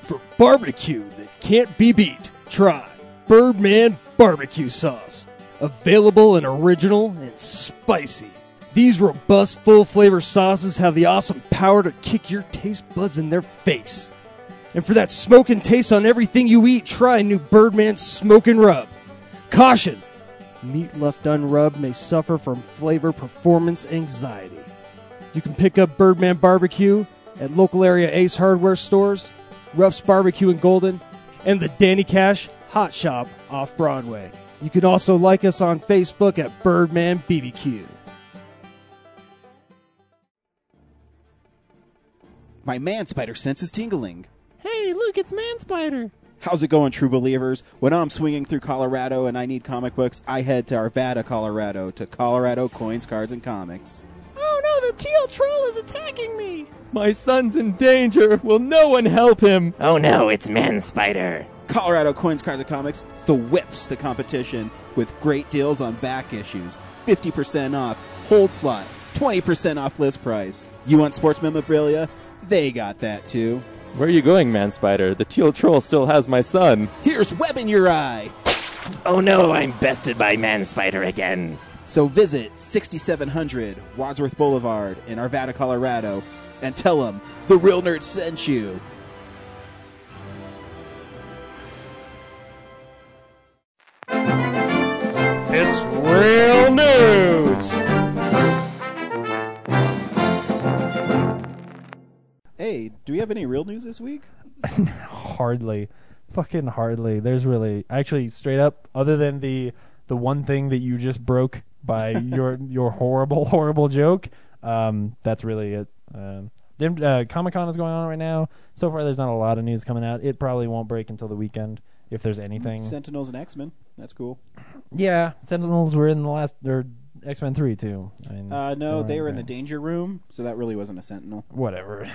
Speaker 7: For barbecue that can't be beat, try Birdman Barbecue Sauce. Available in original and spicy. These robust, full flavor sauces have the awesome power to kick your taste buds in their face. And for that smoke and taste on everything you eat, try new Birdman Smoke and Rub. Caution! Meat left unrubbed may suffer from flavor performance anxiety. You can pick up Birdman Barbecue at local area Ace Hardware stores, Ruff's Barbecue in Golden, and the Danny Cash Hot Shop off Broadway. You can also like us on Facebook at Birdman BBQ.
Speaker 1: My man spider sense is tingling.
Speaker 3: Hey, look, it's Man Spider.
Speaker 1: How's it going, true believers? When I'm swinging through Colorado and I need comic books, I head to Arvada, Colorado, to Colorado Coins, Cards, and Comics.
Speaker 13: Oh no, the teal troll is attacking me!
Speaker 1: My son's in danger. Will no one help him?
Speaker 14: Oh no, it's Man Spider.
Speaker 1: Colorado Coins Cards and Comics, the whips the competition with great deals on back issues, 50% off, hold slot, 20% off list price. You want sports memorabilia? They got that too.
Speaker 12: Where are you going, Man Spider? The teal troll still has my son.
Speaker 1: Here's web in your eye.
Speaker 14: Oh no, I'm bested by Man Spider again.
Speaker 1: So visit 6700 Wadsworth Boulevard in Arvada, Colorado, and tell them the real nerd sent you.
Speaker 7: It's real news!
Speaker 1: Hey, do we have any real news this week?
Speaker 2: hardly fucking hardly there's really actually straight up other than the the one thing that you just broke by
Speaker 3: [laughs]
Speaker 2: your your horrible horrible joke um that's really it um then, uh, comic-con is going on right now so far there's not a lot of news coming out it probably won't break until the weekend if there's anything
Speaker 1: Sentinels and X Men. That's cool.
Speaker 2: yeah sentinels were in the last or x-men 3 too i mean
Speaker 1: Uh, no, they were in the
Speaker 2: there.
Speaker 1: danger room, so that really wasn't a sentinel.
Speaker 2: Whatever.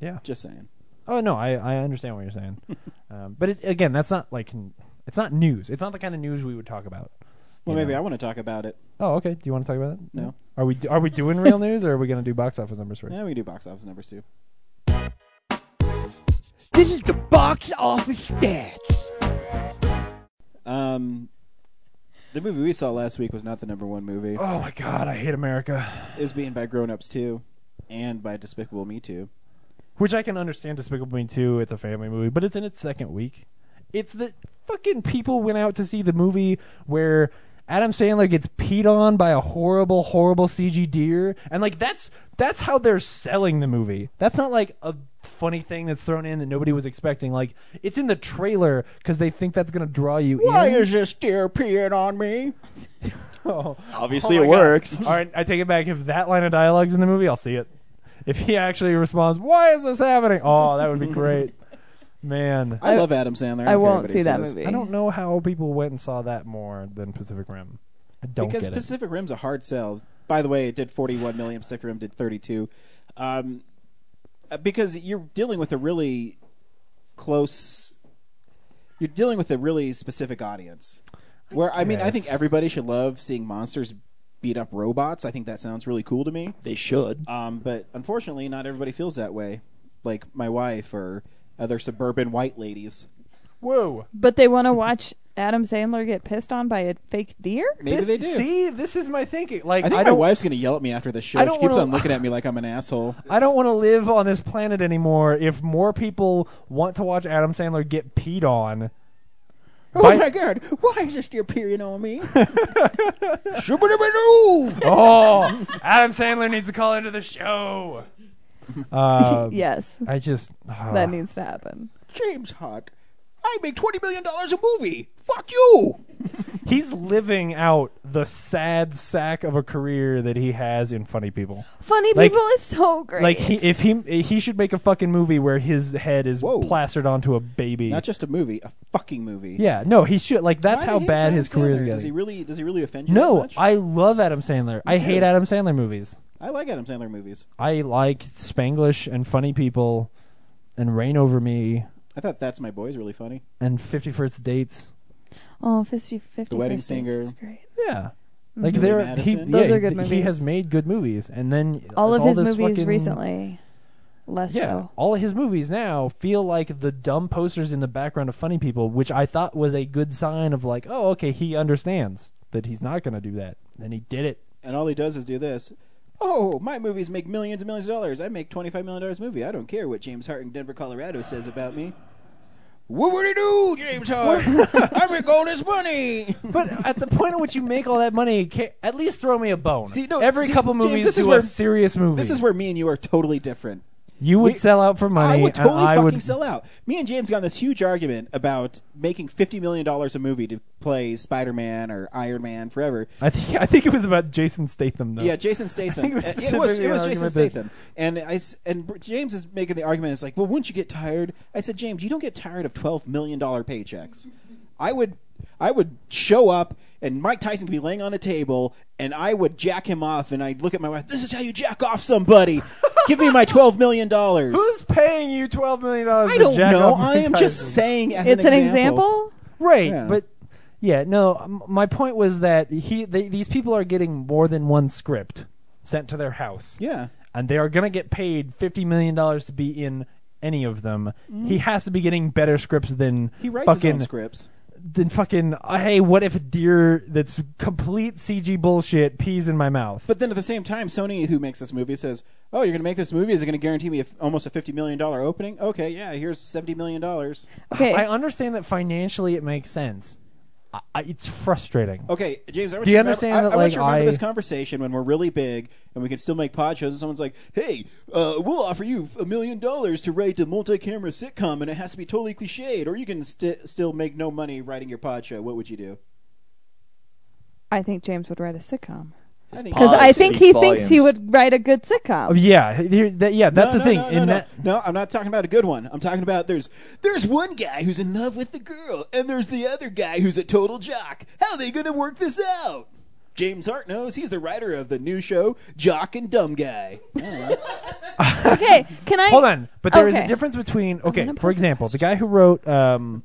Speaker 2: Yeah.
Speaker 1: Just saying.
Speaker 2: Oh no, I, I understand what
Speaker 1: [laughs]
Speaker 2: you're saying, um, but it, again, that's not like n- it's not news. It's not the kind of news we would talk about.
Speaker 1: Well,
Speaker 2: you
Speaker 1: maybe
Speaker 2: know?
Speaker 1: I want to talk about it.
Speaker 2: Oh, okay. Do you want to talk about it?
Speaker 1: No.
Speaker 2: Are we are we doing real news or are we going to do box office numbers
Speaker 1: [laughs]
Speaker 2: first?
Speaker 1: Yeah, we can do box office numbers too.
Speaker 13: This is the box office stats.
Speaker 1: Um, the movie we saw last week was not the number one movie.
Speaker 2: Oh my god, I hate America.
Speaker 1: It was beaten by Grown Ups too, and by Despicable Me too.
Speaker 2: Which I can understand. Despicable Me Two. It's a family movie, but it's in its second week. It's that fucking people went out to see the movie where Adam Sandler gets peed on by a horrible, horrible CG deer, and like that's that's how they're selling the movie. That's not like a funny thing that's thrown in that nobody was expecting. Like it's in the trailer because they think that's gonna draw you in.
Speaker 1: this deer peeing on me?
Speaker 2: [laughs] Oh.
Speaker 6: Obviously,
Speaker 2: Oh
Speaker 6: it
Speaker 2: my God.
Speaker 6: worked.
Speaker 2: All right, I take it back. If that line of dialogue's in the movie, I'll see it. If he actually responds, "Why is this happening?" Oh, that would be great, man.
Speaker 1: I, love Adam Sandler. don't
Speaker 5: I
Speaker 1: care
Speaker 5: won't
Speaker 1: what
Speaker 5: see
Speaker 1: he
Speaker 5: that
Speaker 1: says.
Speaker 5: movie.
Speaker 2: I don't know how people went and saw that more than Pacific Rim. I don't
Speaker 1: because
Speaker 2: get it.
Speaker 1: Pacific Rim's a hard sell. By the way, it did 41 million. Pacific Rim did 32. Um, uh, because you're dealing with a really close, you're dealing with a really specific audience. Where I, mean, I think
Speaker 2: guess.
Speaker 1: everybody should love seeing monsters beat up robots. I think that sounds really cool to me.
Speaker 6: They should.
Speaker 1: Um, but unfortunately, not everybody feels that way. Like my wife or other suburban white ladies.
Speaker 2: Whoa!
Speaker 5: But they want to watch Adam Sandler get pissed on by a fake deer? [laughs]
Speaker 1: Maybe they do.
Speaker 2: See, this is my thinking. Like
Speaker 1: I think my
Speaker 2: don't,
Speaker 1: wife's gonna yell at me after this show.
Speaker 2: I
Speaker 1: She
Speaker 2: don't
Speaker 1: keeps
Speaker 2: wanna-
Speaker 1: on looking at me like I'm an asshole.
Speaker 2: I don't want to live on this planet anymore. If more people want to watch Adam Sandler get peed on,
Speaker 13: [laughs] Oh
Speaker 2: by-
Speaker 13: my god, why is this deer peering on
Speaker 1: [laughs]
Speaker 13: me? Shubba-dabba-doo!
Speaker 2: oh, Adam Sandler needs to call into the show. Uh,
Speaker 5: [laughs] Yes.
Speaker 2: I just ah.
Speaker 5: that needs to happen.
Speaker 13: James Hart, I make $20 million a movie! Fuck you!
Speaker 2: He's living out the sad sack of a career that he has in Funny People.
Speaker 5: Funny
Speaker 2: Like-
Speaker 5: people is so great.
Speaker 2: Like he, if he he should make a fucking movie where his head is plastered onto a baby.
Speaker 1: Not just a movie, a fucking movie.
Speaker 2: yeah, no, he should. Like that's
Speaker 1: Why do
Speaker 2: how
Speaker 1: you hate
Speaker 2: bad
Speaker 1: Adam
Speaker 2: his career
Speaker 1: Sandler?
Speaker 2: is
Speaker 1: Does he
Speaker 2: getting.
Speaker 1: really? Does he really offend you? that
Speaker 2: No,
Speaker 1: much?
Speaker 2: I love Adam Sandler. I
Speaker 1: too.
Speaker 2: hate Adam Sandler movies.
Speaker 1: I like Adam Sandler movies.
Speaker 2: I like Spanglish and Funny People, and Rain Over Me
Speaker 1: I thought That's My Boy's really funny.
Speaker 2: and Fifty First Dates.
Speaker 5: oh, 50, 50
Speaker 1: The Wedding
Speaker 5: First Dates
Speaker 1: Singer.
Speaker 5: is great. Mm-hmm.
Speaker 2: Yeah. Like
Speaker 1: Billy
Speaker 2: there, he,
Speaker 1: Madison.
Speaker 5: Those
Speaker 2: yeah,
Speaker 5: are good
Speaker 2: he- He
Speaker 5: movies.
Speaker 2: has made good movies, and then
Speaker 5: all
Speaker 2: it's
Speaker 5: of his
Speaker 2: this
Speaker 5: movies
Speaker 2: fucking-
Speaker 5: recently, less
Speaker 2: Yeah,
Speaker 5: so.
Speaker 2: all of his movies now feel like the dumb posters in the background of Funny People, which I thought was a good sign of like, oh, okay, he understands that he's not going to do that, and he did it.
Speaker 1: And all he does is do this. Oh, my movies make millions and millions of dollars. I make twenty-five million dollars a movie. I don't care what James Hart in Denver, Colorado says about me. What would he do, James Hart? [laughs] I make all this money.
Speaker 2: But at the point at which you make all that money, ca- at least throw me a bone.
Speaker 1: See, no,
Speaker 2: Every
Speaker 1: see,
Speaker 2: couple
Speaker 1: James,
Speaker 2: movies
Speaker 1: this is
Speaker 2: do
Speaker 1: where-
Speaker 2: a serious movie.
Speaker 1: This is where me and you are totally different.
Speaker 2: you would
Speaker 1: we-
Speaker 2: sell out for money,
Speaker 1: I would totally
Speaker 2: and I
Speaker 1: fucking
Speaker 2: would
Speaker 1: sell out. Me and James got in this huge argument about making fifty million dollars a movie to play Spider Man or Iron Man forever.
Speaker 2: I think I think it was about Jason Statham though.
Speaker 1: Yeah, Jason
Speaker 2: [laughs]
Speaker 1: Statham.
Speaker 2: think it was
Speaker 1: Uh, it was,
Speaker 2: specifically
Speaker 1: it was
Speaker 2: an
Speaker 1: Jason
Speaker 2: argument that-
Speaker 1: Statham. And I s- and Br- James is making the argument. It's like, well, wouldn't you get tired? I said, James, you don't get tired of twelve million dollar paychecks. I would, I would show up, and Mike Tyson could be laying on a table, and I would jack him off, and I'd look at my wife. This is how you jack off
Speaker 2: [laughs]
Speaker 1: somebody. Give me my twelve million dollars.
Speaker 2: Who's paying you twelve million dollars?
Speaker 1: I don't know. I am just saying. As
Speaker 5: it's
Speaker 1: an,
Speaker 5: example.
Speaker 2: Right,
Speaker 1: Yeah.
Speaker 2: but yeah, no. m- My point was that he they, these people are getting more than one script sent to their house.
Speaker 1: Yeah.
Speaker 2: and they are going to get paid fifty million dollars to be in any of them. He has to be getting better scripts than
Speaker 1: Mm. He writes his
Speaker 2: fucking
Speaker 1: own scripts.
Speaker 2: Than fucking uh, hey, what if a deer that's complete CG bullshit pees in my mouth?
Speaker 1: But then at the same time, Sony, who makes this movie, says, "Oh, you're going to make this movie? Is it going to guarantee me a f almost a fifty million dollar opening? Okay, yeah, here's seventy million dollars.
Speaker 5: Okay.
Speaker 2: I understand that financially it makes sense. I, I, it's frustrating.
Speaker 1: Okay, James, I want
Speaker 2: Do
Speaker 1: you
Speaker 2: you
Speaker 1: to remember-
Speaker 2: understand
Speaker 1: I,
Speaker 2: that,
Speaker 1: I want
Speaker 2: like,
Speaker 1: you to remember
Speaker 2: I-
Speaker 1: this conversation when we're really big and we can still make pod shows, and someone's like, "Hey, uh, we'll offer you a million dollars to write a multi-camera sitcom, and it has to be totally cliched, or you can st- still make no money writing your pod show. What would you do?"
Speaker 5: I think James would write a sitcom
Speaker 1: I think-
Speaker 5: because I
Speaker 6: Pause
Speaker 5: think
Speaker 6: speaks
Speaker 5: he thinks he
Speaker 6: volumes.
Speaker 5: would write a good sitcom.
Speaker 2: Oh, yeah, here- that- yeah, that's
Speaker 1: no,
Speaker 2: the
Speaker 1: no,
Speaker 2: thing.
Speaker 1: No, no,
Speaker 2: in
Speaker 1: no.
Speaker 2: that,
Speaker 1: no, I'm not talking about a good one. I'm talking about there's there's one guy who's in love with the girl, and there's the other guy who's a total jock. How are they gonna work this out? James Hart knows he's the writer of the new show Jock and Dumb Guy. I don't know.
Speaker 5: [laughs] okay, can I
Speaker 2: Hold on, but there is
Speaker 5: Okay.
Speaker 2: a difference between okay.
Speaker 5: gonna
Speaker 2: For
Speaker 5: pose a
Speaker 2: example, the guy who wrote um,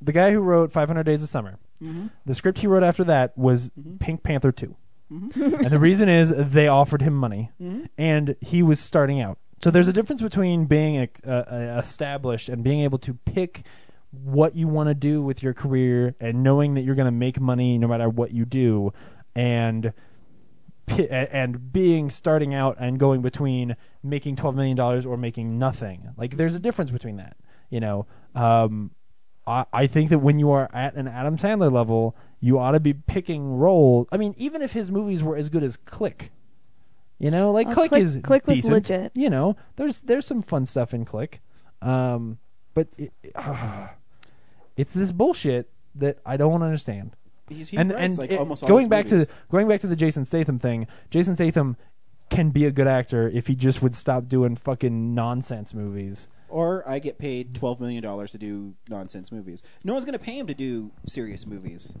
Speaker 2: the guy who wrote Five Hundred Days of Summer.
Speaker 1: Mhm.
Speaker 2: The script he wrote after that was
Speaker 1: Mm-hmm.
Speaker 2: Pink Panther 2 and the reason is they offered him money, Mm-hmm. and he was starting out. So there's a difference between being a, a, a established and being able to pick what you want to do with your career and knowing that you're going to make money no matter what you do, and pi- a- and being starting out and going between making twelve million dollars or making nothing. Like there's a difference between that. You know, um, I, I think that when you are at an Adam Sandler level, you ought to be picking roles. I mean, even if his movies were as good as Click, you know, like
Speaker 5: Oh,
Speaker 2: Click,
Speaker 5: Click-
Speaker 2: is
Speaker 5: Click was
Speaker 2: decent.
Speaker 5: legit.
Speaker 2: You know, there's there's some fun stuff in Click, um, but it, [sighs] it's this bullshit that I don't understand
Speaker 1: He's, he
Speaker 2: and
Speaker 1: writes
Speaker 2: and
Speaker 1: like
Speaker 2: it-
Speaker 1: almost all
Speaker 2: going
Speaker 1: his
Speaker 2: back
Speaker 1: movies.
Speaker 2: to going back to the Jason Statham thing, Jason Statham can be a good actor if he just would stop doing fucking nonsense movies.
Speaker 1: or I get paid twelve million dollars to do nonsense movies. No one's gonna pay him to do serious movies.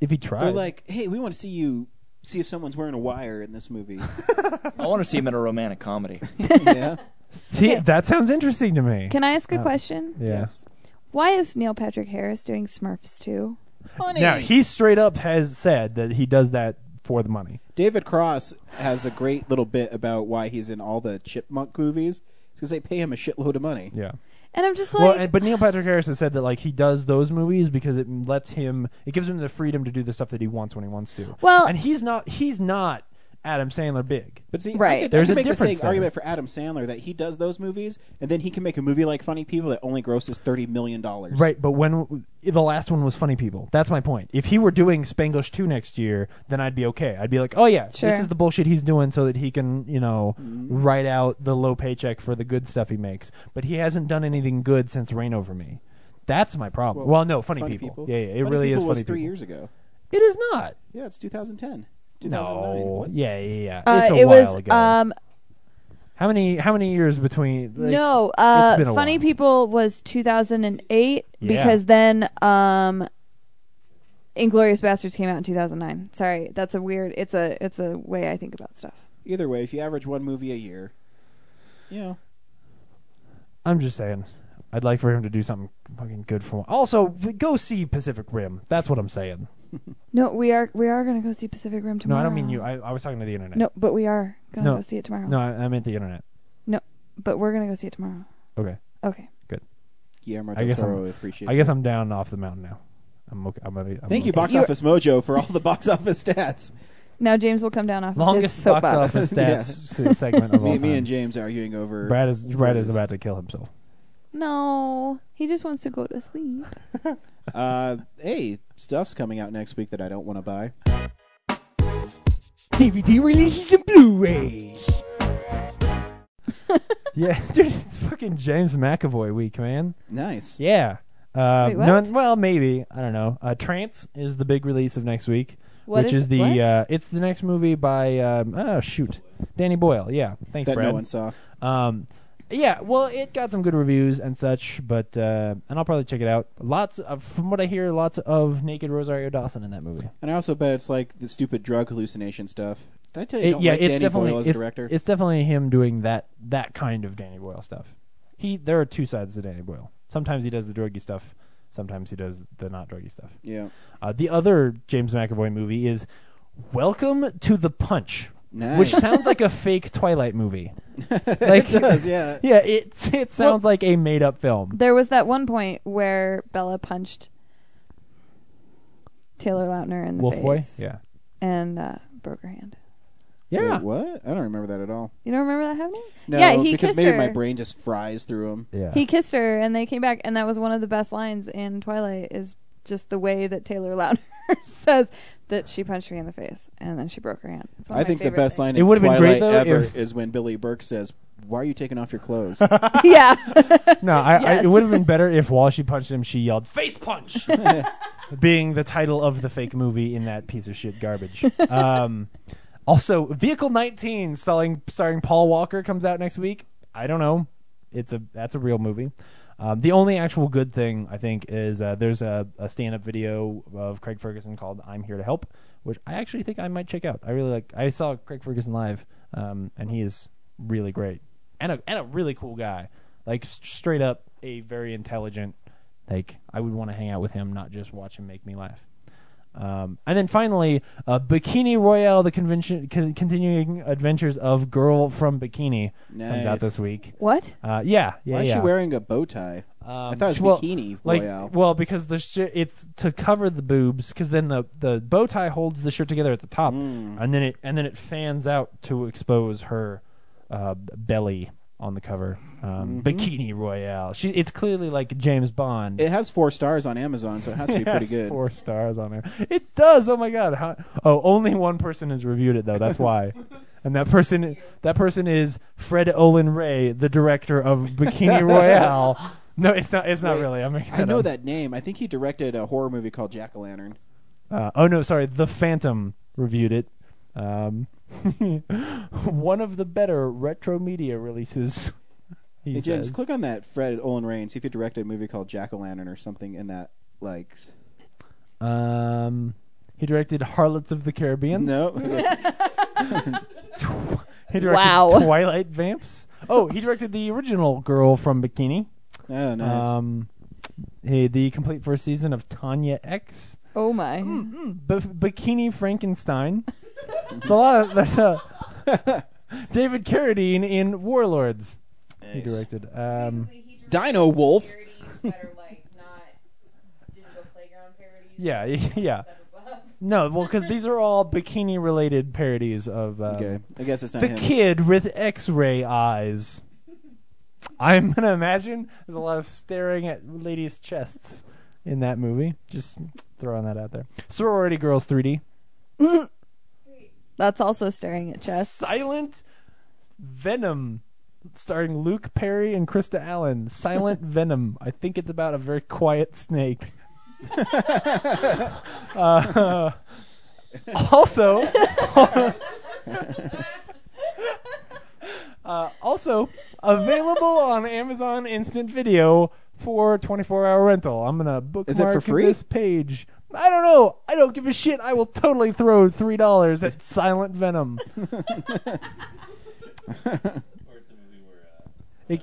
Speaker 2: If he tried,
Speaker 1: They're like, hey, we want to see you see if someone's wearing a wire in this movie.
Speaker 6: [laughs]
Speaker 1: [laughs]
Speaker 6: I want to see him in a
Speaker 5: [laughs]
Speaker 6: romantic comedy.
Speaker 1: yeah.
Speaker 2: see,
Speaker 5: Okay.
Speaker 2: that sounds interesting to me.
Speaker 5: can I ask a
Speaker 2: Uh,
Speaker 5: question?
Speaker 2: Yes.
Speaker 5: Why is Neil Patrick Harris doing Smurfs too?
Speaker 1: Honey.
Speaker 2: Now he straight up has said that he does that for the money.
Speaker 1: David Cross has a great little bit about why he's in all the Chipmunk movies. It's because they pay him a shitload of money.
Speaker 2: Yeah.
Speaker 5: And I'm just like,
Speaker 2: well, and- but Neil Patrick Harris has said that like he does those movies because it lets him, it gives him the freedom to do the stuff that he wants when he wants to.
Speaker 5: Well-
Speaker 2: and he's not, he's not Adam Sandler big.
Speaker 1: But see, I
Speaker 5: Right.
Speaker 1: could, I
Speaker 2: There's
Speaker 1: could
Speaker 2: a
Speaker 1: make the
Speaker 2: difference
Speaker 1: same
Speaker 2: there.
Speaker 1: argument for Adam Sandler that he does those movies, and then he can make a movie like Funny People that only grosses thirty million dollars.
Speaker 2: Right, but when the last one was Funny People, that's my point. If he were doing Spanglish two next year, then I'd be okay. I'd be like, oh yeah,
Speaker 5: Sure.
Speaker 2: this is the bullshit he's doing so that he can, you know,
Speaker 1: Mm-hmm.
Speaker 2: write out the low paycheck for the good stuff he makes. But he hasn't done anything good since Rain Over Me. That's my problem. Well, no, Funny, people. Yeah, yeah, it
Speaker 1: Funny
Speaker 2: really
Speaker 1: people
Speaker 2: is Funny
Speaker 1: was three
Speaker 2: People.
Speaker 1: years ago.
Speaker 2: It is not.
Speaker 1: Yeah, it's 2010. 2009.
Speaker 2: No, yeah, yeah, yeah.
Speaker 5: uh,
Speaker 2: it's a
Speaker 5: it
Speaker 2: while
Speaker 5: was
Speaker 2: ago.
Speaker 5: um
Speaker 2: how many? How many years between? like,
Speaker 5: no
Speaker 2: it's
Speaker 5: uh
Speaker 2: been a
Speaker 5: funny
Speaker 2: while.
Speaker 5: people was 2008
Speaker 2: Yeah.
Speaker 5: because then um inglorious bastards came out in 2009 sorry that's a weird it's a it's a way i think about stuff
Speaker 1: Either way, if you average one movie a year, you know.
Speaker 2: I'm just saying. I'd like for him to do something fucking good for. Also, go see Pacific Rim. That's what I'm saying.
Speaker 5: no we are we are gonna go see pacific rim
Speaker 2: No,
Speaker 5: tomorrow
Speaker 2: I don't mean you. I, I was talking to the internet.
Speaker 5: no but we are gonna
Speaker 2: No.
Speaker 5: go see it tomorrow
Speaker 2: No, I, I meant the internet.
Speaker 5: no but we're gonna go see it tomorrow
Speaker 2: Okay.
Speaker 5: okay
Speaker 2: Good.
Speaker 1: Guillermo
Speaker 2: I
Speaker 1: del
Speaker 2: guess
Speaker 1: Toro
Speaker 2: I'm.
Speaker 1: appreciates
Speaker 2: I guess
Speaker 1: it.
Speaker 2: I'm down off the mountain now. I'm okay. I'm gonna. I'm
Speaker 1: Thank you,
Speaker 2: okay.
Speaker 1: Box
Speaker 5: You're-
Speaker 1: Office Mojo, for all the box office stats.
Speaker 5: now james will come down off of his
Speaker 2: Longest [laughs] box
Speaker 5: soapbox
Speaker 1: [laughs]
Speaker 2: office stats s- segment of all
Speaker 1: me,
Speaker 2: time.
Speaker 1: me and James arguing over.
Speaker 2: Brad is Brad is about to kill himself. [laughs]
Speaker 5: no he just wants to go to sleep
Speaker 1: Uh, hey, stuff's coming out next week that I don't want to buy.
Speaker 13: DVD releases and Blu-rays.
Speaker 2: [laughs] yeah, dude, it's fucking James McAvoy week, man.
Speaker 1: Nice.
Speaker 2: Yeah. Uh,
Speaker 5: Wait, what?
Speaker 2: none- well, maybe I don't know. Uh, Trance is the big release of next week,
Speaker 5: What
Speaker 2: which
Speaker 5: is-
Speaker 2: is, the
Speaker 5: what?
Speaker 2: Uh, it's the next movie by um, oh shoot, Danny Boyle. Yeah, thanks,
Speaker 1: That no
Speaker 2: Brad.
Speaker 1: one saw.
Speaker 2: Um, yeah, well, it got some good reviews and such, but uh, and I'll probably check it out. Lots of, from what I hear, lots of naked Rosario Dawson in that movie.
Speaker 1: And I also bet it's like the stupid drug hallucination stuff. Did I tell you I
Speaker 2: It-
Speaker 1: don't
Speaker 2: yeah,
Speaker 1: like
Speaker 2: it's
Speaker 1: Danny
Speaker 2: definitely
Speaker 1: Boyle as
Speaker 2: it's,
Speaker 1: director?
Speaker 2: it's definitely him doing that that kind of Danny Boyle stuff. He there are two sides to Danny Boyle. Sometimes he does the druggy stuff. Sometimes he does the not druggy stuff.
Speaker 1: yeah.
Speaker 2: Uh, the other James McAvoy movie is Welcome to the Punch, which
Speaker 1: Nice. [laughs]
Speaker 2: sounds like a fake Twilight movie. Like,
Speaker 1: It does, yeah.
Speaker 2: [laughs] yeah, it it sounds like a made up film.
Speaker 5: There was that one point where Bella punched Taylor Lautner in the
Speaker 2: Wolf
Speaker 5: face.
Speaker 2: Boy, yeah,
Speaker 5: And uh, broke her hand.
Speaker 2: yeah.
Speaker 1: Wait, what? I don't remember that at all.
Speaker 5: You don't remember that happening?
Speaker 1: No,
Speaker 5: yeah, he
Speaker 1: because
Speaker 5: kissed
Speaker 1: maybe
Speaker 5: her.
Speaker 1: my brain just fries through him.
Speaker 2: Yeah.
Speaker 5: He kissed her, and they came back, and that was one of the best lines in Twilight. Is just the way that Taylor Lautner [laughs] says that she punched me in the face, and then she broke her hand. It's one
Speaker 1: I
Speaker 5: of my
Speaker 1: think the
Speaker 5: favorite
Speaker 1: best
Speaker 5: things.
Speaker 1: line
Speaker 2: It
Speaker 1: in
Speaker 2: would've been
Speaker 1: Twilight
Speaker 2: great, though,
Speaker 1: ever
Speaker 2: if-
Speaker 1: is when Billy Burke says, "Why are you taking off your clothes?"
Speaker 5: [laughs] yeah.
Speaker 2: [laughs] No, I, I,
Speaker 5: Yes.
Speaker 2: it would have been better if while she punched him, she yelled "face
Speaker 3: [laughs]
Speaker 2: punch,"
Speaker 3: Oh,
Speaker 2: being the title of the fake movie in that piece of shit garbage. Um, also, Vehicle 19, starring starring Paul Walker, comes out next week. I don't know. It's a that's a real movie. Um, the only actual good thing I think is uh, there's a, a stand up video of Craig Ferguson called "I'm Here to Help," which I actually think I might check out. I really like. I saw Craig Ferguson live, um, and he is really great and a and a really cool guy. Like s- straight up, a very intelligent. Like I would want to hang out with him, not just watch him make me laugh. Um, and then finally, uh, Bikini Royale: The Convention, con- Continuing Adventures of Girl from Bikini comes out
Speaker 1: Nice.
Speaker 2: this week.
Speaker 5: What?
Speaker 2: Uh, yeah, yeah,
Speaker 1: Why is
Speaker 2: yeah.
Speaker 1: she wearing a bow tie? I
Speaker 2: Um,
Speaker 1: thought it was
Speaker 2: well,
Speaker 1: bikini
Speaker 2: like,
Speaker 1: royale.
Speaker 2: Well, because the shi it's to cover the boobs, because then the the bow tie holds the shirt together at the top,
Speaker 1: Hmm.
Speaker 2: and then it and then it fans out to expose her uh, b- belly on the cover.
Speaker 1: Mm-hmm.
Speaker 2: Um, Bikini Royale. She it's clearly like James Bond.
Speaker 1: It has four stars on Amazon, so it has to be
Speaker 2: [laughs] It
Speaker 1: pretty
Speaker 2: has
Speaker 1: good.
Speaker 2: Four stars on there. It does. Oh my god. How, oh, only one person has reviewed it
Speaker 1: [laughs]
Speaker 2: though. That's why. And that person, that person is Fred Olin Ray, the director of
Speaker 1: [laughs]
Speaker 2: Bikini Royale. No, it's not. It's not really. um, I'm making
Speaker 1: I know
Speaker 2: up.
Speaker 1: that name. I think he directed a horror movie called Jack o' Lantern.
Speaker 2: Uh, oh no, sorry. The Phantom reviewed it. Um, [laughs] [laughs] one of the better retro media releases. He
Speaker 1: Hey, James,
Speaker 2: says.
Speaker 1: click on that Fred Olin Ray and see if he directed a movie called Jack o' Lantern or something in that, like. s-
Speaker 2: Um, he directed Harlots of the Caribbean.
Speaker 5: [laughs]
Speaker 1: No. Yes.
Speaker 2: Tw- he directed
Speaker 5: Wow.
Speaker 2: Twilight Vamps. Oh, he directed the original girl from Bikini.
Speaker 1: oh, nice.
Speaker 2: Um, he, the complete first season of Tanya X. Mm,
Speaker 5: Oh my.
Speaker 2: B- Bikini Frankenstein. it's a lot. Of, there's a
Speaker 1: [laughs]
Speaker 2: David Carradine in Warlords. He
Speaker 6: Nice.
Speaker 2: directed. Um,
Speaker 9: Basically, he
Speaker 1: Dino Wolf.
Speaker 2: Yeah, [laughs] yeah. No, well, because these are all bikini-related parodies of. Uh,
Speaker 1: Okay, I guess it's not
Speaker 2: the
Speaker 1: him.
Speaker 2: kid with X-ray eyes. I'm [laughs] gonna imagine there's a lot of staring at ladies' chests in that movie. Just throwing that out there. Sorority Girls 3D.
Speaker 5: Mm. That's also staring at chests.
Speaker 2: Silent Venom, starring Luke Perry and Krista Allen.
Speaker 1: [laughs]
Speaker 2: Silent Venom. I think it's about a very quiet snake. uh,
Speaker 1: [laughs]
Speaker 2: also, [laughs] uh, also available on Amazon Instant Video for 24-hour rental. I'm gonna bookmark
Speaker 1: Is it for free?
Speaker 2: this page. I don't know. I don't give a shit. I will totally throw three dollars at
Speaker 1: [laughs]
Speaker 2: Silent Venom. It,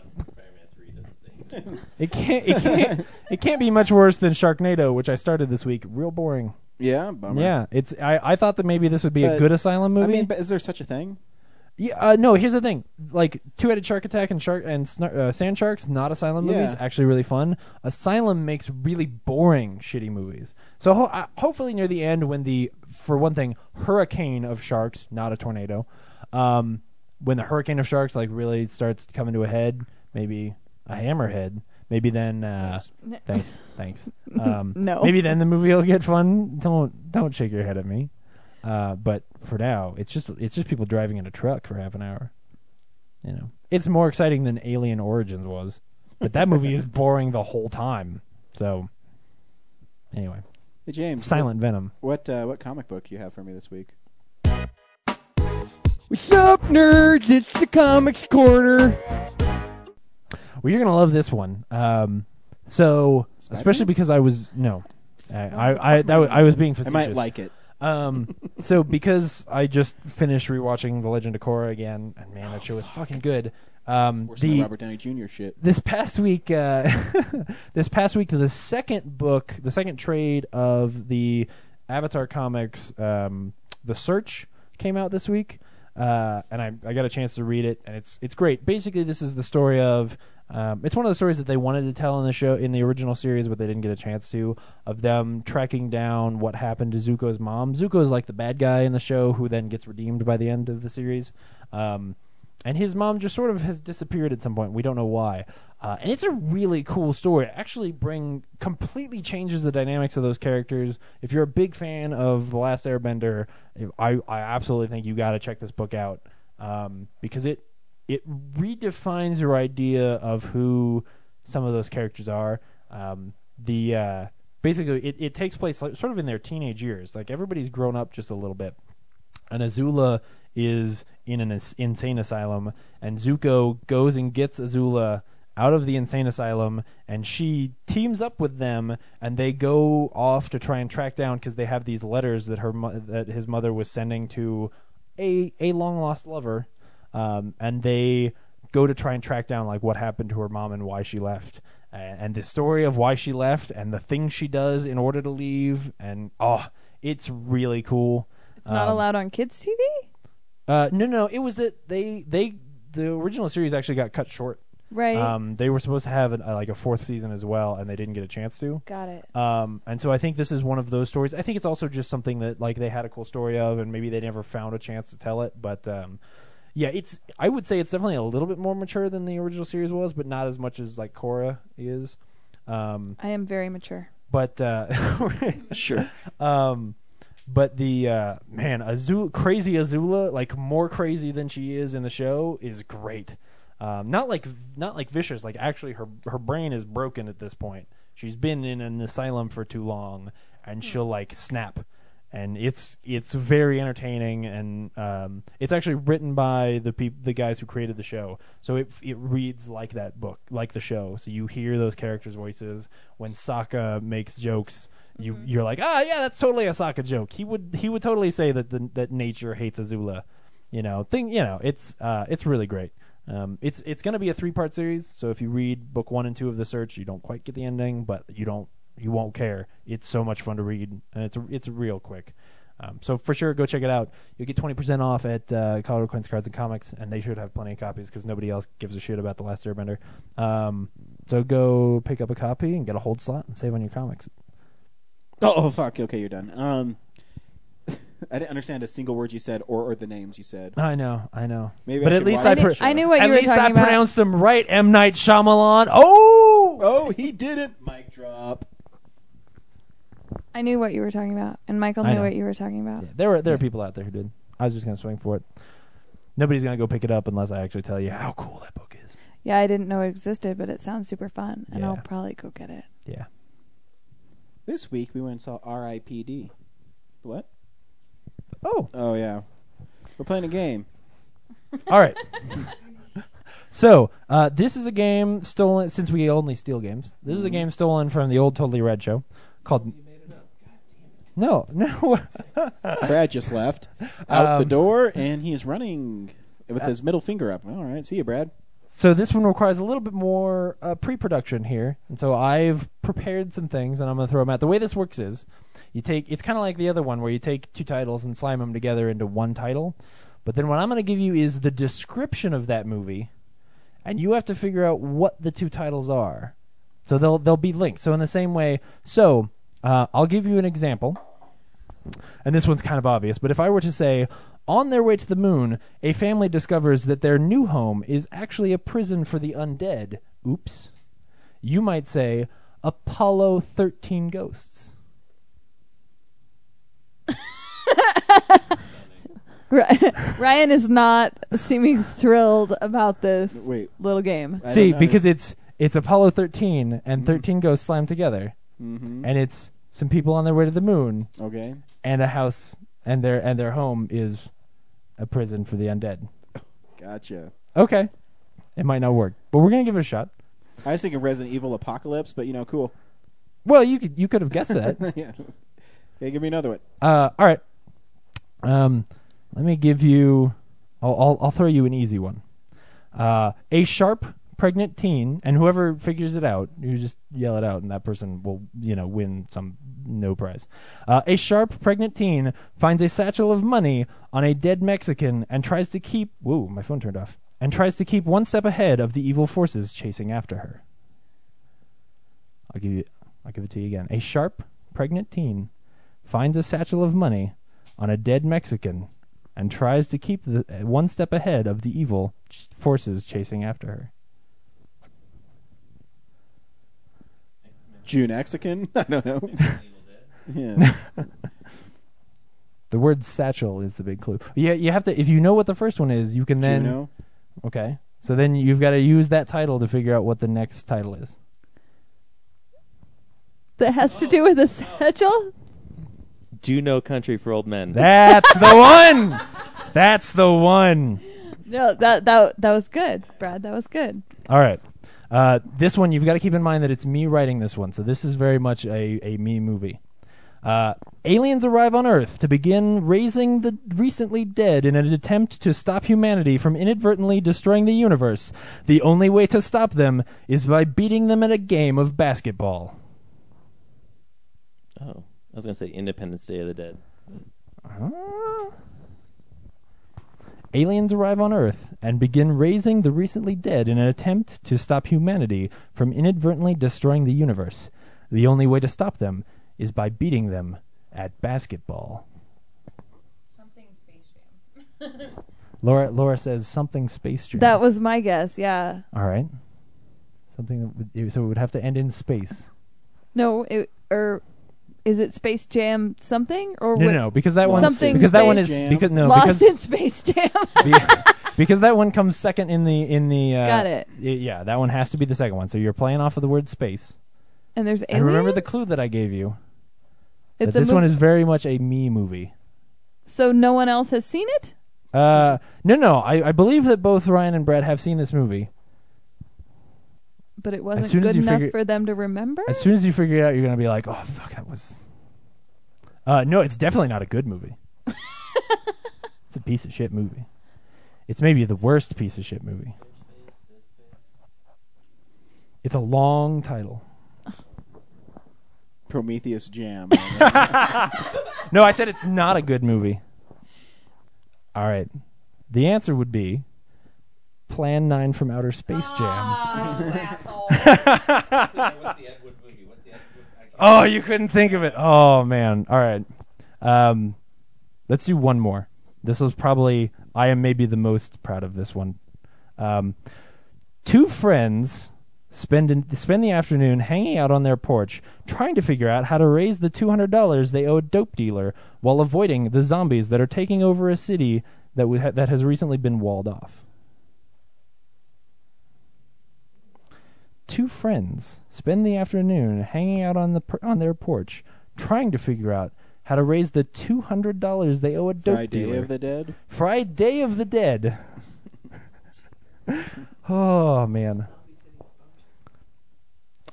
Speaker 2: it can't. It can't. It can't be much worse than Sharknado, which I started this week. Real boring.
Speaker 1: Yeah, bummer.
Speaker 2: Yeah, it's. I, I thought that maybe this would be
Speaker 1: But-
Speaker 2: a good asylum movie.
Speaker 1: I mean, but is there such a thing?
Speaker 2: yeah. Uh, no, here's the thing. Like two-headed shark attack and shark and snar- uh, sand sharks, not asylum
Speaker 1: Yeah.
Speaker 2: movies. Actually, really fun. Asylum makes really boring, shitty movies. So ho- uh, hopefully near the end, when the for one thing, hurricane of sharks, not a tornado. Um, when the hurricane of sharks like really starts coming to a head, maybe a hammerhead. Maybe then. Uh, thanks.
Speaker 12: [laughs]
Speaker 2: Thanks. [laughs] Um,
Speaker 5: No.
Speaker 2: Maybe then the movie will get fun. Don't don't shake your head at me. Uh, but for now, it's just it's just people driving in a truck for half an hour. You know, it's more exciting than Alien Origins was, but that movie
Speaker 1: [laughs]
Speaker 2: is boring the whole time. So anyway,
Speaker 1: Hey, James.
Speaker 2: Silent
Speaker 1: what,
Speaker 2: Venom.
Speaker 1: What uh, what comic book you have for me this week?
Speaker 13: What's up, nerds? It's the Comics Corner.
Speaker 2: Well, you're gonna love this one. Um, so especially because I was no, I I I, that was, I was being
Speaker 1: Oh. I
Speaker 2: facetious.
Speaker 1: might like it. [laughs]
Speaker 2: Um, so because I just finished rewatching The Legend of Korra again, and man, that show is fucking good. Um,
Speaker 1: Worse than
Speaker 2: the
Speaker 1: Robert Downey Jr. shit.
Speaker 2: this past week, uh, [laughs] this past week, the second book, the second trade of the Avatar comics, um, The Search, came out this week, uh, and I, I got a chance to read it, and it's it's great. Basically, this is the story of. Um, it's one of the stories that they wanted to tell in the show in the original series, but they didn't get a chance to. Of them tracking down what happened to Zuko's mom. Zuko is like the bad guy in the show, who then gets redeemed by the end of the series. Um, and his mom just sort of has disappeared at some point. We don't know why. Uh, and it's a really cool story. It actually bring completely changes the dynamics of those characters. If you're a big fan of The Last Airbender, I, I absolutely think you got to check this book out um, because it it redefines your idea of who some of those characters are. Um, the uh, basically it, it takes place like, sort of in their teenage years. Like everybody's grown up just a little bit and Azula is in an as- insane asylum, and Zuko goes and gets Azula out of the insane asylum, and she teams up with them, and they go off to try and track down because they have these letters that her mo- that his mother was sending to a a long lost lover, um, and they go to try and track down like what happened to her mom and why she left. A- And the story of why she left and the things she does in order to leave, and oh, it's really cool.
Speaker 5: It's not
Speaker 2: Um,
Speaker 5: allowed on kids' TV.
Speaker 2: uh, no, no, it was that they they the original series actually got cut short.
Speaker 5: Right.
Speaker 2: Um, they were supposed to have an, uh, like a fourth season as well, and they didn't get a chance to.
Speaker 5: Got it.
Speaker 2: Um, and so I think this is one of those stories. I think it's also just something that like they had a cool story of, and maybe they never found a chance to tell it. But um, yeah, it's I would say it's definitely a little bit more mature than the original series was, but not as much as like Korra is. Um,
Speaker 5: I am very mature.
Speaker 2: but uh, [laughs] sure. Um, but the uh, man Azula, crazy Azula, like more crazy than she is in the show, is great. Um, not like not like vicious. Like actually, her her brain is broken at this point. She's been in an asylum for too long, and she'll like snap. And it's it's very entertaining, and um, it's actually written by the peop- the guys who created the show. So it it reads like that book, like the show. So you hear those characters' voices when Sokka makes jokes. You you're like, ah, yeah, that's totally a Sokka joke. He would he would totally say that the, that nature hates Azula. You know thing. You know it's uh it's really great. Um, it's it's going to be a three part series. So if you read book one and two of the search, you don't quite get the ending, but you don't you won't care. It's so much fun to read, and it's it's real quick. Um, so for sure, go check it out. You'll get 20% off at uh, Colorado Coins Cards and Comics, and they should have plenty of copies because nobody else gives a shit about The Last Airbender. Um, so go pick up a copy and get a hold slot and save on your comics.
Speaker 1: Oh, oh fuck. Okay, you're done. Um, [laughs] I didn't understand a single word you said, or, or the names you said.
Speaker 2: I know, I know.
Speaker 1: Maybe
Speaker 2: but
Speaker 1: I
Speaker 2: at
Speaker 1: should
Speaker 2: least
Speaker 1: watch
Speaker 2: I,
Speaker 1: the
Speaker 2: pro-
Speaker 1: show.
Speaker 2: at least I pronounced them right. M Night Shyamalan. Oh,
Speaker 1: oh, he did it. Mic drop.
Speaker 5: I knew what you were talking about, and Michael
Speaker 2: I
Speaker 5: knew
Speaker 2: know.
Speaker 5: what you were talking about.
Speaker 2: There were there are people out there who did. I was just gonna swing for it. Nobody's gonna go pick it up unless I actually tell you how cool that book is.
Speaker 5: Yeah, I didn't know it existed, but it sounds super fun, and I'll probably go get it.
Speaker 2: Yeah.
Speaker 1: This week we went and saw R.I.P.D. What?
Speaker 2: Oh.
Speaker 1: Oh yeah. We're playing a
Speaker 2: [laughs]
Speaker 1: game.
Speaker 2: All right. [laughs] So uh, this is a game stolen since we only steal games. This is a
Speaker 3: Mhm.
Speaker 2: game stolen from the old Totally Red show called. No, no. [laughs]
Speaker 1: Brad just left out the
Speaker 2: Um, uh,
Speaker 1: door, and he is running with his middle finger up. All right, see you, Brad.
Speaker 2: So this one requires a little bit more uh, pre-production here, and so I've prepared some things, and I'm going to throw them out. The way this works is, you take it's kind of like the other one where you take two titles and slime them together into one title, but then what I'm going to give you is the description of that movie, and you have to figure out what the two titles are. So they'll they'll be linked. So in the same way, so uh, I'll give you an example, and this one's kind of obvious. But if I were to say, on their way to the moon, a family discovers that their new home is actually a prison for the undead. Oops. You might say Apollo thirteen ghosts.
Speaker 5: Ri- [laughs] Ryan is not seeming thrilled about this little game.
Speaker 2: See, because it's it's Apollo thirteen and thirteen ghosts slammed together,
Speaker 1: Mhm.
Speaker 2: and it's some people on their way to the moon.
Speaker 1: Okay.
Speaker 2: And a house, and their and their home is a prison for the undead.
Speaker 1: Gotcha.
Speaker 2: Okay. It might not work, but we're gonna give it a shot.
Speaker 1: I was thinking Resident Evil Apocalypse, but you know, cool.
Speaker 2: Well, you could you could have guessed that.
Speaker 1: [laughs] yeah. Okay, give me another one.
Speaker 2: Uh, all right. Um, let me give you. I'll, I'll I'll throw you an easy one. Uh, a sharp pregnant teen, and whoever figures it out, you just yell it out, and that person will you know win some no prize. Uh, a sharp pregnant teen finds a satchel of money on a dead Mexican and tries to keep. Whoa, my phone turned off. And tries to keep one step ahead of the evil forces chasing after her. I'll give you I'll give it to you again. A sharp pregnant teen finds a satchel of money on a dead Mexican and tries to keep the uh, one step ahead of the evil ch- forces chasing after her.
Speaker 1: June Mexican. [laughs] I don't know. yeah.
Speaker 2: The word satchel is the big clue. Yeah, you have to if you know what the first one is, you can then
Speaker 1: Juno.
Speaker 2: Okay. So then you've got to use that title to figure out what the next title is.
Speaker 5: That has to do with a [laughs] satchel?
Speaker 4: Do no country for old men.
Speaker 2: That's
Speaker 4: [laughs]
Speaker 2: the one. That's the one.
Speaker 5: No, that that that was good, Brad. That was good.
Speaker 2: All right. Uh, this one, you've got to keep in mind that it's me writing this one, so this is very much a, a me movie. Uh, aliens arrive on Earth to begin raising the recently dead in an attempt to stop humanity from inadvertently destroying the universe. The only way to stop them is by beating them in a game of basketball.
Speaker 4: Oh, I was gonna say Independence Day of
Speaker 12: [laughs]
Speaker 4: the Dead.
Speaker 2: Aliens arrive on Earth and begin raising the recently dead in an attempt to stop humanity from inadvertently destroying the universe. The only way to stop them is by beating them at basketball. Laura Laura says something space jam.
Speaker 5: That was my guess. Yeah.
Speaker 2: All right. Something that would, it- so it would have to end in space.
Speaker 5: No, it or is it Space Jam something or
Speaker 2: No,
Speaker 5: what-
Speaker 2: no, no, because that one-
Speaker 5: something
Speaker 2: because that one
Speaker 5: Space
Speaker 2: is-
Speaker 5: Jam.
Speaker 2: because- no,
Speaker 5: Lost
Speaker 2: because-
Speaker 5: in Space Jam. [laughs]
Speaker 2: [laughs] because that one comes second in the in the uh,
Speaker 5: Got it.
Speaker 2: y- yeah, that one has to be the second one. So you're playing off of the word space.
Speaker 5: and there's aliens.
Speaker 2: And remember the clue that I gave you.
Speaker 5: It's
Speaker 2: that
Speaker 5: a
Speaker 2: this
Speaker 5: mov-
Speaker 2: one is very much a me movie.
Speaker 5: so no one else has seen it.
Speaker 2: Uh, no, no. I, I believe that both Ryan and Brad have seen this movie.
Speaker 5: but it wasn't
Speaker 2: soon as
Speaker 5: good
Speaker 2: you
Speaker 5: enough
Speaker 2: figure-
Speaker 5: for them to remember.
Speaker 2: As soon as you figure it out, you're gonna be like, "Oh fuck, that was." Uh, no, it's definitely not a good movie. it's a piece of shit movie. It's maybe the worst piece of shit movie. It's a long title.
Speaker 1: [laughs] Prometheus jam.
Speaker 2: No, I said it's not a good movie. All right. The answer would be Plan 9 from Outer Space [laughs] Jam. oh, you couldn't think of it. Oh, man. All right. Um, let's do one more. This was probably, I am maybe the most proud of this one. Um, two friends spend an, spend the afternoon hanging out on their porch, trying to figure out how to raise the two hundred dollars they owe a dope dealer while avoiding the zombies that are taking over a city that we ha- that has recently been walled off. Two friends spend the afternoon hanging out on the per- on their porch, trying to figure out how to raise the two hundred dollars they owe a dope
Speaker 1: Friday
Speaker 2: dealer.
Speaker 1: of the Dead?
Speaker 2: Friday of
Speaker 1: [laughs]
Speaker 2: the Dead. oh man.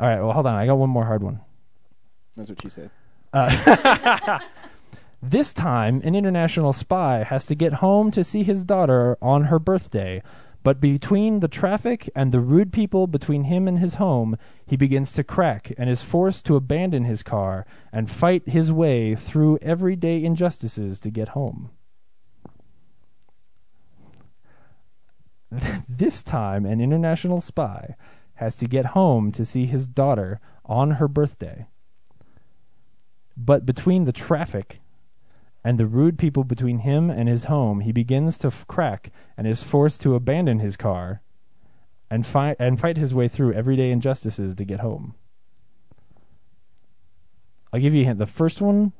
Speaker 2: All right, well, hold on. I got one more hard one.
Speaker 1: That's what she said.
Speaker 2: Uh, [laughs] this time, an international spy has to get home to see his daughter on her birthday, but between the traffic and the rude people between him and his home, he begins to crack and is forced to abandon his car and fight his way through everyday injustices to get home. [laughs] this time, an international spy has to get home to see his daughter on her birthday. But between the traffic and the rude people between him and his home, he begins to f- crack and is forced to abandon his car and fight and fight his way through everyday injustices to get home. I'll give you a hint. The first one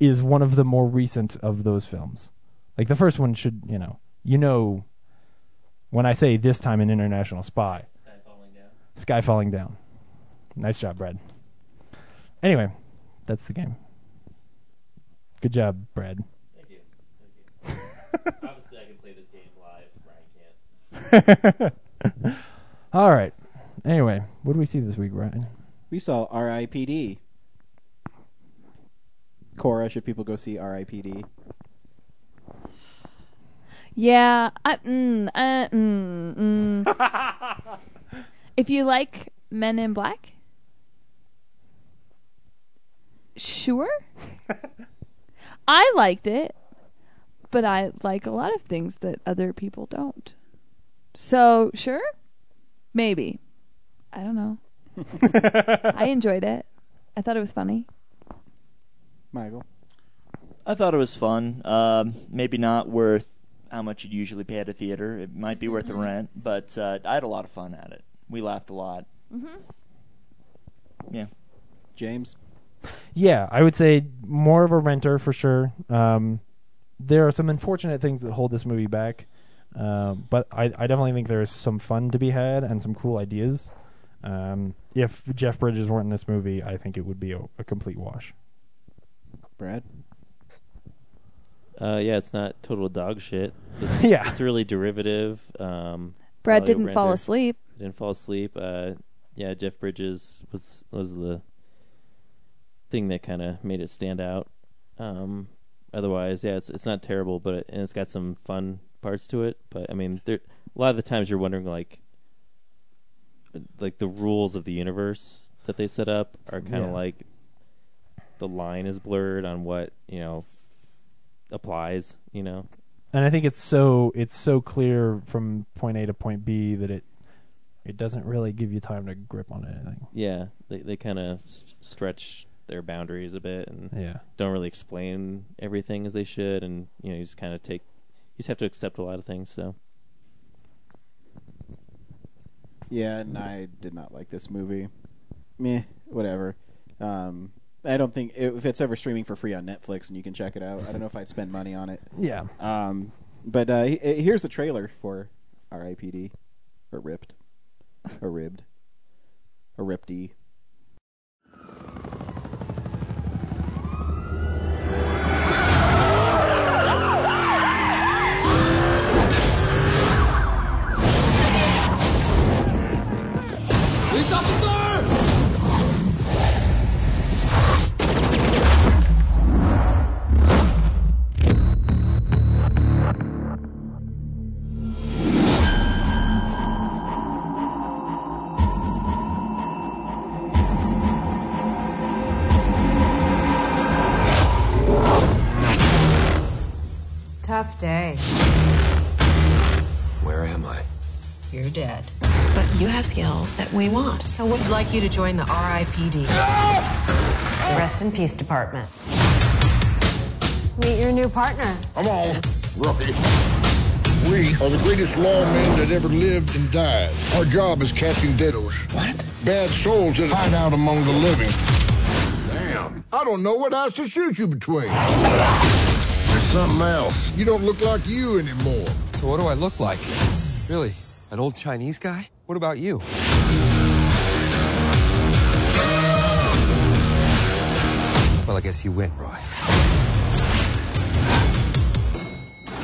Speaker 2: is one of the more recent of those films. Like the first one should, you know, you know when I say this time an international spy. Sky falling down. Nice job, Brad. Anyway, that's the game. Good job, Brad.
Speaker 4: Thank you. Thank you. Obviously, I can play this game live. Ryan can't.
Speaker 2: All right. Anyway, what do we see this week, Ryan?
Speaker 1: We saw R.I.P.D. Cora, should people go see R.I.P.D.?
Speaker 5: Yeah. I, mm, uh, mm,
Speaker 2: [laughs]
Speaker 5: mm. if you like Men in Black,
Speaker 2: [laughs]
Speaker 5: sure. I liked it, but I like a lot of things that other people don't. So, sure? Maybe. I don't
Speaker 2: [laughs]
Speaker 5: know. I enjoyed it. I thought it was funny.
Speaker 1: Michael.
Speaker 6: I thought it was fun. Um, maybe not worth how much you'd usually pay at a theater. It might be
Speaker 5: Mm-hmm.
Speaker 6: worth the rent, but uh, I had a lot of fun at it. We laughed a lot.
Speaker 5: Mm-hmm.
Speaker 6: Yeah.
Speaker 1: James.
Speaker 2: Yeah, I would say more of a renter for sure. Um, there are some unfortunate things that hold this movie back, um, but I, I definitely think there is some fun to be had and some cool ideas. Um, if Jeff Bridges weren't in this movie, I think it would be a, a complete wash.
Speaker 1: Brad.
Speaker 4: Uh, yeah, it's not total dog shit.
Speaker 12: [laughs]
Speaker 4: It's,
Speaker 2: Yeah.
Speaker 4: it's really derivative. Um,
Speaker 5: Brad
Speaker 4: probably
Speaker 5: didn't fall
Speaker 4: rendered-
Speaker 5: asleep.
Speaker 4: Didn't fall asleep. Uh, yeah, Jeff Bridges was was the thing that kind of made it stand out. Um, otherwise, yeah, it's it's not terrible, but it, and it's got some fun parts to it. But I mean, there a lot of the times you're wondering like like the rules of the universe that they set up are kind of
Speaker 2: Yeah.
Speaker 4: like the line is blurred on what you know applies. You know,
Speaker 2: and I think it's so it's so clear from point A to point B that it it doesn't really give you time to grip on anything.
Speaker 4: yeah, they they kind of s- stretch their boundaries a bit and
Speaker 2: Yeah.
Speaker 4: don't really explain everything as they should, and you know you just kind of take you just have to accept a lot of things. So
Speaker 1: Yeah, and I did not like this movie. Meh, whatever. Um, I don't think if it's ever streaming for free on Netflix and you can check it out. I don't know if I'd spend money on it.
Speaker 2: Yeah.
Speaker 1: Um, but uh, he- here's the trailer for R.I.P.D. or ripped, or ribbed, or ripped E.
Speaker 3: Police officer!
Speaker 15: tough day.
Speaker 16: Where am I?
Speaker 15: You're dead. But you have skills that we want. So we'd like you to join the RIPD. The Rest in Peace Department. Meet your new partner.
Speaker 8: Come on, Ruffy. We are the greatest lawmen that ever lived and died. Our job is catching deados. What? Bad souls that hide out among the living. Damn, I don't know what eyes to shoot you between. There's something else. You don't look like you anymore.
Speaker 16: So what do I look like? Really? An old Chinese guy? What about you? Well, I guess you win, Roy.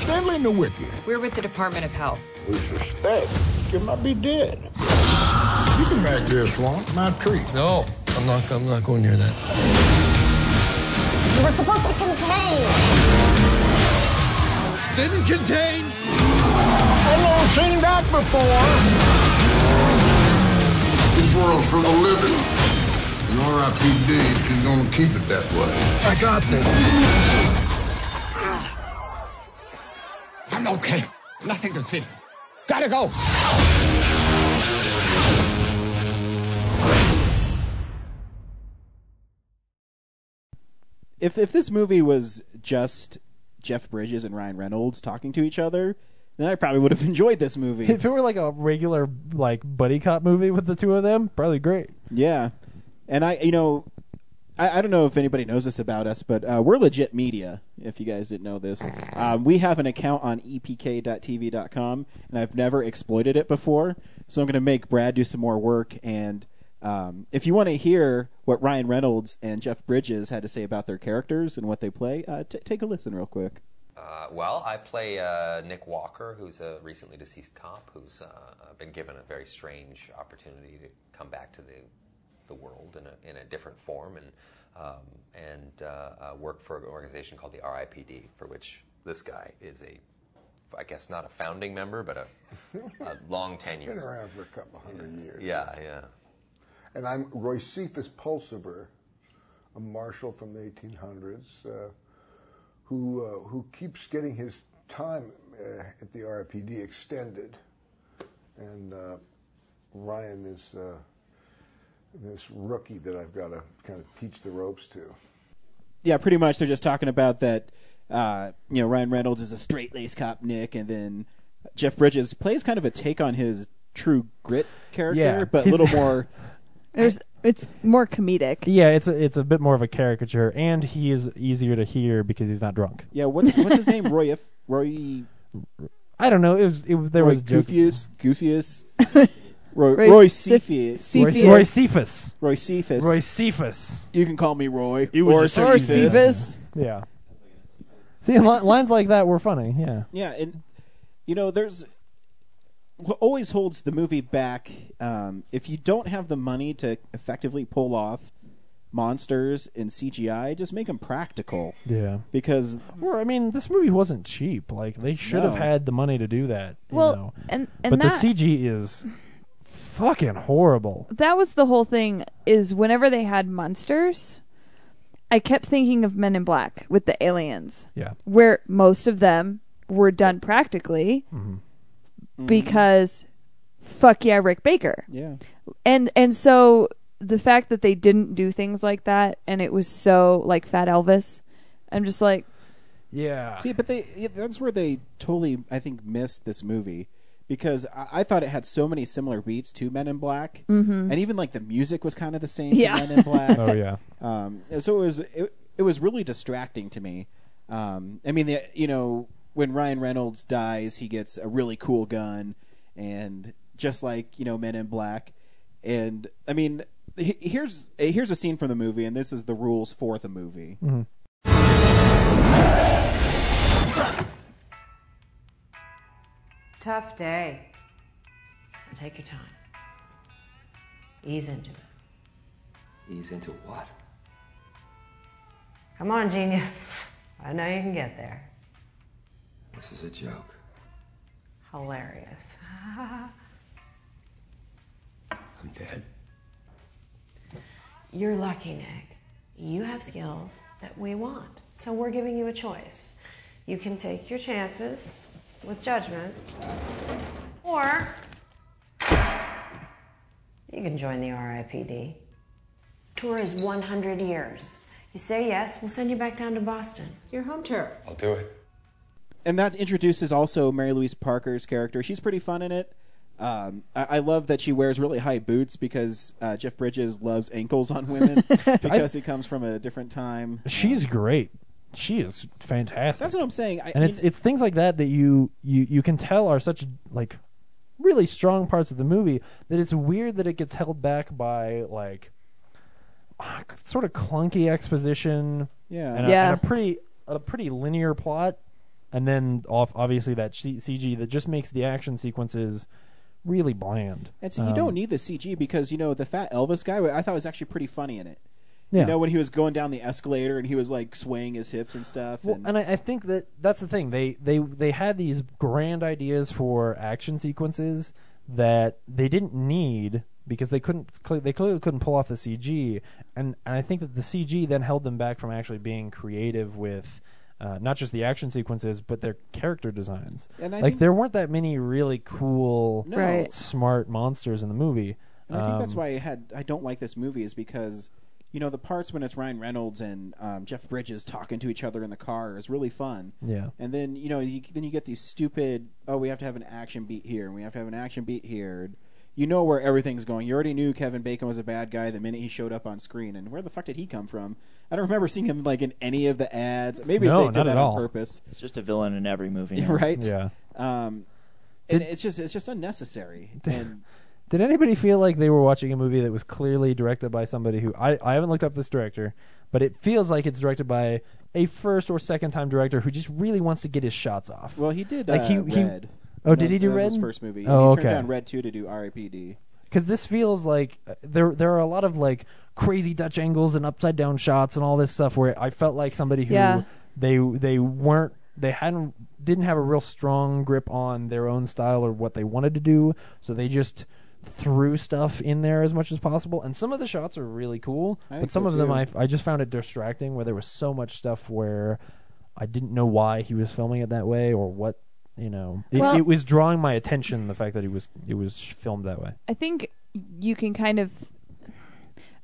Speaker 8: Stanley the Wicked.
Speaker 15: We're with the Department of Health.
Speaker 8: We suspect you might be dead. You can back there, Swamp. My tree.
Speaker 16: No, I'm not. I'm not going near that.
Speaker 15: You were supposed to contain.
Speaker 16: Didn't contain.
Speaker 8: I've never seen that before. This world's for the living. And RIPD is gonna keep it that way. I got this.
Speaker 17: I'm okay. Nothing to see. Gotta go.
Speaker 1: if if this movie was just Jeff Bridges and Ryan Reynolds talking to each other, then I probably would have [laughs] enjoyed this
Speaker 2: [laughs]
Speaker 1: movie.
Speaker 2: If it were like a regular like buddy cop movie with the two of them, probably great.
Speaker 1: yeah, and I, you know, I, I don't know if anybody knows this about us, but uh, we're legit media. If you guys didn't know this, um, we have an account on E epk.tv.com, and I've never exploited it before, so I'm going to make Brad do some more work and. Um, if you want to hear what Ryan Reynolds and Jeff Bridges had to say about their characters and what they play, uh, t- take a listen real quick.
Speaker 18: Uh, well, I play uh, Nick Walker, who's a recently deceased cop who's uh, uh, been given a very strange opportunity to come back to the the world in a in a different form and um, and uh, uh, work for an organization called the RIPD, for which this guy is a I guess not a founding member, but
Speaker 19: [laughs]
Speaker 18: a, a long tenure.
Speaker 19: Been around for a couple hundred years.
Speaker 18: Yeah, yeah.
Speaker 19: And I'm Roy Cephas Pulsiver, a marshal from the 1800s, uh, who uh, who keeps getting his time uh, at the RIPD extended, and uh, Ryan is uh, this rookie that I've got to kind of teach the ropes to.
Speaker 1: yeah, pretty much they're just talking about that. Uh, you know, Ryan Reynolds is a straight laced cop, Nick, and then Jeff Bridges plays kind of a take on his true grit character,
Speaker 2: Yeah,
Speaker 1: but a
Speaker 2: he's-
Speaker 1: little more.
Speaker 5: There's it's more comedic.
Speaker 2: Yeah, it's a, it's a bit more of a caricature, and he is easier to hear because he's not drunk.
Speaker 1: Yeah, what's what's his name? Roy If Roy.
Speaker 2: I don't know. It was it, was- there
Speaker 1: Roy
Speaker 2: was a joke-
Speaker 1: Goofius, Goofius, Roy,
Speaker 2: Roy
Speaker 1: Roy,
Speaker 2: Cef-
Speaker 1: Cepheus.
Speaker 2: Roy- Cepheus. Roy Cephas.
Speaker 1: Roy Cephas.
Speaker 2: Roy Cephas.
Speaker 1: You can call me Roy.
Speaker 2: It was a
Speaker 1: or
Speaker 2: Cephas.
Speaker 1: Cephas.
Speaker 2: Yeah. See, li- lines like that were funny. Yeah.
Speaker 1: Yeah, and you know, there's what always holds the movie back. Um, if you don't have the money to effectively pull off monsters in CGI, just make them practical.
Speaker 2: Yeah.
Speaker 1: Because
Speaker 2: Or I mean, this movie wasn't cheap. Like they should have
Speaker 1: No.
Speaker 2: had the money to do that. you
Speaker 5: Well,
Speaker 2: know.
Speaker 5: and- and
Speaker 2: but
Speaker 5: that-
Speaker 2: the CG is fucking
Speaker 5: [laughs]
Speaker 2: horrible.
Speaker 5: that was the whole thing is whenever they had monsters i kept thinking of men in black with the aliens
Speaker 2: Yeah.
Speaker 5: where most of them were done practically
Speaker 2: Mm-hmm.
Speaker 5: because fuck yeah rick baker
Speaker 1: Yeah.
Speaker 5: and and so the fact that they didn't do things like that and it was so like fat elvis i'm just like
Speaker 2: Yeah.
Speaker 1: See, but they yeah, that's where they totally I think missed this movie because I, I thought it had so many similar beats to Men in Black,
Speaker 5: Mhm.
Speaker 1: and even like the music was kind of the same. to
Speaker 5: Yeah.
Speaker 1: Men in Black.
Speaker 2: [laughs] Oh, yeah.
Speaker 1: Um, and so it was it, it was really distracting to me. Um, I mean, the, you know, when Ryan Reynolds dies, he gets a really cool gun, and just like you know Men in Black, and I mean. he- Here's here's a scene from the movie, and this is the rules for the movie.
Speaker 2: Mm-hmm.
Speaker 15: Tough day. So take your time. Ease into it.
Speaker 14: Ease into what?
Speaker 15: Come on, genius. [laughs] I know you can get there.
Speaker 14: This is a joke.
Speaker 15: Hilarious.
Speaker 14: I'm dead.
Speaker 15: You're lucky, Nick. You have skills that we want. So we're giving you a choice. You can take your chances with judgment, or you can join the RIPD. Tour is 100 years. You say yes, we'll send you back down to Boston, your home turf.
Speaker 8: I'll do it.
Speaker 1: and that introduces also Mary Louise Parker's character. She's pretty fun in it. Um, I, I love that she wears really high boots because uh, Jeff Bridges loves ankles on
Speaker 2: [laughs]
Speaker 1: women because he comes from a different time.
Speaker 2: She's great. She is fantastic.
Speaker 1: That's what I'm saying. I,
Speaker 2: and it's it's things like that that you you you can tell are such like really strong parts of the movie that it's weird that it gets held back by like ah, sort of clunky exposition
Speaker 1: Yeah.
Speaker 2: and, A,
Speaker 1: Yeah.
Speaker 2: and a pretty a pretty linear plot and then off obviously that C- cg that just makes the action sequences really bland
Speaker 1: And so you
Speaker 2: Um,
Speaker 1: don't need the CG because you know the fat Elvis guy. I thought was actually pretty funny in it.
Speaker 2: Yeah.
Speaker 1: You know when he was going down the escalator and he was like swaying his hips and stuff.
Speaker 2: Well, and I, I think that that's the thing. They they they had these grand ideas for action sequences that they didn't need because they couldn't cle- they clearly couldn't pull off the CG, and and I think that the CG then held them back from actually being creative with. Uh, not just the action sequences, but their character designs.
Speaker 1: And I
Speaker 2: like
Speaker 1: think-
Speaker 2: there weren't that many really cool,
Speaker 1: No. Right.
Speaker 2: smart monsters in the movie.
Speaker 1: And I think that's
Speaker 2: Um,
Speaker 1: why I had I don't like this movie is because you know the parts when it's Ryan Reynolds and um, Jeff Bridges talking to each other in the car is really fun.
Speaker 2: Yeah.
Speaker 1: And then you know you, then you get these stupid oh we have to have an action beat here and we have to have an action beat here. You know where everything's going. You already knew Kevin Bacon was a bad guy the minute he showed up on screen. And where the fuck did he come from? I don't remember seeing him like in any of the ads. Maybe
Speaker 6: No,
Speaker 1: they did
Speaker 6: not
Speaker 1: that
Speaker 6: at
Speaker 1: on
Speaker 6: all.
Speaker 1: purpose. [laughs]
Speaker 6: It's just a villain in every movie, [laughs] now.
Speaker 1: right? Um, and it's just it's just
Speaker 2: [laughs]
Speaker 1: unnecessary. And
Speaker 2: Did anybody feel like they were watching a movie that was clearly directed by somebody who I, I haven't looked up this director, but it feels like it's directed by a first or second time director who just really wants to get his shots off.
Speaker 1: well, he did
Speaker 2: Like,
Speaker 1: uh,
Speaker 2: he- he-
Speaker 1: Red.
Speaker 2: oh, did
Speaker 1: That-
Speaker 2: he do
Speaker 1: that was
Speaker 2: Red?
Speaker 1: His first movie.
Speaker 2: Oh,
Speaker 1: he
Speaker 2: okay.
Speaker 1: turned down Red Two to do R.I.P.D.
Speaker 2: Because this feels like uh, there there are a lot of like crazy Dutch angles and upside down shots and all this stuff where I felt like somebody who
Speaker 5: Yeah.
Speaker 2: they they weren't they hadn't didn't have a real strong grip on their own style or what they wanted to do, so they just threw stuff in there as much as possible. And some of the shots are really cool,
Speaker 1: I
Speaker 2: but
Speaker 1: think
Speaker 2: some
Speaker 1: so,
Speaker 2: of them
Speaker 1: too.
Speaker 2: I I just found it distracting where there was so much stuff where I didn't know why he was filming it that way or what you know it,
Speaker 5: Well-
Speaker 2: it was drawing my attention the fact that it was it was filmed that way
Speaker 5: I think you can kind of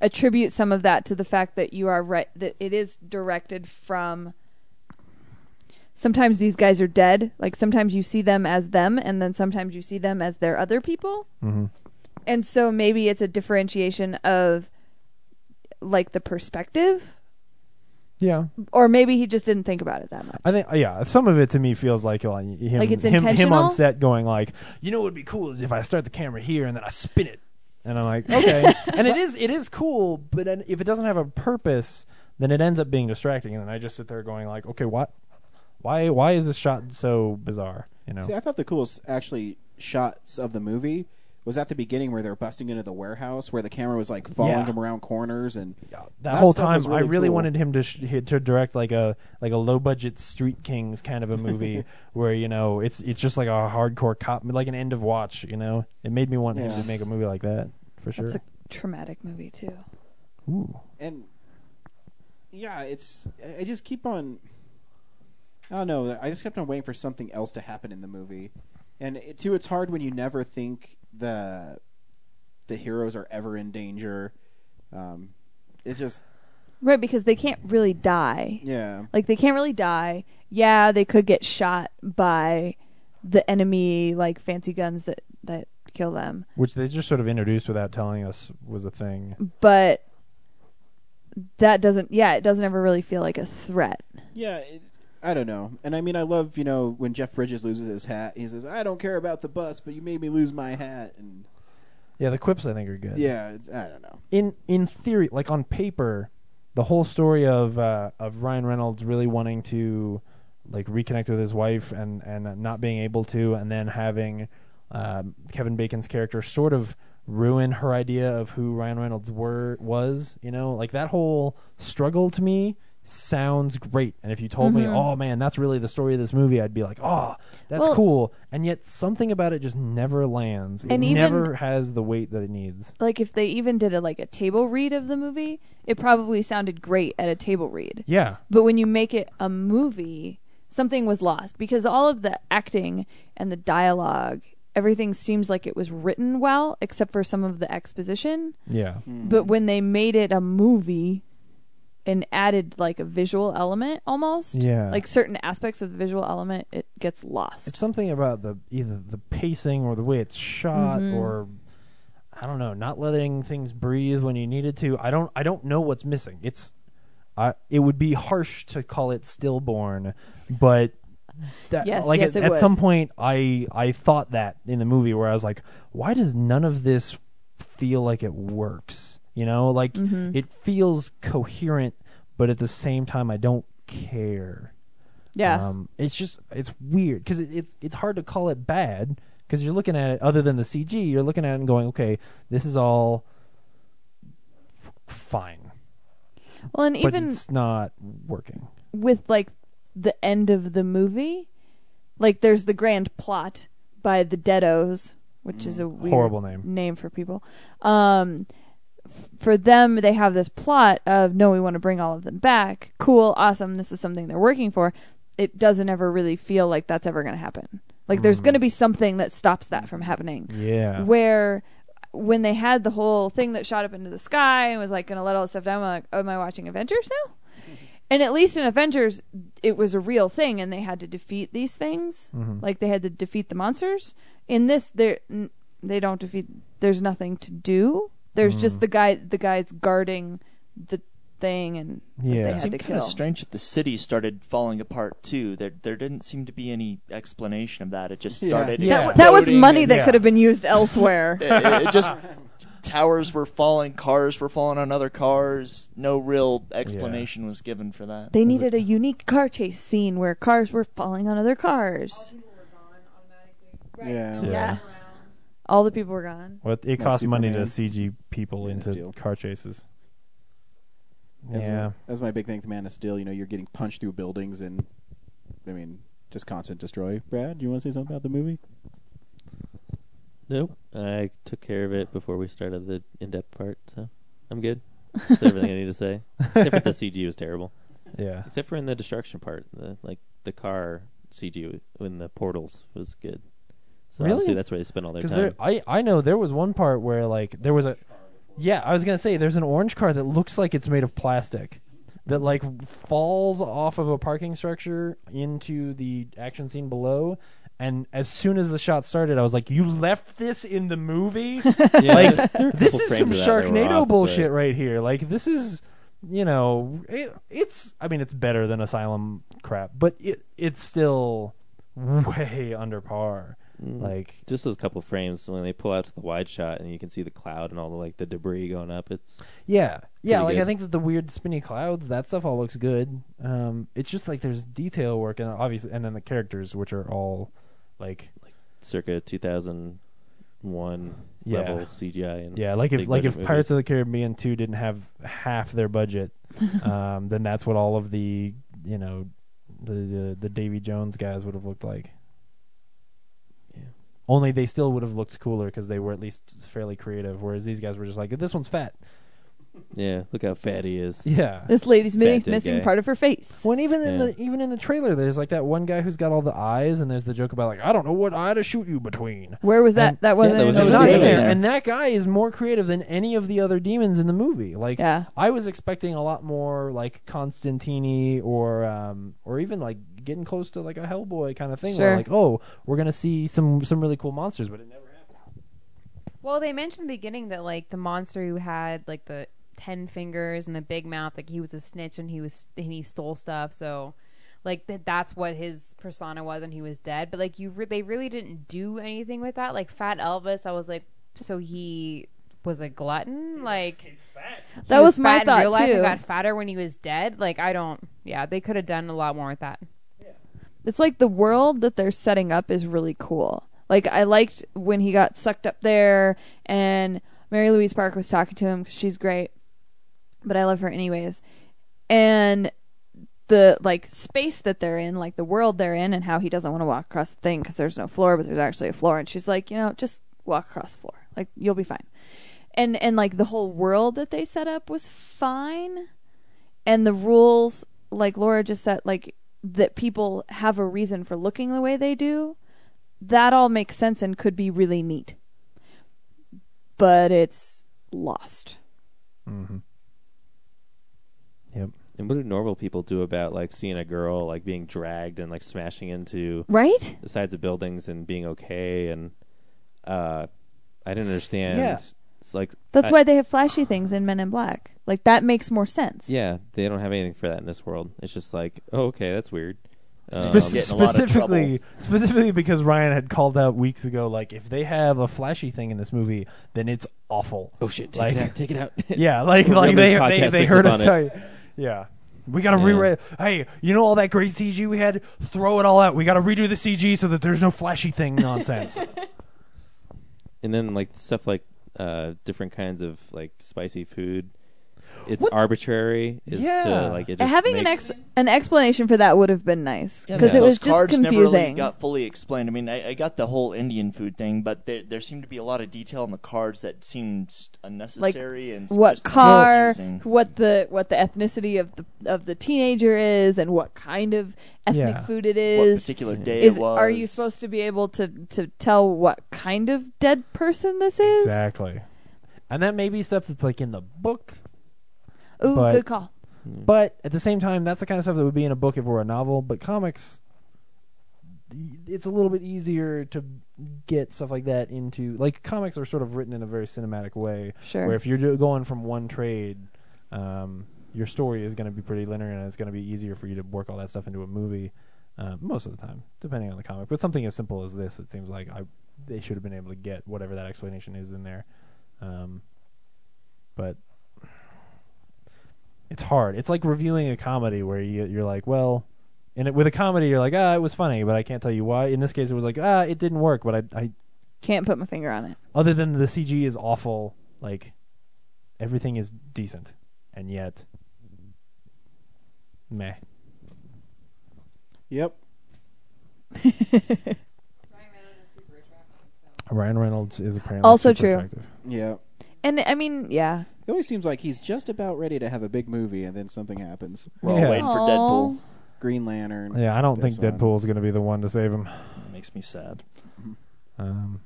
Speaker 5: attribute some of that to the fact that you are right that it is directed from sometimes these guys are dead like sometimes you see them as them and then sometimes you see them as their other people
Speaker 2: mm-hmm.
Speaker 5: and so maybe it's a differentiation of like the perspective
Speaker 2: Yeah,
Speaker 5: or maybe he just didn't think about it that much
Speaker 2: I think yeah. Some of it to me feels like like him,
Speaker 5: Like it's
Speaker 2: him, him
Speaker 5: intentional?
Speaker 2: on set going like, you know, what would be cool is if I start the camera here and then I spin it, and I'm
Speaker 5: [laughs]
Speaker 2: like, okay. and it is it is cool, but then if it doesn't have a purpose, then it ends up being distracting, and then I just sit there going like, okay, what, why why is this shot so bizarre? You know,
Speaker 1: See, I thought the coolest actually shots of the movie was at the beginning where they're busting into the warehouse, where the camera was like following
Speaker 2: Yeah.
Speaker 1: them around corners, and
Speaker 2: that, whole
Speaker 1: stuff
Speaker 2: time
Speaker 1: was
Speaker 2: I really
Speaker 1: cool.
Speaker 2: wanted him to sh- he- to direct like a like a low budget Street Kings kind of a
Speaker 1: [laughs]
Speaker 2: movie where you know it's it's just like a hardcore cop like an end of watch. You know, it made me want
Speaker 5: Yeah.
Speaker 2: him to make a movie like that for sure.
Speaker 5: it's a traumatic movie too
Speaker 2: Ooh.
Speaker 1: and yeah, it's I just keep on. I don't know. I just kept on waiting for something else to happen in the movie, and it, too, it's hard when you never think the the heroes are ever in danger. Um, it's just
Speaker 5: right because they can't really die
Speaker 1: yeah.
Speaker 5: Like they can't really die. Yeah, they could get shot by the enemy like fancy guns that that kill them.
Speaker 2: Which they just sort of introduced without telling us was a thing.
Speaker 5: But that doesn't yeah, it doesn't ever really feel like a threat.
Speaker 1: Yeah, it, I don't know. And I mean, I love you know when Jeff Bridges loses his hat. He says, "I don't care about the bus, but you made me lose my hat." And
Speaker 2: Yeah, the quips I think are good.
Speaker 1: yeah, it's, I don't know.
Speaker 2: In in theory, like on paper, the whole story of uh, of Ryan Reynolds really wanting to like reconnect with his wife and and not being able to, and then having um, Kevin Bacon's character sort of ruin her idea of who Ryan Reynolds were was. You know, like that whole struggle to me sounds great. And if you told me,
Speaker 3: Mhm.
Speaker 2: oh man, that's really the story of this movie, I'd be like, oh,
Speaker 5: Mm-hmm.
Speaker 2: that's
Speaker 5: Well-
Speaker 2: cool. And yet something about it just never lands. It
Speaker 5: And even-
Speaker 2: never has the weight that it needs.
Speaker 5: Like if they even did a like a table read of the movie, it probably sounded great at a table read.
Speaker 2: Yeah.
Speaker 5: But when you make it a movie, something was lost because all of the acting and the dialogue, everything seems like it was written well, except for some of the exposition.
Speaker 2: Yeah.
Speaker 8: Hmm.
Speaker 5: But when they made it a movie and added like a visual element almost,
Speaker 2: Yeah.
Speaker 5: like certain aspects of the visual element, it gets lost.
Speaker 2: It's something about the either the pacing or the way it's shot
Speaker 5: Mhm.
Speaker 2: or I don't know, not letting things breathe when you needed to. I don't I don't know what's missing. It's I it would be harsh to call it stillborn, but that,
Speaker 5: Yes,
Speaker 2: like
Speaker 5: yes,
Speaker 2: at,
Speaker 5: it
Speaker 2: at
Speaker 5: would.
Speaker 2: some point I I thought that in the movie where I was like, why does none of this feel like it works? You know, like
Speaker 5: Mhm.
Speaker 2: it feels coherent, but at the same time I don't care.
Speaker 5: Yeah.
Speaker 2: Um, it's just it's weird because it, it's it's hard to call it bad because you're looking at it other than the CG, you're looking at it and going, okay, this is all f- fine.
Speaker 5: Well, and
Speaker 2: but
Speaker 5: even-
Speaker 2: it's not working.
Speaker 5: with like the end of the movie. Like there's the grand plot by the Deados, which is a weird
Speaker 2: Mm. Horrible name.
Speaker 5: name for people. Um, f- for them, they have this plot of no, we want to bring all of them back. Cool, awesome. This is something they're working for. It doesn't ever really feel like that's ever going to happen. Like there's
Speaker 2: Mm.
Speaker 5: going to be something that stops that from happening
Speaker 2: Yeah.
Speaker 5: where when they had the whole thing that shot up into the sky and was like going to let all this stuff down, I'm like, oh, am I watching Avengers
Speaker 2: [laughs]
Speaker 5: now? And at least in Avengers, it was a real thing, and they had to defeat these things.
Speaker 2: Mm-hmm.
Speaker 9: Mhm.
Speaker 5: Like they had to defeat the monsters. In this, they they don't defeat. There's nothing to do. There's just
Speaker 6: Mm.
Speaker 5: the guy. The guys guarding the thing, and that they
Speaker 6: It
Speaker 5: had to
Speaker 6: seemed kind
Speaker 5: kill.
Speaker 6: of strange that the city started falling apart too. There, there didn't seem to be any explanation of that. It just
Speaker 5: Yeah.
Speaker 6: started.
Speaker 5: That w- that was
Speaker 6: exploding
Speaker 5: money
Speaker 6: and-
Speaker 5: that Yeah. could have been used elsewhere.
Speaker 6: [laughs] it, it- it just towers were falling, cars were falling on other cars. No real explanation was given for that.
Speaker 5: They needed a unique car chase scene where cars were falling on other cars.
Speaker 1: Yeah.
Speaker 2: Yeah.
Speaker 5: All the people were gone.
Speaker 2: Well, it
Speaker 1: Like
Speaker 2: costs money to
Speaker 1: Superman.
Speaker 2: CG people
Speaker 1: Man of
Speaker 2: into
Speaker 1: Steel.
Speaker 2: car chases.
Speaker 1: That's
Speaker 2: yeah.
Speaker 1: My, that's my big thing with Man of Steel. You know, you're getting punched through buildings and, I mean, just constant destroy. Brad, you want to say something about the movie?
Speaker 4: Nope. I took care of it before we started the in depth part, so I'm good. That's everything I need to say. Except
Speaker 2: [laughs]
Speaker 4: for the CG was terrible.
Speaker 2: Yeah.
Speaker 4: Except for in the destruction part, the like the car CG in the portals was good. So
Speaker 2: Really?
Speaker 4: obviously that's where they spent all their
Speaker 2: 'Cause
Speaker 4: time.
Speaker 2: there- I I know there was one part where like there was a yeah I was gonna say there's an orange car that looks like it's made of plastic that like falls off of a parking structure into the action scene below. And as soon as the shot started, I was like, "You
Speaker 4: [laughs]
Speaker 2: left this in
Speaker 5: [laughs]
Speaker 2: the movie? like
Speaker 3: there were a
Speaker 2: this
Speaker 3: couple
Speaker 2: is some
Speaker 3: frames of that that were
Speaker 2: Sharknado
Speaker 3: off,
Speaker 2: bullshit
Speaker 3: but-
Speaker 2: right here. Like this is, you know, it, it's. I mean, it's better than Asylum crap, but it it's still way under par.
Speaker 4: Mm.
Speaker 2: Like
Speaker 4: Mm-hmm. just those couple frames when they pull out to the wide shot and you can see the cloud and all the like the debris going up. It's
Speaker 2: Yeah, yeah.
Speaker 4: pretty
Speaker 2: Like
Speaker 4: good.
Speaker 2: I think that the weird spinny clouds, that stuff all looks good. Um, it's just like there's detail work and obviously, and then the characters, which are all like
Speaker 4: circa 2001
Speaker 2: yeah,
Speaker 4: level CGI. And
Speaker 2: yeah, like if
Speaker 4: big
Speaker 2: like
Speaker 4: budget
Speaker 2: if Pirates
Speaker 4: movies.
Speaker 2: of the Caribbean two didn't have half
Speaker 4: [laughs]
Speaker 2: their budget, um, then that's what all of the you know the the, the Davy Jones guys would have looked like. Only they still would have looked cooler because they were at least fairly creative, whereas these guys were just like, "This one's fat."
Speaker 4: yeah, look how fat he is.
Speaker 2: Yeah.
Speaker 5: This lady's
Speaker 4: Fat
Speaker 5: mi-
Speaker 4: dead
Speaker 5: missing
Speaker 4: guy.
Speaker 5: part of her face.
Speaker 2: Well, and even in the even in the trailer, there's like that one guy who's got all the eyes, and there's the joke about like I don't know what eye to shoot you between.
Speaker 5: Where was that?
Speaker 2: And-
Speaker 5: that wasn't. in
Speaker 2: That was
Speaker 5: the
Speaker 2: not
Speaker 5: movie.
Speaker 2: in there. And that guy is more creative than any of the other demons in the movie. Like
Speaker 5: Yeah.
Speaker 2: I was expecting a lot more like Constantini or um or even like getting close to like a Hellboy kind of thing. Where
Speaker 5: Sure.
Speaker 2: like oh we're gonna see some some really cool monsters, but it never.
Speaker 9: Well, they mentioned in the beginning that like the monster who had like the ten fingers and the big mouth, like he was a snitch and he was and he stole stuff. So, like that that's what his persona was, and he was dead. But like you, re- they really didn't do anything with that. Like Fat Elvis, I was like, so he was a glutton. Like he's fat.
Speaker 5: That was my
Speaker 9: in real
Speaker 5: thought,
Speaker 9: life and
Speaker 5: too.
Speaker 9: got fatter when he was dead. Like I don't. Yeah, they could have done a lot more with that.
Speaker 5: It's like the world that they're setting up is really cool. Like I liked when he got sucked up there, and Mary Louise Park was talking to him because she's great, but I love her anyways. And the like space that they're in, like the world they're in, and how he doesn't want to walk across the thing because there's no floor, but there's actually a floor, and she's like, you know, just walk across the floor, like you'll be fine. And and like the whole world that they set up was fine and the rules like Laura just said like that people have a reason for looking the way they do, that all makes sense and could be really neat. But it's lost.
Speaker 4: Mm-hmm. Yep. And what do normal people do about like seeing a girl like being dragged and like smashing into
Speaker 5: Right?
Speaker 4: the sides of buildings and being okay and uh I didn't understand.
Speaker 5: Yeah.
Speaker 4: It's like
Speaker 5: That's
Speaker 4: I-
Speaker 5: why they have flashy things in Men in Black. Like that makes more sense.
Speaker 4: Yeah, they don't have anything for that in this world. It's just like, oh, okay, that's weird. Um,
Speaker 2: Spec- specifically, [laughs] specifically because Ryan had called out weeks ago, like if they have a flashy thing in this movie, then it's awful.
Speaker 4: Oh shit!
Speaker 2: like,
Speaker 4: Take it out! Take it out!
Speaker 2: [laughs] yeah, like
Speaker 4: We're
Speaker 2: like
Speaker 4: gonna lose
Speaker 2: they they,
Speaker 4: podcast
Speaker 2: they
Speaker 4: picks
Speaker 2: heard
Speaker 4: up
Speaker 2: us
Speaker 4: on
Speaker 2: tell
Speaker 4: it.
Speaker 2: you, yeah, we gotta
Speaker 4: Yeah.
Speaker 2: rewrite. Hey, you know all that great CG we had? Throw it all out. We gotta redo the CG so that there's no flashy thing nonsense.
Speaker 4: and then like stuff like uh different kinds of like spicy food. It's
Speaker 5: What?
Speaker 4: arbitrary. Is
Speaker 5: Yeah.
Speaker 4: to, like it just
Speaker 5: Having an
Speaker 4: makes,
Speaker 5: ex- an explanation for that would have been nice because it was
Speaker 6: those
Speaker 5: just
Speaker 6: cards never really
Speaker 5: confusing.
Speaker 6: got fully explained. I mean, I, I got the whole Indian food thing, but there there seemed to be a lot of detail in the cards that seems
Speaker 5: like
Speaker 6: unnecessary and
Speaker 5: what
Speaker 6: just
Speaker 5: car,
Speaker 6: confusing.
Speaker 5: what the what the ethnicity of the of the teenager is, and what kind of ethnic
Speaker 6: Yeah.
Speaker 5: food it
Speaker 6: What
Speaker 5: is.
Speaker 6: particular day
Speaker 5: is
Speaker 6: it
Speaker 5: are you
Speaker 6: was.
Speaker 5: supposed to be able to to tell what kind of dead person this is?
Speaker 2: exactly, and that may be stuff that's like in the book.
Speaker 5: Ooh,
Speaker 2: but-
Speaker 5: good call.
Speaker 2: But at the same time, that's the kind of stuff that would be in a book if it were a novel. But comics, it's a little bit easier to get stuff like that into. Like comics are sort of written in a very cinematic way.
Speaker 5: Sure.
Speaker 2: Where if you're do- going from one trade, um, your story is going to be pretty linear, and it's going to be easier for you to work all that stuff into a movie. Uh, most of the time, depending on the comic, but something as simple as this, it seems like I they should have been able to get whatever that explanation is in there. Um, but it's hard. It's like reviewing a comedy where you, you're like, well, and it, with a comedy, you're like, ah, it was funny, but I can't tell you why. In this case, it was like, ah, it didn't work, but I, I
Speaker 5: Can't put my finger on it.
Speaker 2: other than the CG is awful, like everything is decent, and yet, meh.
Speaker 5: [laughs]
Speaker 1: Yep.
Speaker 2: Ryan Reynolds is apparently
Speaker 5: Also
Speaker 2: super
Speaker 5: true.
Speaker 2: attractive.
Speaker 1: Yeah.
Speaker 5: And I mean, yeah.
Speaker 1: It always seems like he's just about ready to have a big movie, and then something happens.
Speaker 2: We're all Yeah. waiting
Speaker 5: for Deadpool. Aw.
Speaker 1: Green Lantern.
Speaker 2: Yeah, I don't
Speaker 1: this
Speaker 2: think
Speaker 1: one.
Speaker 2: Deadpool's going to be the one to save him.
Speaker 6: It makes me sad.
Speaker 2: Um,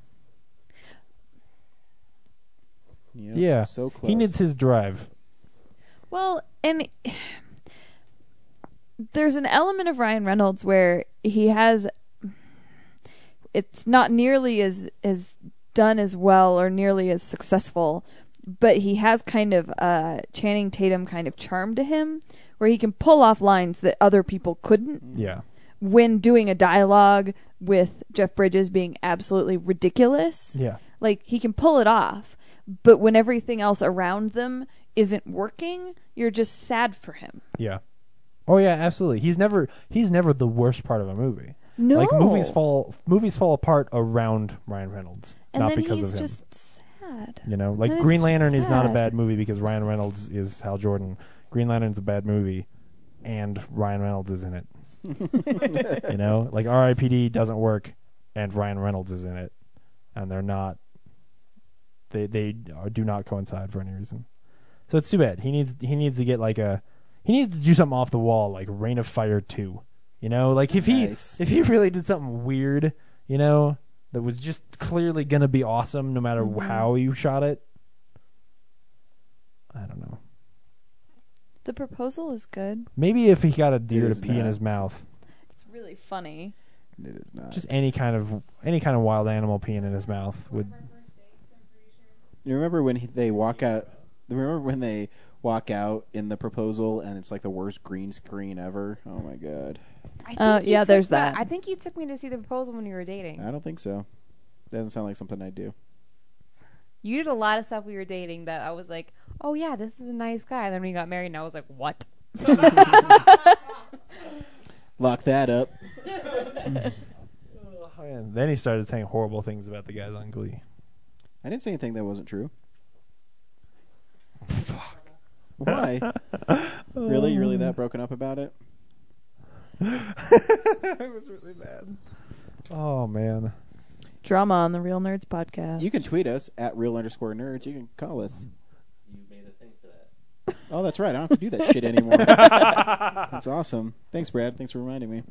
Speaker 1: Yep,
Speaker 2: yeah,
Speaker 1: So close.
Speaker 2: he needs his drive.
Speaker 5: Well, and there's an element of Ryan Reynolds where he has it's not nearly as as done as well or nearly as successful, but he has kind of uh Channing Tatum kind of charm to him where he can pull off lines that other people couldn't
Speaker 8: Mm.
Speaker 2: Yeah.
Speaker 5: when doing a dialogue with Jeff Bridges being absolutely ridiculous.
Speaker 2: Yeah.
Speaker 5: Like he can pull it off, but when everything else around them isn't working, you're just sad for him.
Speaker 2: Yeah. Oh yeah, absolutely. He's never he's never the worst part of a movie. Like
Speaker 5: No.
Speaker 2: movies fall movies fall apart around Ryan Reynolds,
Speaker 5: And
Speaker 2: not
Speaker 5: then
Speaker 2: because
Speaker 5: he's
Speaker 2: of him.
Speaker 5: just sad.
Speaker 2: you know, like
Speaker 5: then it's
Speaker 2: Green
Speaker 5: just
Speaker 2: Lantern is not a
Speaker 5: sad.
Speaker 2: bad movie because Ryan Reynolds is Hal Jordan. Green Lantern's a bad movie and Ryan Reynolds is in it. you know, like RIPD doesn't work and Ryan Reynolds is in it and they're not they they are, do not coincide for any reason. So it's too bad. He needs he needs to get like a he needs to do something off the wall like Rain of Fire 2. You know, like if he
Speaker 3: Nice.
Speaker 2: if he really did something weird, you know, that was just clearly going to be awesome no matter
Speaker 1: Mm-hmm.
Speaker 5: Mhm.
Speaker 2: how you shot it. I don't know.
Speaker 5: The proposal is good.
Speaker 2: Maybe if he got a deer to
Speaker 1: is
Speaker 2: pee in
Speaker 1: not.
Speaker 2: his mouth,
Speaker 5: It's really funny.
Speaker 1: It is not.
Speaker 2: just any kind of any kind of wild animal peeing in his mouth would
Speaker 1: You remember when he, they walk out? Remember when they walk out in the proposal, and it's like the worst green screen ever? Oh my god!
Speaker 9: I think
Speaker 1: Uh,
Speaker 5: Oh,
Speaker 9: you
Speaker 5: yeah,
Speaker 9: took
Speaker 5: there's
Speaker 9: me-
Speaker 5: that.
Speaker 9: I think you took me to see the proposal when we were dating.
Speaker 1: I don't think so. Doesn't sound like something I would
Speaker 2: [laughs]
Speaker 1: do.
Speaker 9: You did a lot of stuff we were dating that I was like, oh yeah, this is a nice guy. And then we got married, and I was like, what? [laughs]
Speaker 1: Lock that
Speaker 2: [laughs]
Speaker 1: up.
Speaker 2: And Oh, then he started saying horrible things about the guys on Glee.
Speaker 1: I didn't say anything that wasn't
Speaker 2: [laughs]
Speaker 1: true. Fuck. Why? really? You
Speaker 2: Um,
Speaker 1: really that broken up about it?
Speaker 2: [laughs] it was really bad. Oh man.
Speaker 5: Drama on the Real Nerds podcast.
Speaker 1: You can tweet us at real underscore nerds. You can call us. Oh, that's right. I don't have to do
Speaker 2: [laughs]
Speaker 1: that shit anymore. that's awesome. Thanks, Brad. Thanks for reminding me.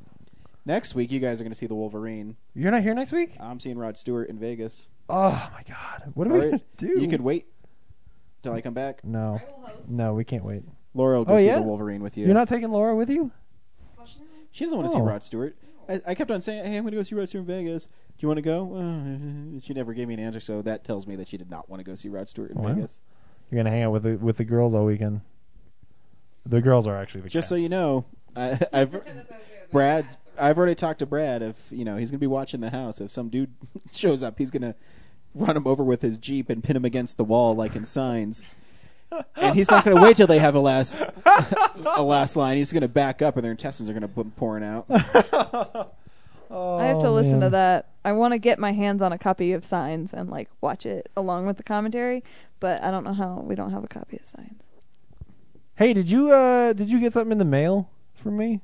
Speaker 1: Next week, you guys are going to see the Wolverine.
Speaker 2: You're not here next week.
Speaker 1: I'm seeing Rod Stewart in Vegas.
Speaker 2: Oh my god, what are we
Speaker 1: Or
Speaker 2: gonna do?
Speaker 1: You could wait till I come back.
Speaker 2: [laughs] No, no, we can't wait.
Speaker 1: Laura will go
Speaker 2: oh,
Speaker 1: see
Speaker 2: yeah?
Speaker 1: the Wolverine with you.
Speaker 2: You're not taking Laura with you?
Speaker 1: She doesn't want to
Speaker 2: Oh.
Speaker 1: see Rod Stewart. I, I kept on saying, "Hey, I'm going to go see Rod Stewart in Vegas. Do you want to go?" Uh, she never gave me an answer, so that tells me that she did not want to go see Rod Stewart in
Speaker 2: Wow.
Speaker 1: Vegas.
Speaker 2: You're gonna hang out with the, with the girls all weekend. The girls are actually the
Speaker 1: Just so you know, I, I've Brad's. I've already talked to Brad. If you know, he's going to be watching the house. If some dude [laughs] shows up, he's going to run him over with his jeep and pin him against the wall like in Signs. And he's not going to wait till they have a last [laughs] a last line. He's going to back up, and their intestines are going to be pouring out.
Speaker 5: I have to
Speaker 2: Oh,
Speaker 5: listen to
Speaker 1: man.
Speaker 5: that. I want to get my hands on a copy of Signs and like watch it along with the commentary, but I don't know how. We don't have a copy of Signs.
Speaker 2: Hey, did you uh did you get something in the mail from me?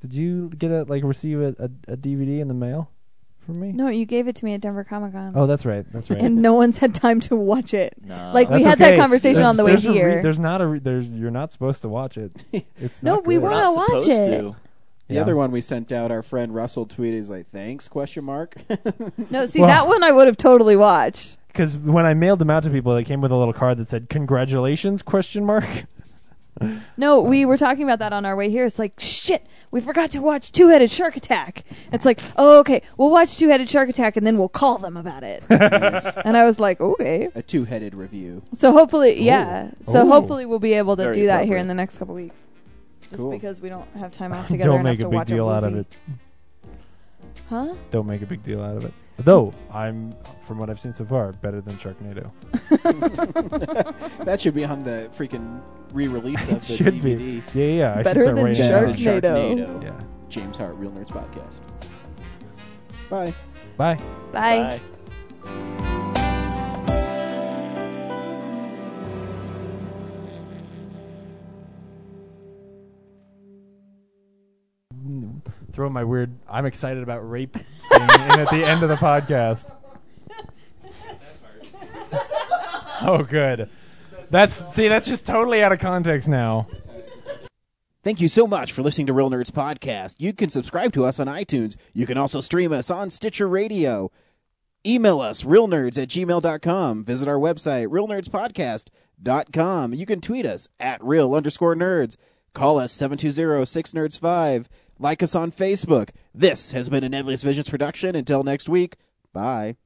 Speaker 2: Did you get a like receive a, a, a DVD in the mail from me?
Speaker 5: No, you gave it to me at Denver Comic Con.
Speaker 2: Oh, that's right. That's right.
Speaker 5: And no one's had time to watch it. Like we
Speaker 2: That's
Speaker 5: had
Speaker 2: okay.
Speaker 5: that conversation
Speaker 2: There's-
Speaker 5: on the way
Speaker 2: there's a re-
Speaker 5: here.
Speaker 2: there's not a re- there's you're not supposed to watch [laughs] it. It's
Speaker 5: No,
Speaker 2: not
Speaker 5: we
Speaker 2: good.
Speaker 5: wanna Not watch supposed it. to.
Speaker 1: The
Speaker 2: Yeah.
Speaker 1: other one we sent out, our friend Russell tweeted, "He's like, thanks?" Question mark. [laughs]
Speaker 5: no, see
Speaker 2: Well-
Speaker 5: that one I would have totally watched.
Speaker 2: because when I mailed them out to people, they came with a little card that said "Congratulations?" question mark. [laughs]
Speaker 5: No, we were talking about that on our way here. It's like shit. We forgot to watch Two Headed Shark Attack. It's like, oh, okay, we'll watch Two Headed Shark Attack and then we'll call them about
Speaker 2: [laughs]
Speaker 5: it. and I was like, okay.
Speaker 1: A two-headed review.
Speaker 5: So hopefully, yeah. So
Speaker 2: Oh.
Speaker 1: Ooh.
Speaker 5: hopefully we'll be able to
Speaker 1: Very
Speaker 5: do that here
Speaker 1: appropriate.
Speaker 5: in the next couple weeks. Just
Speaker 1: Cool.
Speaker 5: because we don't have time
Speaker 2: [laughs]
Speaker 5: off together
Speaker 2: Don't
Speaker 5: enough
Speaker 2: make
Speaker 5: to
Speaker 2: a big
Speaker 5: watch
Speaker 2: deal
Speaker 5: a
Speaker 2: out of
Speaker 5: movie.
Speaker 2: it.
Speaker 5: Huh?
Speaker 2: Don't make a big deal out of it. Though I'm, from what I've seen so far, better than Sharknado.
Speaker 1: that should be on the freaking
Speaker 2: [laughs]
Speaker 1: re-release of the
Speaker 2: should be.
Speaker 1: DVD.
Speaker 2: Yeah, yeah, yeah, I
Speaker 1: Better
Speaker 2: should Better start than writing it down.
Speaker 1: than
Speaker 2: Sharknado.
Speaker 1: Sharknado.
Speaker 2: Yeah.
Speaker 1: James Hart, Real Nerds Podcast. Bye.
Speaker 2: Bye.
Speaker 5: Bye.
Speaker 2: Mm, Throw my weird. I'm excited about [laughs] rape thing in at the end of the
Speaker 5: [laughs]
Speaker 2: podcast. Oh, good. That's see. That's just totally out of context now.
Speaker 1: Thank you so much for listening to Real Nerds Podcast. You can subscribe to us on iTunes. You can also stream us on Stitcher Radio. Email us, realnerds at gmail.com. Visit our website, realnerdspodcast.com. You can tweet us at real underscore nerds. Call us 720-6nerds5. Like us on Facebook. This has been a Nebulous Visions production. Until next week, bye.